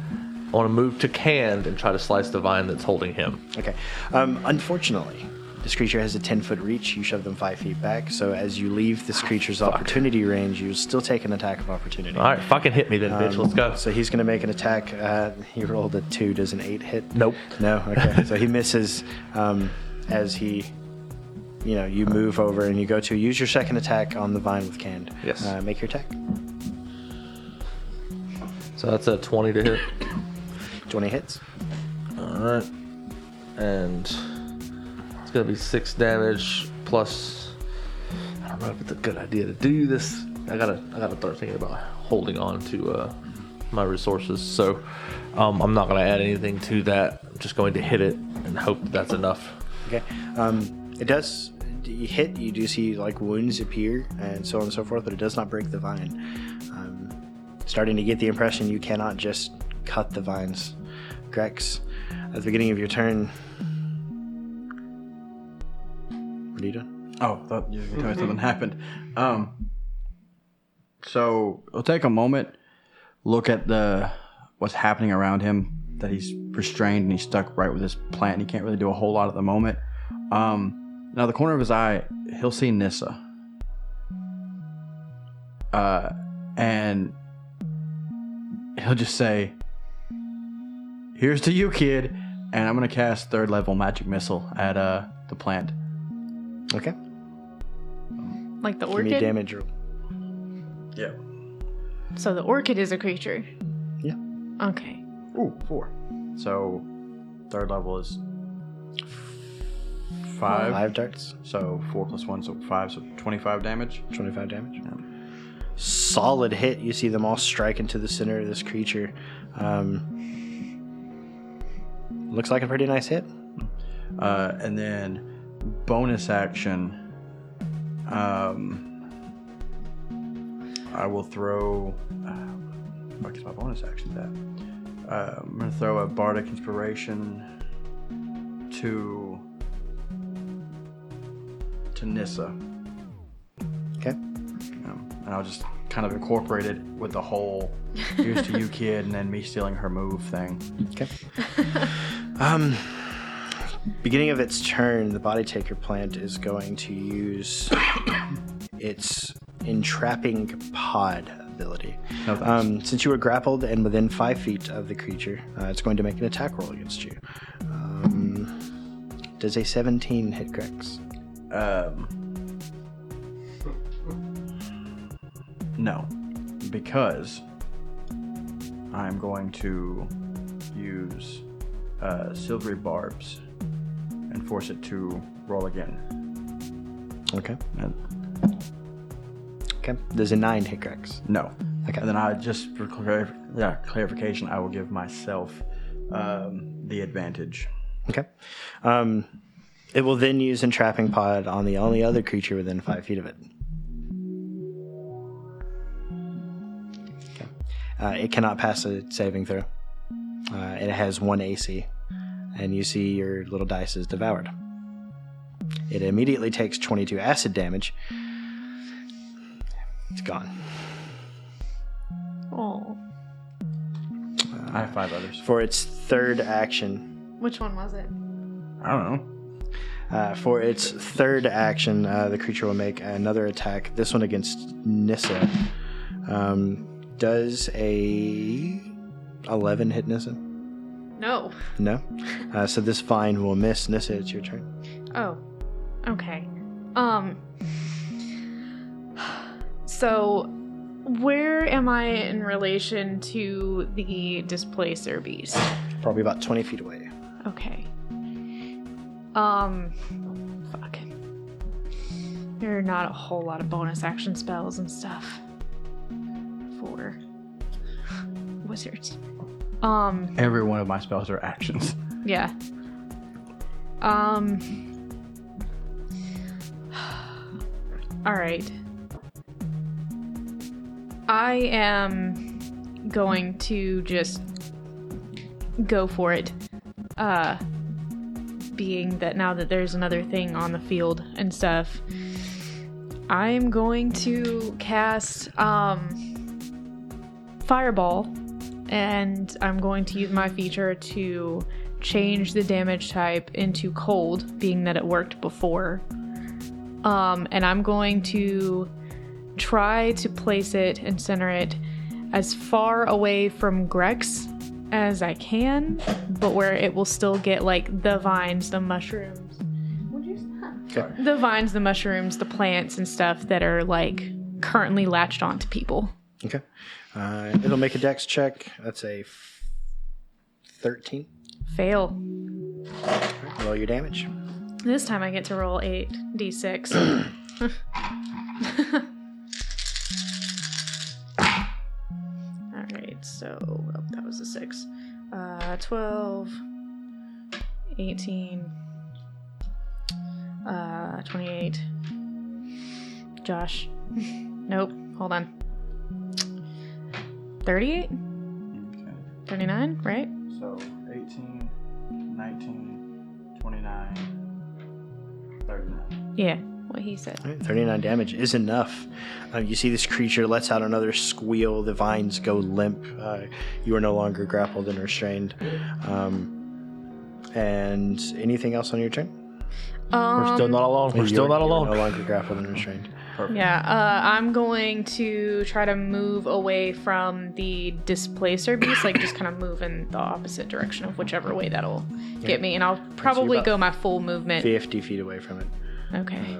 Speaker 5: I want to move to Cand and try to slice the vine that's holding him.
Speaker 6: Okay. Um, unfortunately, this creature has a 10 foot reach. You shove them 5 feet back. So as you leave this creature's opportunity range, you still take an attack of opportunity.
Speaker 5: Ah,
Speaker 6: Um,
Speaker 5: All right, fucking hit me then, bitch. Um, Let's go.
Speaker 6: So he's going to make an attack. Uh, he rolled a 2. Does an 8 hit?
Speaker 5: Nope.
Speaker 6: No. Okay. so he misses um, as he. You know, you move over and you go to use your second attack on the vine with Cand.
Speaker 5: Yes.
Speaker 6: Uh, make your attack.
Speaker 5: So that's a 20 to hit.
Speaker 6: 20 hits.
Speaker 5: All right. And it's going to be 6 damage plus. I don't know if it's a good idea to do this. I gotta, I gotta start thinking about holding on to uh, my resources. So um, I'm not gonna add anything to that. I'm just going to hit it and hope that that's enough.
Speaker 6: Okay. Um, it does you hit. You do see like wounds appear and so on and so forth, but it does not break the vine. Um, starting to get the impression you cannot just cut the vines. Grex, at the beginning of your turn, what are you doing?
Speaker 1: Oh, I thought you were gonna tell me something happened. Um, so we'll take a moment, look at the what's happening around him. That he's restrained and he's stuck right with this plant. And he can't really do a whole lot at the moment. Um, now the corner of his eye, he'll see Nissa. Uh, and he'll just say, "Here's to you, kid." and I'm gonna cast third level magic missile at uh the plant.
Speaker 6: Okay.
Speaker 7: Like the
Speaker 6: Give me a
Speaker 7: orchid.
Speaker 6: damage roll.
Speaker 1: Yeah.
Speaker 7: So the orchid is a creature.
Speaker 6: Yeah.
Speaker 7: Okay.
Speaker 1: Ooh, four. So third level is five.
Speaker 6: Five darts,
Speaker 1: So four plus one, so five, so twenty-five damage.
Speaker 6: 25 damage. Solid hit. You see them all strike into the center of this creature. Um, looks like a pretty nice hit.
Speaker 1: Uh, and then bonus action. Um, I will throw. Uh, what is my bonus action? That uh, I'm gonna throw a bardic inspiration to to Nissa,
Speaker 6: Okay.
Speaker 1: um, and I'll just kind of incorporate it with the whole "used to you kid" and then me stealing her move thing.
Speaker 6: Okay. um, beginning of its turn, the Body Taker plant is going to use its entrapping pod ability.
Speaker 1: No thanks.
Speaker 6: um, since you were grappled and within five feet of the creature, uh, it's going to make an attack roll against you. Um, does a 17 hit Grex?
Speaker 1: Um, no, because I'm going to use uh, silvery barbs and force it to roll again.
Speaker 6: Okay.
Speaker 1: And-
Speaker 6: Okay. Does a 9 hit Grex?
Speaker 1: no.
Speaker 6: Okay.
Speaker 1: And then I just for clar- yeah, clarification, I will give myself um, the advantage.
Speaker 6: Okay. Um, it will then use entrapping pod on the only other creature within five feet of it. Okay. Uh, it cannot pass a saving throw. Uh, it has one AC, and you see your little dice is devoured. It immediately takes 22 acid damage. It's gone.
Speaker 7: Oh,
Speaker 1: I have five others.
Speaker 6: For its third action,
Speaker 7: which one was it?
Speaker 1: I don't know.
Speaker 6: Uh, for its third action, uh, the creature will make another attack. This one against Nissa. Um, does a eleven hit Nissa?
Speaker 7: No.
Speaker 6: No. Uh, so this vine will miss Nissa. It's your turn.
Speaker 7: Oh, okay. Um, so where am I in relation to the displacer beast?
Speaker 6: Probably about twenty feet away.
Speaker 7: Okay. Um, fuck. There are not a whole lot of bonus action spells and stuff for wizards. Um.
Speaker 1: Every one of my spells are actions.
Speaker 7: Yeah. Um. All right. I am going to just go for it. Uh, being that now that there's another thing on the field and stuff, I am going to cast um fireball, and I'm going to use my feature to change the damage type into cold, being that it worked before. Um, and I'm going to try to place it and center it as far away from Grex as I can, but where it will still get like the vines, the mushrooms. What'd you say?
Speaker 6: Okay.
Speaker 7: The vines, the mushrooms, the plants, and stuff that are like currently latched onto people.
Speaker 6: Okay. Uh, it'll make a dex check. That's a f- thirteen.
Speaker 7: Fail.
Speaker 6: Roll your damage.
Speaker 7: This time I get to roll 8d6. Alright, so oh, that was a 6. Uh, 12, 18, uh, 28. Josh. nope, hold on. 38? 39, right?
Speaker 1: So 18, 19, 29, 39.
Speaker 7: Yeah, what he said.
Speaker 6: All right, 39 damage is enough. Uh, you see this creature lets out another squeal. The vines go limp. Uh, you are no longer grappled and restrained. Um, and anything else on your turn?
Speaker 7: Um,
Speaker 5: We're still not alone. We're
Speaker 6: You
Speaker 5: still
Speaker 6: are-
Speaker 5: not
Speaker 6: you are No
Speaker 5: alone.
Speaker 6: longer grappled and restrained.
Speaker 3: Perfect.
Speaker 2: Yeah, uh, I'm going to try to move away from the displacer beast, like just kind of move in the opposite direction of whichever way that'll get me, and I'll probably
Speaker 6: about
Speaker 2: go my full movement.
Speaker 6: 50 feet away from it.
Speaker 2: Okay.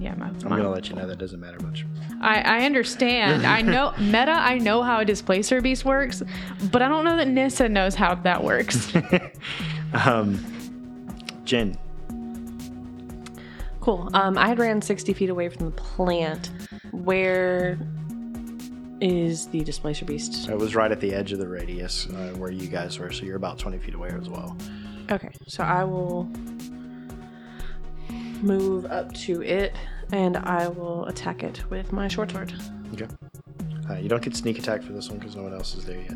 Speaker 2: yeah, my,
Speaker 6: um, I'm going to let you know that doesn't matter much.
Speaker 2: I, I understand. I know meta. I know how a displacer beast works, but I don't know that Nissa knows how that works.
Speaker 6: Jen,
Speaker 7: Cool. Um, I had ran 60 feet away from the plant. Where is the displacer beast?
Speaker 6: it was right at the edge of the radius uh, where you guys were, so you're about 20 feet away as well.
Speaker 7: Okay, so I will move up to it and I will attack it with my short sword.
Speaker 6: Okay. Uh, you don't get sneak attack for this one because no one else is there yet.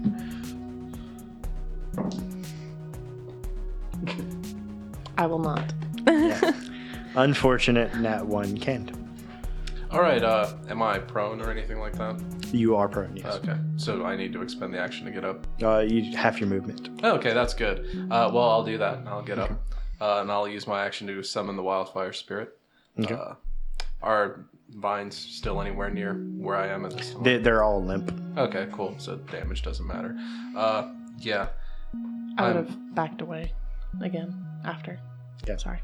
Speaker 7: I will not.
Speaker 6: Unfortunate, nat one can't.
Speaker 3: All right. Uh, am I prone or anything like that?
Speaker 6: You are prone, yes.
Speaker 3: Okay. So I need to expend the action to get up.
Speaker 6: Uh, you half your movement.
Speaker 3: Okay, that's good. Uh, well, I'll do that. and I'll get up, uh, and I'll use my action to summon the wildfire spirit.
Speaker 6: Okay.
Speaker 3: Uh, are vines still anywhere near where I am at this time?
Speaker 6: They, they're all limp.
Speaker 3: okay, cool. So damage doesn't matter. Uh, yeah,
Speaker 7: I would
Speaker 3: I'm-
Speaker 7: have backed away again after.
Speaker 6: Yeah.
Speaker 7: Sorry.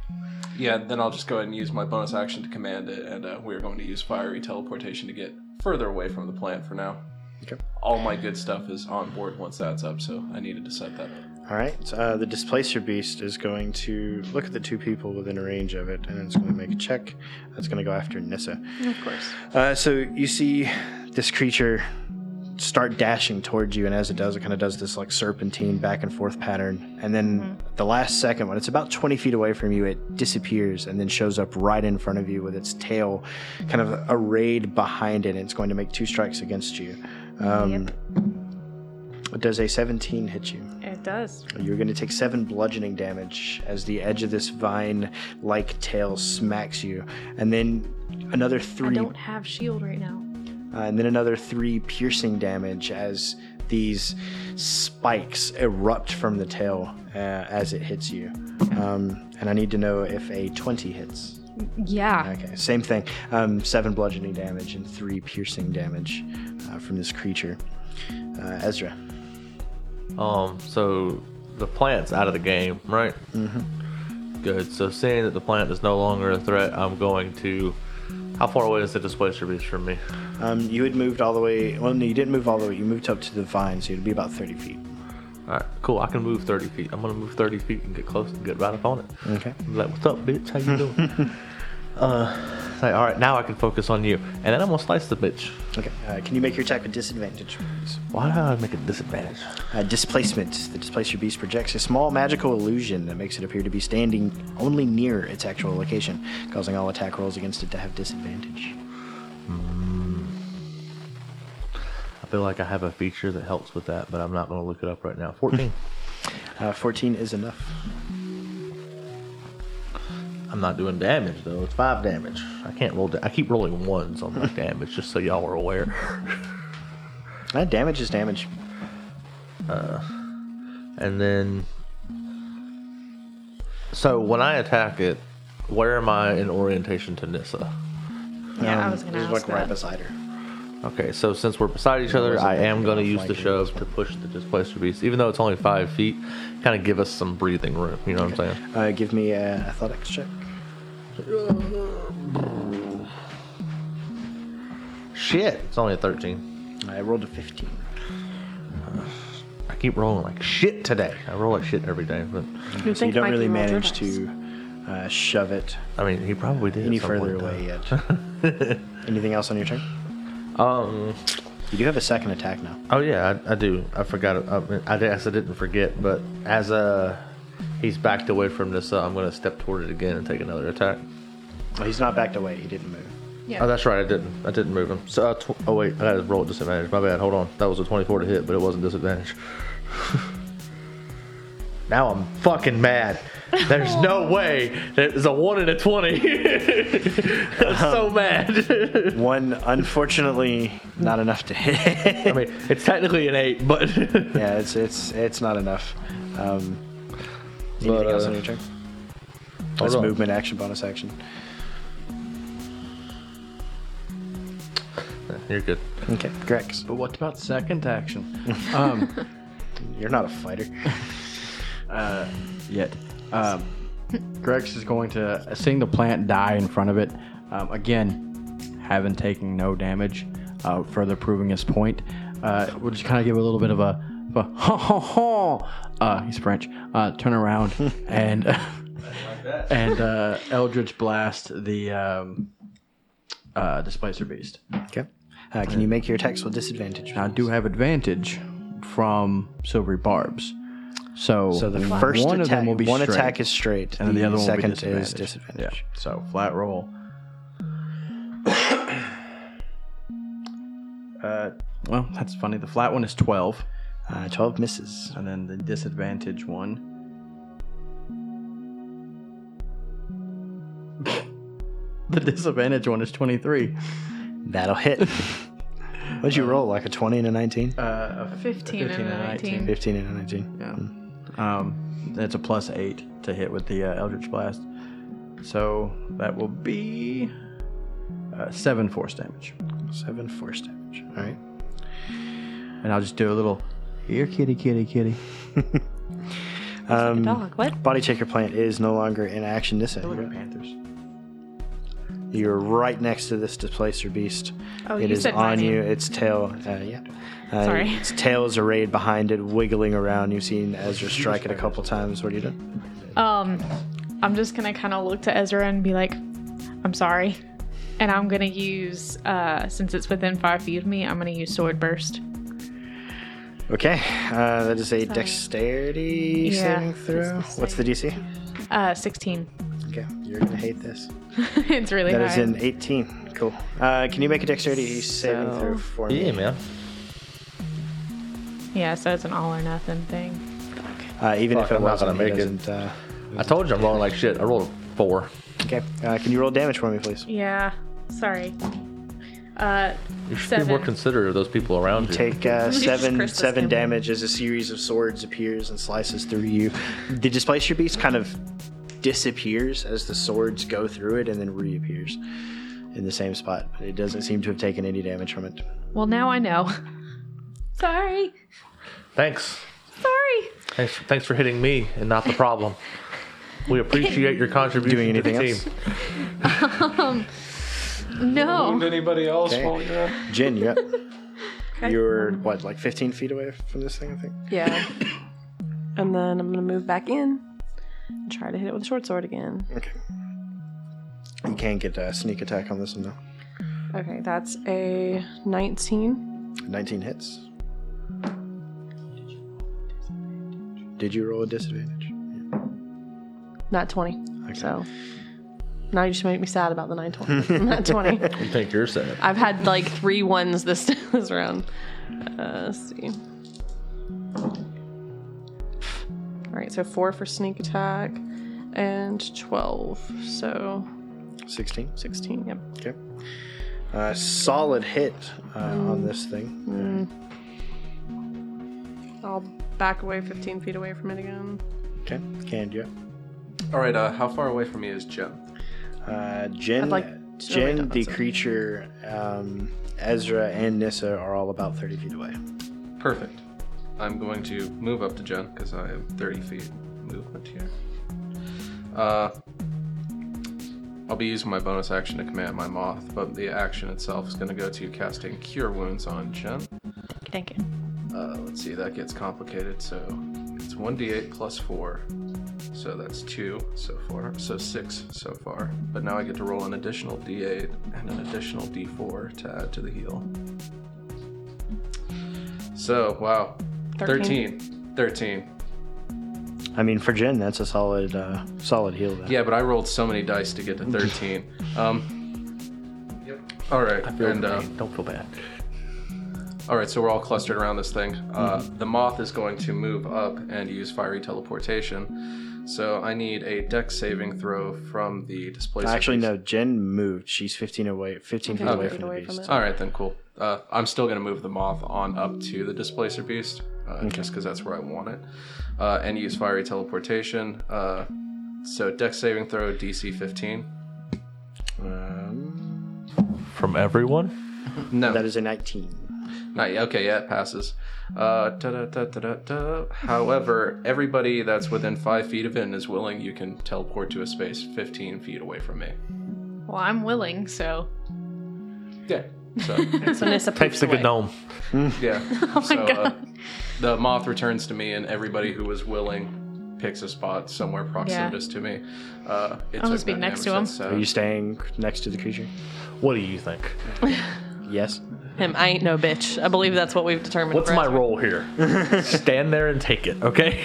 Speaker 3: yeah. Then I'll just go ahead and use my bonus action to command it, and uh, we're going to use fiery teleportation to get further away from the plant for now.
Speaker 6: Okay.
Speaker 3: All my good stuff is on board once that's up, so I needed to set that up.
Speaker 6: All right. so, Uh, the displacer beast is going to look at the two people within a range of it, and it's going to make a check. It's going to go after Nissa.
Speaker 2: of course.
Speaker 6: Uh, so you see this creature start dashing towards you, and as it does, it kind of does this like serpentine back and forth pattern. And then
Speaker 2: Mm-hmm.
Speaker 6: the last second, when it's about 20 feet away from you, it disappears and then shows up right in front of you with its tail kind of arrayed behind it, and it's going to make two strikes against you. Um, Does a 17 hit you?
Speaker 2: It does.
Speaker 6: You're going to take seven bludgeoning damage as the edge of this vine like tail smacks you, and then another
Speaker 2: I
Speaker 6: three
Speaker 2: don't have shield right now.
Speaker 6: uh, and then another three piercing damage as these spikes erupt from the tail uh, as it hits you. Um, and I need to know if a 20 hits.
Speaker 2: Yeah.
Speaker 6: Okay, same thing. Um, seven bludgeoning damage and three piercing damage uh, from this creature. Uh, Ezra.
Speaker 5: Um, so the plant's out of the game, right? Mm-hmm. Good. So seeing that the plant is no longer a threat, I'm going to. How far away is the displacer beast from me?
Speaker 6: Um, you had moved all the way. Well, no, you didn't move all the way. You moved up to the vine, so you'd be about 30 feet.
Speaker 5: All right, cool. I can move 30 feet. I'm gonna move 30 feet and get close and get right up on it.
Speaker 6: Okay.
Speaker 5: I'm like, what's up, bitch? How you doing? uh, it's like, all right, now I can focus on you, and then I'm gonna slice the bitch.
Speaker 6: Okay. Uh, can you make your attack with disadvantage, please?
Speaker 5: Why did I make a disadvantage?
Speaker 6: Uh, displacement. The displacer beast projects a small magical illusion that makes it appear to be standing only near its actual location, causing all attack rolls against it to have disadvantage.
Speaker 5: I feel like I have a feature that helps with that, but I'm not gonna look it up right now. 14.
Speaker 6: Uh, 14 is enough.
Speaker 5: I'm not doing damage though. It's five damage. I can't roll. Da- I keep rolling ones on my damage, just so y'all are aware.
Speaker 6: Uh, damage is damage.
Speaker 5: And then, so when I attack it, where am I in orientation to Nissa?
Speaker 2: Yeah, I was
Speaker 6: It
Speaker 2: gonna
Speaker 6: was
Speaker 2: ask
Speaker 6: like right
Speaker 2: that.
Speaker 6: beside her.
Speaker 5: Okay, so since we're beside each other, I am going to use the shove to push the displacer beast, even though it's only five feet. Kind of give us some breathing room. You know what I'm saying?
Speaker 6: Uh, give me an athletics check.
Speaker 5: Shit, it's only a 13.
Speaker 6: I rolled a 15.
Speaker 5: I keep rolling like shit today. I roll like shit every day, but
Speaker 7: You,
Speaker 6: So you don't really manage to uh, shove it
Speaker 5: I mean, he probably did. at
Speaker 6: any
Speaker 5: some
Speaker 6: further
Speaker 5: point,
Speaker 6: away yet. Anything else on your turn?
Speaker 5: though. Um.
Speaker 6: You do have a second attack now.
Speaker 5: Oh yeah, I, I do. I forgot. I, mean, I guess I didn't forget, but as uh, he's backed away from this, uh, I'm going to step toward it again and take another attack.
Speaker 6: Well, he's not backed away. He didn't move.
Speaker 5: Oh, that's right. I didn't. I didn't move him. So, uh, tw- oh wait, I got to roll at disadvantage. My bad. Hold on. That was a 24 to hit, but it wasn't disadvantage. now I'm fucking mad. There's no way there's a one and a 20. I'm so mad.
Speaker 6: One, unfortunately, not enough to hit.
Speaker 5: I mean, it's technically an eight, but
Speaker 6: yeah, it's it's it's not enough. Um, anything
Speaker 5: But,
Speaker 6: else
Speaker 5: uh,
Speaker 6: on your turn?
Speaker 5: hold
Speaker 6: That's
Speaker 5: on.
Speaker 6: movement action, bonus action.
Speaker 5: You're good.
Speaker 6: Okay, Grex,
Speaker 1: But what about second action?
Speaker 6: you're not a fighter.
Speaker 1: Yet. Um, Grex is going to, uh, seeing the plant die in front of it, um, again, having taken no damage, uh, further proving his point, uh, we'll just kind of give a little bit of a, of a ha ha ha. Uh, he's French. Uh, turn around and and uh, Eldritch blast the um, uh, displacer beast.
Speaker 6: Okay. Uh, can you make your attacks with disadvantage?
Speaker 1: I do have advantage from silvery barbs. So,
Speaker 6: So the first
Speaker 1: one
Speaker 6: attack,
Speaker 1: of them will be
Speaker 6: one
Speaker 1: straight,
Speaker 6: attack is straight,
Speaker 1: and then the, other one
Speaker 6: second
Speaker 1: will be disadvantage.
Speaker 6: is disadvantage.
Speaker 1: Yeah. So flat roll. uh, well, that's funny. The flat one is twelve,
Speaker 6: Uh, Twelve misses.
Speaker 1: and then the disadvantage one. the disadvantage one is twenty-three.
Speaker 6: That'll hit. What'd you roll? Like a twenty and a nineteen?
Speaker 1: Uh, a
Speaker 2: 15,
Speaker 1: 15
Speaker 2: and
Speaker 1: and
Speaker 2: a 19.
Speaker 6: Fifteen and a nineteen.
Speaker 1: Yeah. Um, that's a plus eight to hit with the uh, Eldritch Blast. So that will be uh, seven force damage.
Speaker 6: Seven force damage. All right.
Speaker 1: And I'll just do a little here, kitty, kitty, kitty.
Speaker 6: Mm.
Speaker 7: Dog, what?
Speaker 6: Body Taker plant is no longer in action this end.
Speaker 1: Panthers.
Speaker 6: You're right next to this displacer beast.
Speaker 2: Oh,
Speaker 6: It
Speaker 2: you
Speaker 6: is
Speaker 2: said my
Speaker 6: on
Speaker 2: name.
Speaker 6: you. Its tail. Uh, yeah. Uh,
Speaker 2: Sorry.
Speaker 6: Its tail is arrayed behind it, wiggling around. You've seen Ezra strike it a couple times. What are you doing?
Speaker 2: Um, I'm just gonna kind of look to Ezra and be like, "I'm sorry," and I'm gonna use uh, since it's within five feet of me, I'm gonna use Sword Burst.
Speaker 6: Okay. Uh, that is a dexterity
Speaker 2: Yeah,
Speaker 6: saving
Speaker 2: it's
Speaker 6: throw. What's the DC?
Speaker 2: Uh, 16.
Speaker 6: Okay. You're going to hate this.
Speaker 2: it's really
Speaker 6: That
Speaker 2: high.
Speaker 6: is an 18. Cool. Uh, can you make a dexterity saving throw for me?
Speaker 5: Yeah, man.
Speaker 2: yeah, so it's an all or nothing thing.
Speaker 6: Uh, even
Speaker 5: Fuck,
Speaker 6: if it
Speaker 5: I'm not
Speaker 6: wasn't,
Speaker 5: gonna
Speaker 6: he
Speaker 5: make it.
Speaker 6: doesn't, Uh,
Speaker 5: I told you I'm rolling like shit. I rolled a four.
Speaker 6: okay. Uh, can you roll damage for me, please?
Speaker 2: Yeah, sorry. Uh,
Speaker 5: You should
Speaker 2: Seven.
Speaker 5: be more considerate of those people around you.
Speaker 6: Take uh, seven
Speaker 7: Christmas
Speaker 6: seven
Speaker 7: him.
Speaker 6: damage as a series of swords appears and slices through you. The displacer beast kind of disappears as the swords go through it and then reappears in the same spot. But it doesn't seem to have taken any damage from it.
Speaker 2: well, now I know. sorry,
Speaker 5: Thanks.
Speaker 2: sorry.
Speaker 5: Thanks, thanks for hitting me and not the problem. We appreciate your contribution to
Speaker 6: Doing
Speaker 5: the
Speaker 6: anything
Speaker 5: team.
Speaker 6: else?
Speaker 2: No.
Speaker 3: Anybody else?
Speaker 6: Okay.
Speaker 3: while you're up?
Speaker 6: Jin, you're up. You're what, like 15 feet away from this thing? I think.
Speaker 7: Yeah. and then I'm gonna move back in and try to hit it with a short sword again.
Speaker 6: Okay. You can't get a sneak attack on this one now.
Speaker 7: Okay, that's a 19.
Speaker 6: 19 hits. Did you roll a disadvantage?
Speaker 7: Not 20. So now you just make me sad about the 920. Not 20.
Speaker 5: You think you're sad?
Speaker 7: I've had like three ones this this round. Uh, let's see. All right, so four for sneak attack and 12. So
Speaker 6: 16.
Speaker 7: 16. Yep.
Speaker 6: Okay. Uh, solid hit uh,
Speaker 7: Mm.
Speaker 6: on this thing.
Speaker 7: I'll back away 15 feet away from it again.
Speaker 6: Okay. Can do.
Speaker 3: All right. Uh, how far away from me is Jim?
Speaker 6: Uh, Jin,
Speaker 7: like to
Speaker 6: Jin,
Speaker 7: wait
Speaker 6: the
Speaker 7: on some.
Speaker 6: creature, um, Ezra, and Nissa are all about 30 feet away.
Speaker 3: Perfect. I'm going to move up to Jen because I have 30 feet movement here. Uh, I'll be using my bonus action to command my moth, but the action itself is going to go to casting Cure Wounds on Jen.
Speaker 2: Thank you.
Speaker 3: Uh, let's see, that gets complicated. So it's 1d8 plus 4. So that's 2 so far. So 6 so far. But now I get to roll an additional d8 and an additional d4 to add to the heal. So, wow. 13. 13.
Speaker 6: I mean, for Jin, that's a solid, uh, solid heal. Then.
Speaker 3: Yeah, but I rolled so many dice to get to 13. Um, yep. All right. And, uh,
Speaker 5: Don't feel bad.
Speaker 3: All right, so we're all clustered around this thing. Uh, The moth is going to move up and use fiery teleportation. So I need a dex saving throw from the displacement.
Speaker 6: Actually, no. Jin moved. She's 15 away, 15 feet away
Speaker 3: Okay.
Speaker 6: from the
Speaker 7: Away
Speaker 6: beast.
Speaker 7: from it.
Speaker 3: All right, then cool. Uh, I'm still going to move the moth on up to the displacer beast, uh, just because that's where I want it, uh, and use fiery teleportation. Uh, so dex saving throw DC 15.
Speaker 6: Um,
Speaker 5: From everyone?
Speaker 3: No.
Speaker 6: That is a 19.
Speaker 3: Not yet. Okay, yeah, it passes. Uh, da-da-da-da-da-da. However, everybody that's within five feet of it and is willing, you can teleport to a space 15 feet away from me.
Speaker 2: Well, I'm willing, so.
Speaker 3: Yeah. So,
Speaker 7: So
Speaker 5: Takes
Speaker 7: Nissa poops
Speaker 5: the
Speaker 7: away.
Speaker 5: good gnome.
Speaker 3: yeah.
Speaker 2: Oh
Speaker 3: so, Uh, the moth returns to me, and everybody who was willing picks a spot somewhere proximus to me. Uh, it
Speaker 2: I'll
Speaker 3: took
Speaker 2: just be
Speaker 3: nine
Speaker 2: next
Speaker 3: damage,
Speaker 2: to
Speaker 3: that's, uh,
Speaker 6: Are you staying next to the creature?
Speaker 5: What do you think?
Speaker 6: Yes.
Speaker 4: Him, I ain't no bitch. I believe that's what we've determined.
Speaker 5: What's
Speaker 4: for
Speaker 5: my
Speaker 4: Ezra.
Speaker 5: role here? Stand there and take it, okay?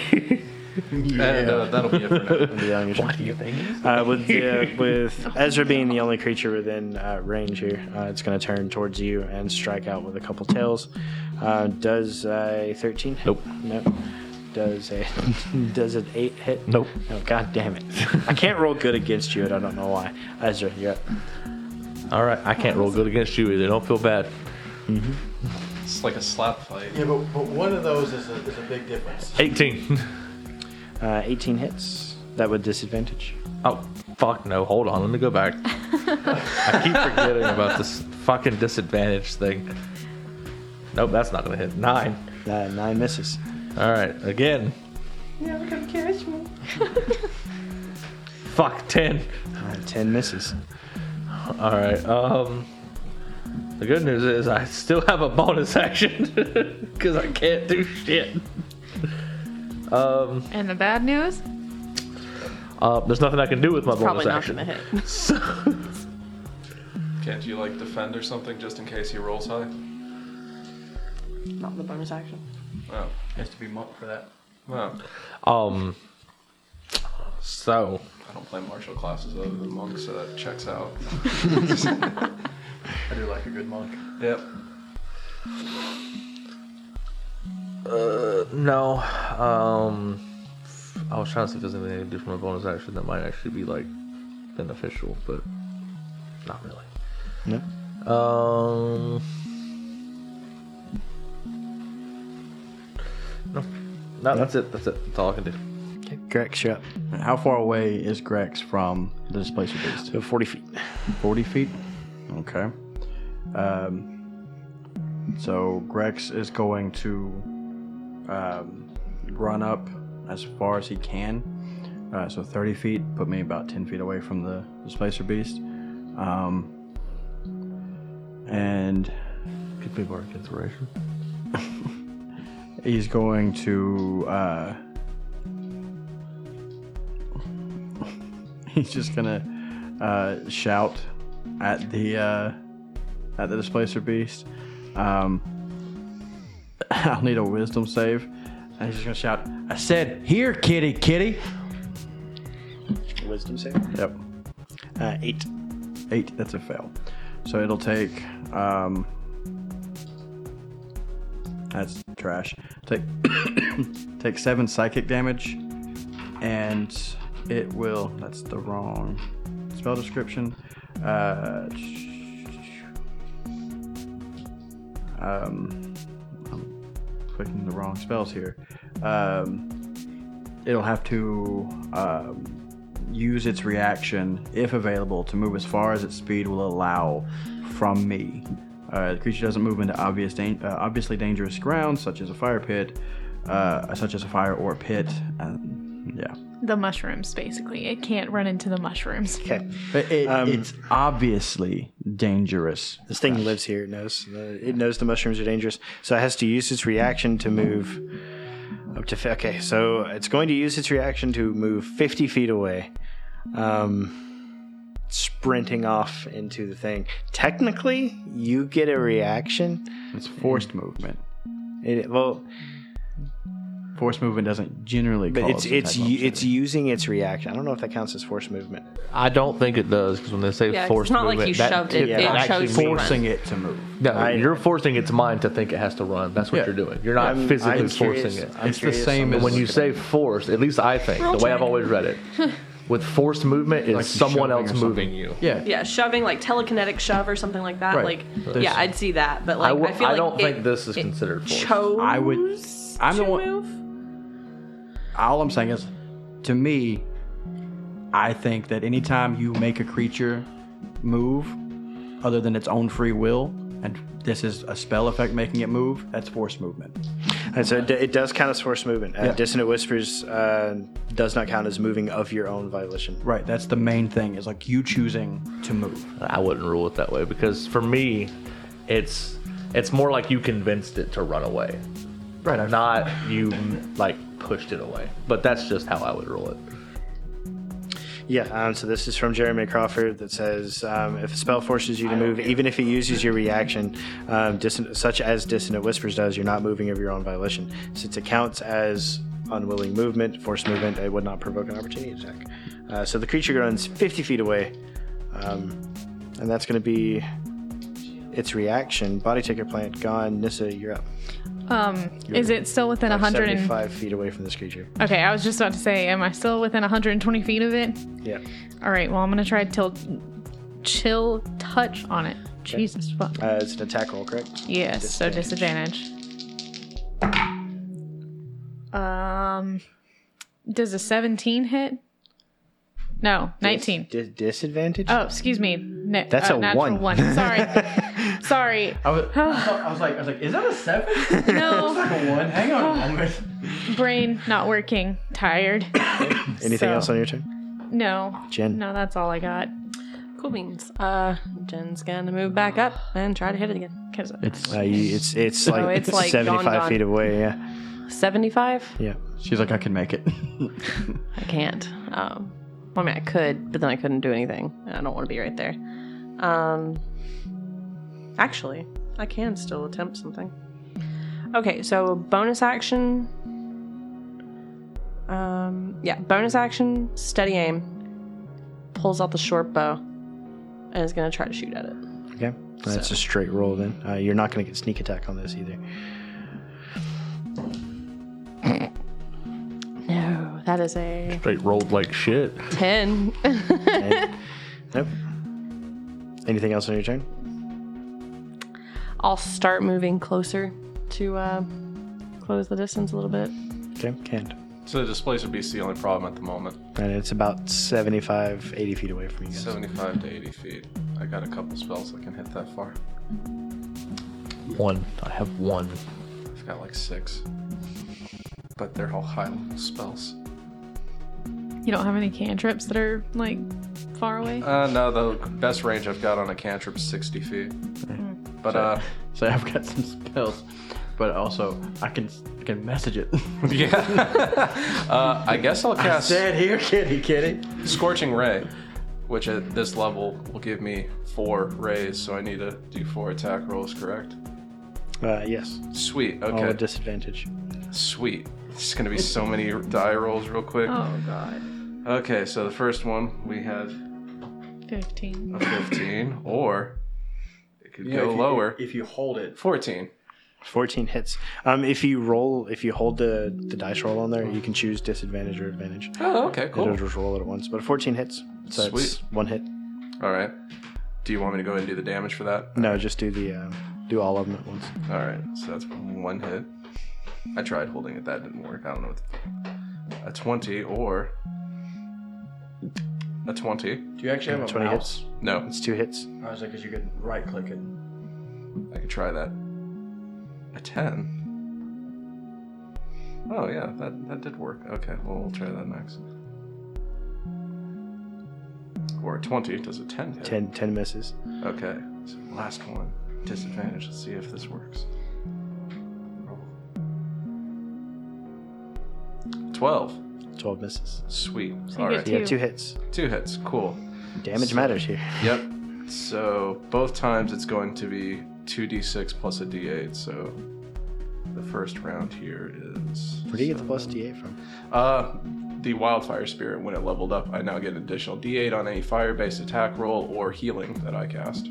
Speaker 3: And uh, that'll be it for now.
Speaker 5: what do you think?
Speaker 6: Uh, with, the, with Ezra being the only creature within uh, range here, uh, it's going to turn towards you and strike out with a couple tails. Uh, does a 13? Nope. Nope. Does a does an eight hit?
Speaker 5: Nope.
Speaker 6: Oh god damn it! I can't roll good against you, and I don't know why. Ezra, you're up.
Speaker 5: All right, I can't roll good against you either. Don't feel bad.
Speaker 3: Mm-hmm. It's like a slap fight.
Speaker 9: Yeah, but, but one of those is a, is a big difference.
Speaker 5: 18.
Speaker 6: Uh, 18 hits. That would disadvantage.
Speaker 5: Oh, fuck no. Hold on. Let me go back. I keep forgetting about this fucking disadvantage thing. Nope, that's not going to hit. Nine.
Speaker 6: Uh, nine misses.
Speaker 5: All right, again. Fuck, 10.
Speaker 6: Uh, ten misses.
Speaker 5: All right, um. The good news is I still have a bonus action because I can't do shit.
Speaker 2: And the bad news?
Speaker 5: Uh, there's nothing I can do with my
Speaker 4: Probably
Speaker 5: bonus action.
Speaker 4: not gonna hit.
Speaker 3: Can't you, like, defend or something just in case he rolls high?
Speaker 4: Not the bonus action.
Speaker 3: Oh, has to be monk for that. Wow.
Speaker 5: Um. So
Speaker 3: I don't play martial classes other than monks, so that checks out.
Speaker 9: I do like a good monk.
Speaker 3: Yep.
Speaker 5: no. Um. I was trying to see if there's anything I can do from a bonus action that might actually be like beneficial, but not really.
Speaker 6: No.
Speaker 5: Um. No. No, that's it. That's it. That's all I can do.
Speaker 6: Okay, Grex, you're up.
Speaker 1: How far away is Grex from the displacer beast?
Speaker 6: So 40 feet.
Speaker 1: 40 feet. Okay. Um, so Grex is going to um, run up as far as he can. Uh, so 30 feet, put me about 10 feet away from the displacer beast. Um, and
Speaker 5: Could be bardic inspiration.
Speaker 1: he's going to. Uh, he's just gonna uh, shout at the uh, at the displacer beast. Um, I'll need a wisdom save. And he's just gonna shout, "I said here, kitty, kitty."
Speaker 6: Wisdom save.
Speaker 1: Yep,
Speaker 6: Uh, eight.
Speaker 1: eight. That's a fail. So it'll take. Um, that's trash. Take take seven psychic damage, and it will. That's the wrong spell description. Uh, um, I'm clicking the wrong spells here. Um, it'll have to um, use its reaction, if available, to move as far as its speed will allow from me. Uh, the creature doesn't move into obvious dan- uh, obviously dangerous ground, such as a fire pit, uh, such as a fire or a pit. And, yeah,
Speaker 2: The mushrooms, basically. It can't run into the mushrooms.
Speaker 6: Okay.
Speaker 1: But it- it's obviously dangerous.
Speaker 6: This thing lives here. It knows the, it knows the mushrooms are dangerous, so it has to use its reaction to move up to. fi- Okay, so it's going to use its reaction to move fifty feet away, um, sprinting off into the thing. Technically, you get a reaction.
Speaker 1: It's forced movement.
Speaker 6: It, well,
Speaker 1: Forced movement doesn't generally.
Speaker 6: but
Speaker 1: cause
Speaker 6: it's it's
Speaker 1: attack
Speaker 6: u-
Speaker 1: opportunity.
Speaker 6: it's using its reaction. I don't know if that counts as force movement.
Speaker 5: I don't think it does because when they say
Speaker 4: Yeah, 'cause
Speaker 5: forced
Speaker 4: it's not like
Speaker 5: movement,
Speaker 4: you
Speaker 5: that
Speaker 4: shoved it,
Speaker 5: typ-
Speaker 6: it
Speaker 5: that actually
Speaker 4: chose to
Speaker 5: means-
Speaker 1: forcing it to move.
Speaker 5: No, you're forcing its mind to think it has to run. That's what
Speaker 1: Yeah.
Speaker 5: you're doing. You're not
Speaker 6: I'm-
Speaker 5: Uh, physically
Speaker 6: I'm
Speaker 5: forcing
Speaker 6: curious-
Speaker 5: it.
Speaker 6: I'm
Speaker 1: It's the
Speaker 6: curious
Speaker 1: same
Speaker 6: on
Speaker 1: as-
Speaker 5: when you say force, at least I think the way I've always read it, with forced movement is
Speaker 1: Like shoving
Speaker 5: someone
Speaker 1: or
Speaker 5: else
Speaker 1: something.
Speaker 5: moving you.
Speaker 1: Yeah.
Speaker 4: Yeah, shoving like telekinetic shove or something like that.
Speaker 1: Right.
Speaker 4: Like,
Speaker 1: There's-
Speaker 4: yeah, I'd see that, but like
Speaker 5: I
Speaker 4: I,
Speaker 5: w-
Speaker 4: feel
Speaker 5: I
Speaker 4: like
Speaker 5: don't
Speaker 4: it-
Speaker 5: think this is
Speaker 4: it
Speaker 5: considered force.
Speaker 4: Chose
Speaker 1: I would- I'm the
Speaker 4: to
Speaker 1: one-
Speaker 4: move?
Speaker 1: all I'm saying is, to me, I think that anytime you make a creature move other than its own free will, And this is a spell effect making it move. That's force movement.
Speaker 6: And so it, it does count as force movement. Uh, Dissonant whispers uh, does not count as moving of your own volition.
Speaker 1: Right. That's the main thing. Is like you choosing to move.
Speaker 5: I wouldn't rule it that way because for me, it's it's more like you convinced it to run away,
Speaker 1: Right. I've
Speaker 5: not you like pushed it away. But that's just how I would rule it.
Speaker 6: Yeah. Um, so this is from Jeremy Crawford that says um, if a spell forces you to move, even if it uses your reaction, um, disson- such as dissonant whispers does, you're not moving of your own volition. Since it counts as unwilling movement, force movement, it would not provoke an opportunity attack. Uh, so the creature runs 50 feet away, um, and that's going to be its reaction. Body ticker plant gone. Nissa, you're up.
Speaker 2: Um, is it still within
Speaker 6: About
Speaker 2: 100 and... Oh.
Speaker 6: 75 feet away from this creature.
Speaker 2: Okay, I was just about to say, am I still within 120 feet of it?
Speaker 6: Yeah.
Speaker 2: All right, well, I'm going to try to till, chill touch on it. Jesus fuck.
Speaker 6: Uh, it's an attack roll, correct?
Speaker 2: Yes, so disadvantage. Um, does a 17 hit? No, 19.
Speaker 6: Dis- disadvantage?
Speaker 2: oh, excuse me. Na-
Speaker 6: That's
Speaker 2: uh,
Speaker 6: a
Speaker 2: natural
Speaker 6: one.
Speaker 2: one. Sorry. Sorry.
Speaker 1: I was, I was like, I was like, is that a seven?
Speaker 2: No,
Speaker 1: a one? Hang on a moment.
Speaker 2: brain not working. Tired.
Speaker 6: Anything
Speaker 2: so-
Speaker 6: else on your turn?
Speaker 2: No.
Speaker 6: Jen.
Speaker 2: No, that's all I got.
Speaker 4: Cool beans. Uh, Jen's gonna move back up and try to hit it again.
Speaker 2: 'Cause-
Speaker 6: Uh, you, it's it's like,
Speaker 4: it's like
Speaker 6: 75
Speaker 4: gone, gone.
Speaker 6: feet away. Yeah.
Speaker 4: 75?
Speaker 6: Yeah.
Speaker 1: She's like, I can make it.
Speaker 4: I can't. Um, well, I mean, I could, but then I couldn't do anything. and I don't want to be right there. Um, actually, I can still attempt something.
Speaker 7: Okay, so bonus action. Um, yeah, bonus action, steady aim. Pulls out the short bow and is going to try to shoot at it.
Speaker 6: Okay. That's a straight roll then. Uh, you're not going to get sneak attack on this either.
Speaker 7: No, that is a
Speaker 5: Straight rolled like shit.
Speaker 7: 10.
Speaker 6: Nope. Anything else on your turn?
Speaker 7: I'll start moving closer to uh, close the distance a little bit.
Speaker 6: Okay. Can't.
Speaker 3: So the displays would be the only problem at the moment.
Speaker 6: And it's about 75, 80 feet away from you guys.
Speaker 3: 75 to 80 feet. I got a couple spells that can hit that far.
Speaker 5: One. I have one.
Speaker 3: I've got like six. But they're all high level spells.
Speaker 2: You don't have any cantrips that are like far away?
Speaker 3: Uh, no, the best range I've got on a cantrip is 60 feet. But uh,
Speaker 1: so I've got some spells, but also I can I can message it.
Speaker 3: yeah. uh, I guess I'll cast
Speaker 1: here, kitty, kitty.
Speaker 3: Scorching Ray, which at this level will give me four rays, so I need to do four attack rolls, correct?
Speaker 6: Uh, yes.
Speaker 3: Sweet,
Speaker 1: Oh,
Speaker 6: All
Speaker 3: okay.
Speaker 6: with disadvantage.
Speaker 3: Sweet. It's gonna be so many die rolls real quick.
Speaker 2: Oh god.
Speaker 3: Okay, so the first one we had
Speaker 2: 15.
Speaker 3: a 15, or it could
Speaker 1: Yeah,
Speaker 3: go
Speaker 1: if you-
Speaker 3: lower.
Speaker 1: If you hold it,
Speaker 3: 14.
Speaker 6: 14 hits. Um, if you roll, if you hold the, the dice roll on there, you can choose disadvantage or advantage.
Speaker 3: Oh, okay, cool.
Speaker 6: It'll just roll it at once. But 14 hits. So it's
Speaker 3: Sweet.
Speaker 6: one hit.
Speaker 3: All right. Do you want me to go ahead and do the damage for that?
Speaker 6: No, just do the uh, do all of them at once.
Speaker 3: All right, so that's one hit. I tried holding it, that didn't work. I don't know what. The, a 20 or a 20.
Speaker 1: do you actually
Speaker 3: Oh,
Speaker 1: have a
Speaker 6: 20
Speaker 1: mouse?
Speaker 3: No,
Speaker 6: It's two hits.
Speaker 1: I was like, because you could right click it.
Speaker 3: I could try that. A 10. Oh, yeah, that, that did work. Okay, well, we'll try that next. Or a 20. Does a 10 hit?
Speaker 6: 10, 10 misses.
Speaker 3: Okay, so last one. Disadvantage. Let's see if this works. Roll. 12.
Speaker 6: 12 misses.
Speaker 3: Sweet.
Speaker 2: you
Speaker 3: All
Speaker 2: get
Speaker 3: right.
Speaker 6: You have two hits.
Speaker 3: Two hits. Cool.
Speaker 6: Damage matters here.
Speaker 3: Yep. So both times it's going to be 2d6 plus a d8. So the first round here is.
Speaker 6: Where do you get the plus D8 from?
Speaker 3: Uh, the wildfire spirit, when it leveled up, I now get an additional d8 on any fire based attack roll or healing that I cast.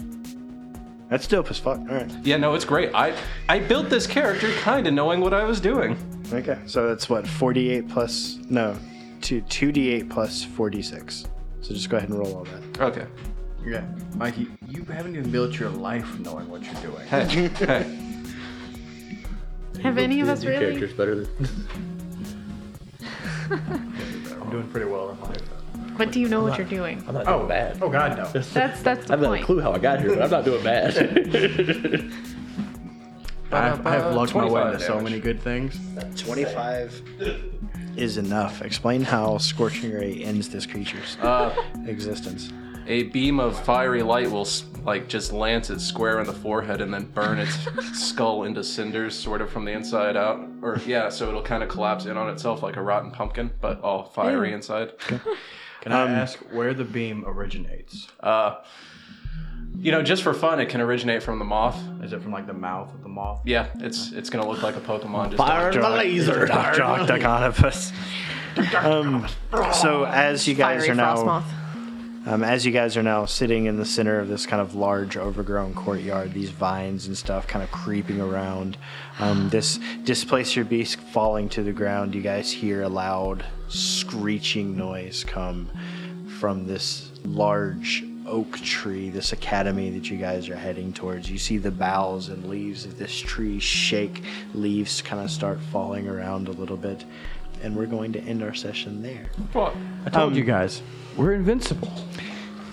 Speaker 6: That's dope as fuck. All right.
Speaker 3: Yeah, no, it's great. I I built this character kind of knowing what I was doing.
Speaker 6: Okay. So that's what? 48 plus. No. Two, 2D8 plus 46. So just go ahead and roll all that.
Speaker 3: Okay.
Speaker 1: Yeah, Mikey, you haven't even built your life knowing what you're doing.
Speaker 3: Hey, hey.
Speaker 6: uh,
Speaker 2: Have any of us really?
Speaker 5: Character's better than.
Speaker 1: I'm doing pretty well in life.
Speaker 2: But do you know what you're doing?
Speaker 5: I'm not doing bad.
Speaker 9: Oh God, no.
Speaker 2: That's that's
Speaker 5: I
Speaker 2: the
Speaker 5: have no
Speaker 2: point.
Speaker 5: clue how I got here, but I'm not doing bad.
Speaker 1: I have, I have lucked my way
Speaker 3: 25
Speaker 1: into so
Speaker 3: damage.
Speaker 1: many good things.
Speaker 6: 25 is enough. Explain how Scorching Ray ends this creature's existence.
Speaker 3: A beam of fiery light will s- like just lance it square in the forehead and then burn its skull into cinders, sort of from the inside out. Or yeah, so it'll kind of collapse in on itself like a rotten pumpkin, but all fiery inside.
Speaker 1: Can I ask where the beam originates?
Speaker 3: Uh, you know, just for fun, it can originate from the moth.
Speaker 1: Is it from like the mouth of the moth?
Speaker 3: Yeah, it's it's gonna look like a Pokemon. Just
Speaker 6: the laser. Dr. Octagonopus. Um, so as you guys
Speaker 4: Fiery
Speaker 6: are now,
Speaker 4: frostmoth.
Speaker 6: um, as you guys are now sitting in the center of this kind of large, overgrown courtyard, these vines and stuff kind of creeping around. Um, this displacer beast falling to the ground. You guys hear a loud screeching noise come from this large oak tree, this academy that you guys are heading towards. You see the boughs and leaves of this tree shake, leaves kind of start falling around a little bit, and we're going to end our session there.
Speaker 1: I told you guys, we're invincible.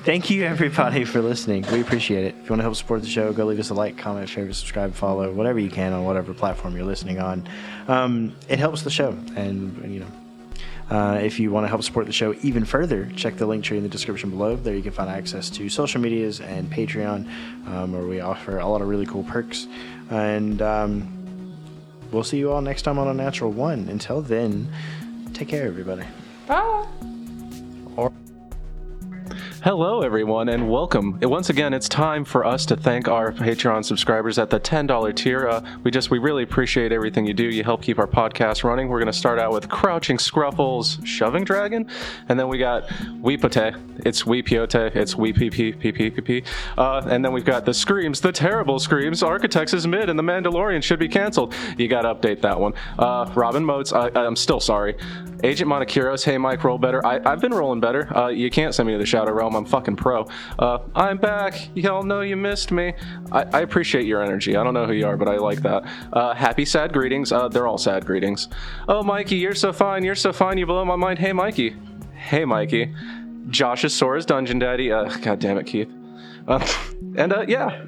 Speaker 6: Thank you, everybody, for listening. We appreciate it. If you want to help support the show, go leave us a like, comment, favorite, subscribe, follow, whatever you can on whatever platform you're listening on. Um, it helps the show, and you know. Uh, if you want to help support the show even further, check the link tree in the description below. There you can find access to social medias and Patreon, um, where we offer a lot of really cool perks. And um, we'll see you all next time on a natural one. Until then, take care, everybody.
Speaker 3: Hello, everyone, and welcome. And Once again, it's time for us to thank our Patreon subscribers at the $10 tier. Uh, we just, we really appreciate everything you do. You help keep our podcast running. We're going to start out with Crouching Scruffles, Shoving Dragon, and then we got Weepote. It's Weepiote. It's Weepee. Uh, and then we've got The Screams, The Terrible Screams, Architects is Mid, and The Mandalorian should be canceled. You got to update that one. Uh, Robin Motes, I, I'm still sorry. Agent Monokiros, hey Mike, roll better. I, I've been rolling better. Uh, you can't send me to the Shadow Realm. I'm fucking pro. Uh, I'm back. Y'all know you missed me. I, I appreciate your energy. I don't know who you are, but I like that. Uh, happy sad greetings. Uh, they're all sad greetings. Oh, Mikey, you're so fine. You're so fine. You blow my mind. Hey, Mikey. Hey, Mikey. Josh is Sora's Dungeon Daddy. Uh, God damn it, Keith. Uh, and uh, yeah.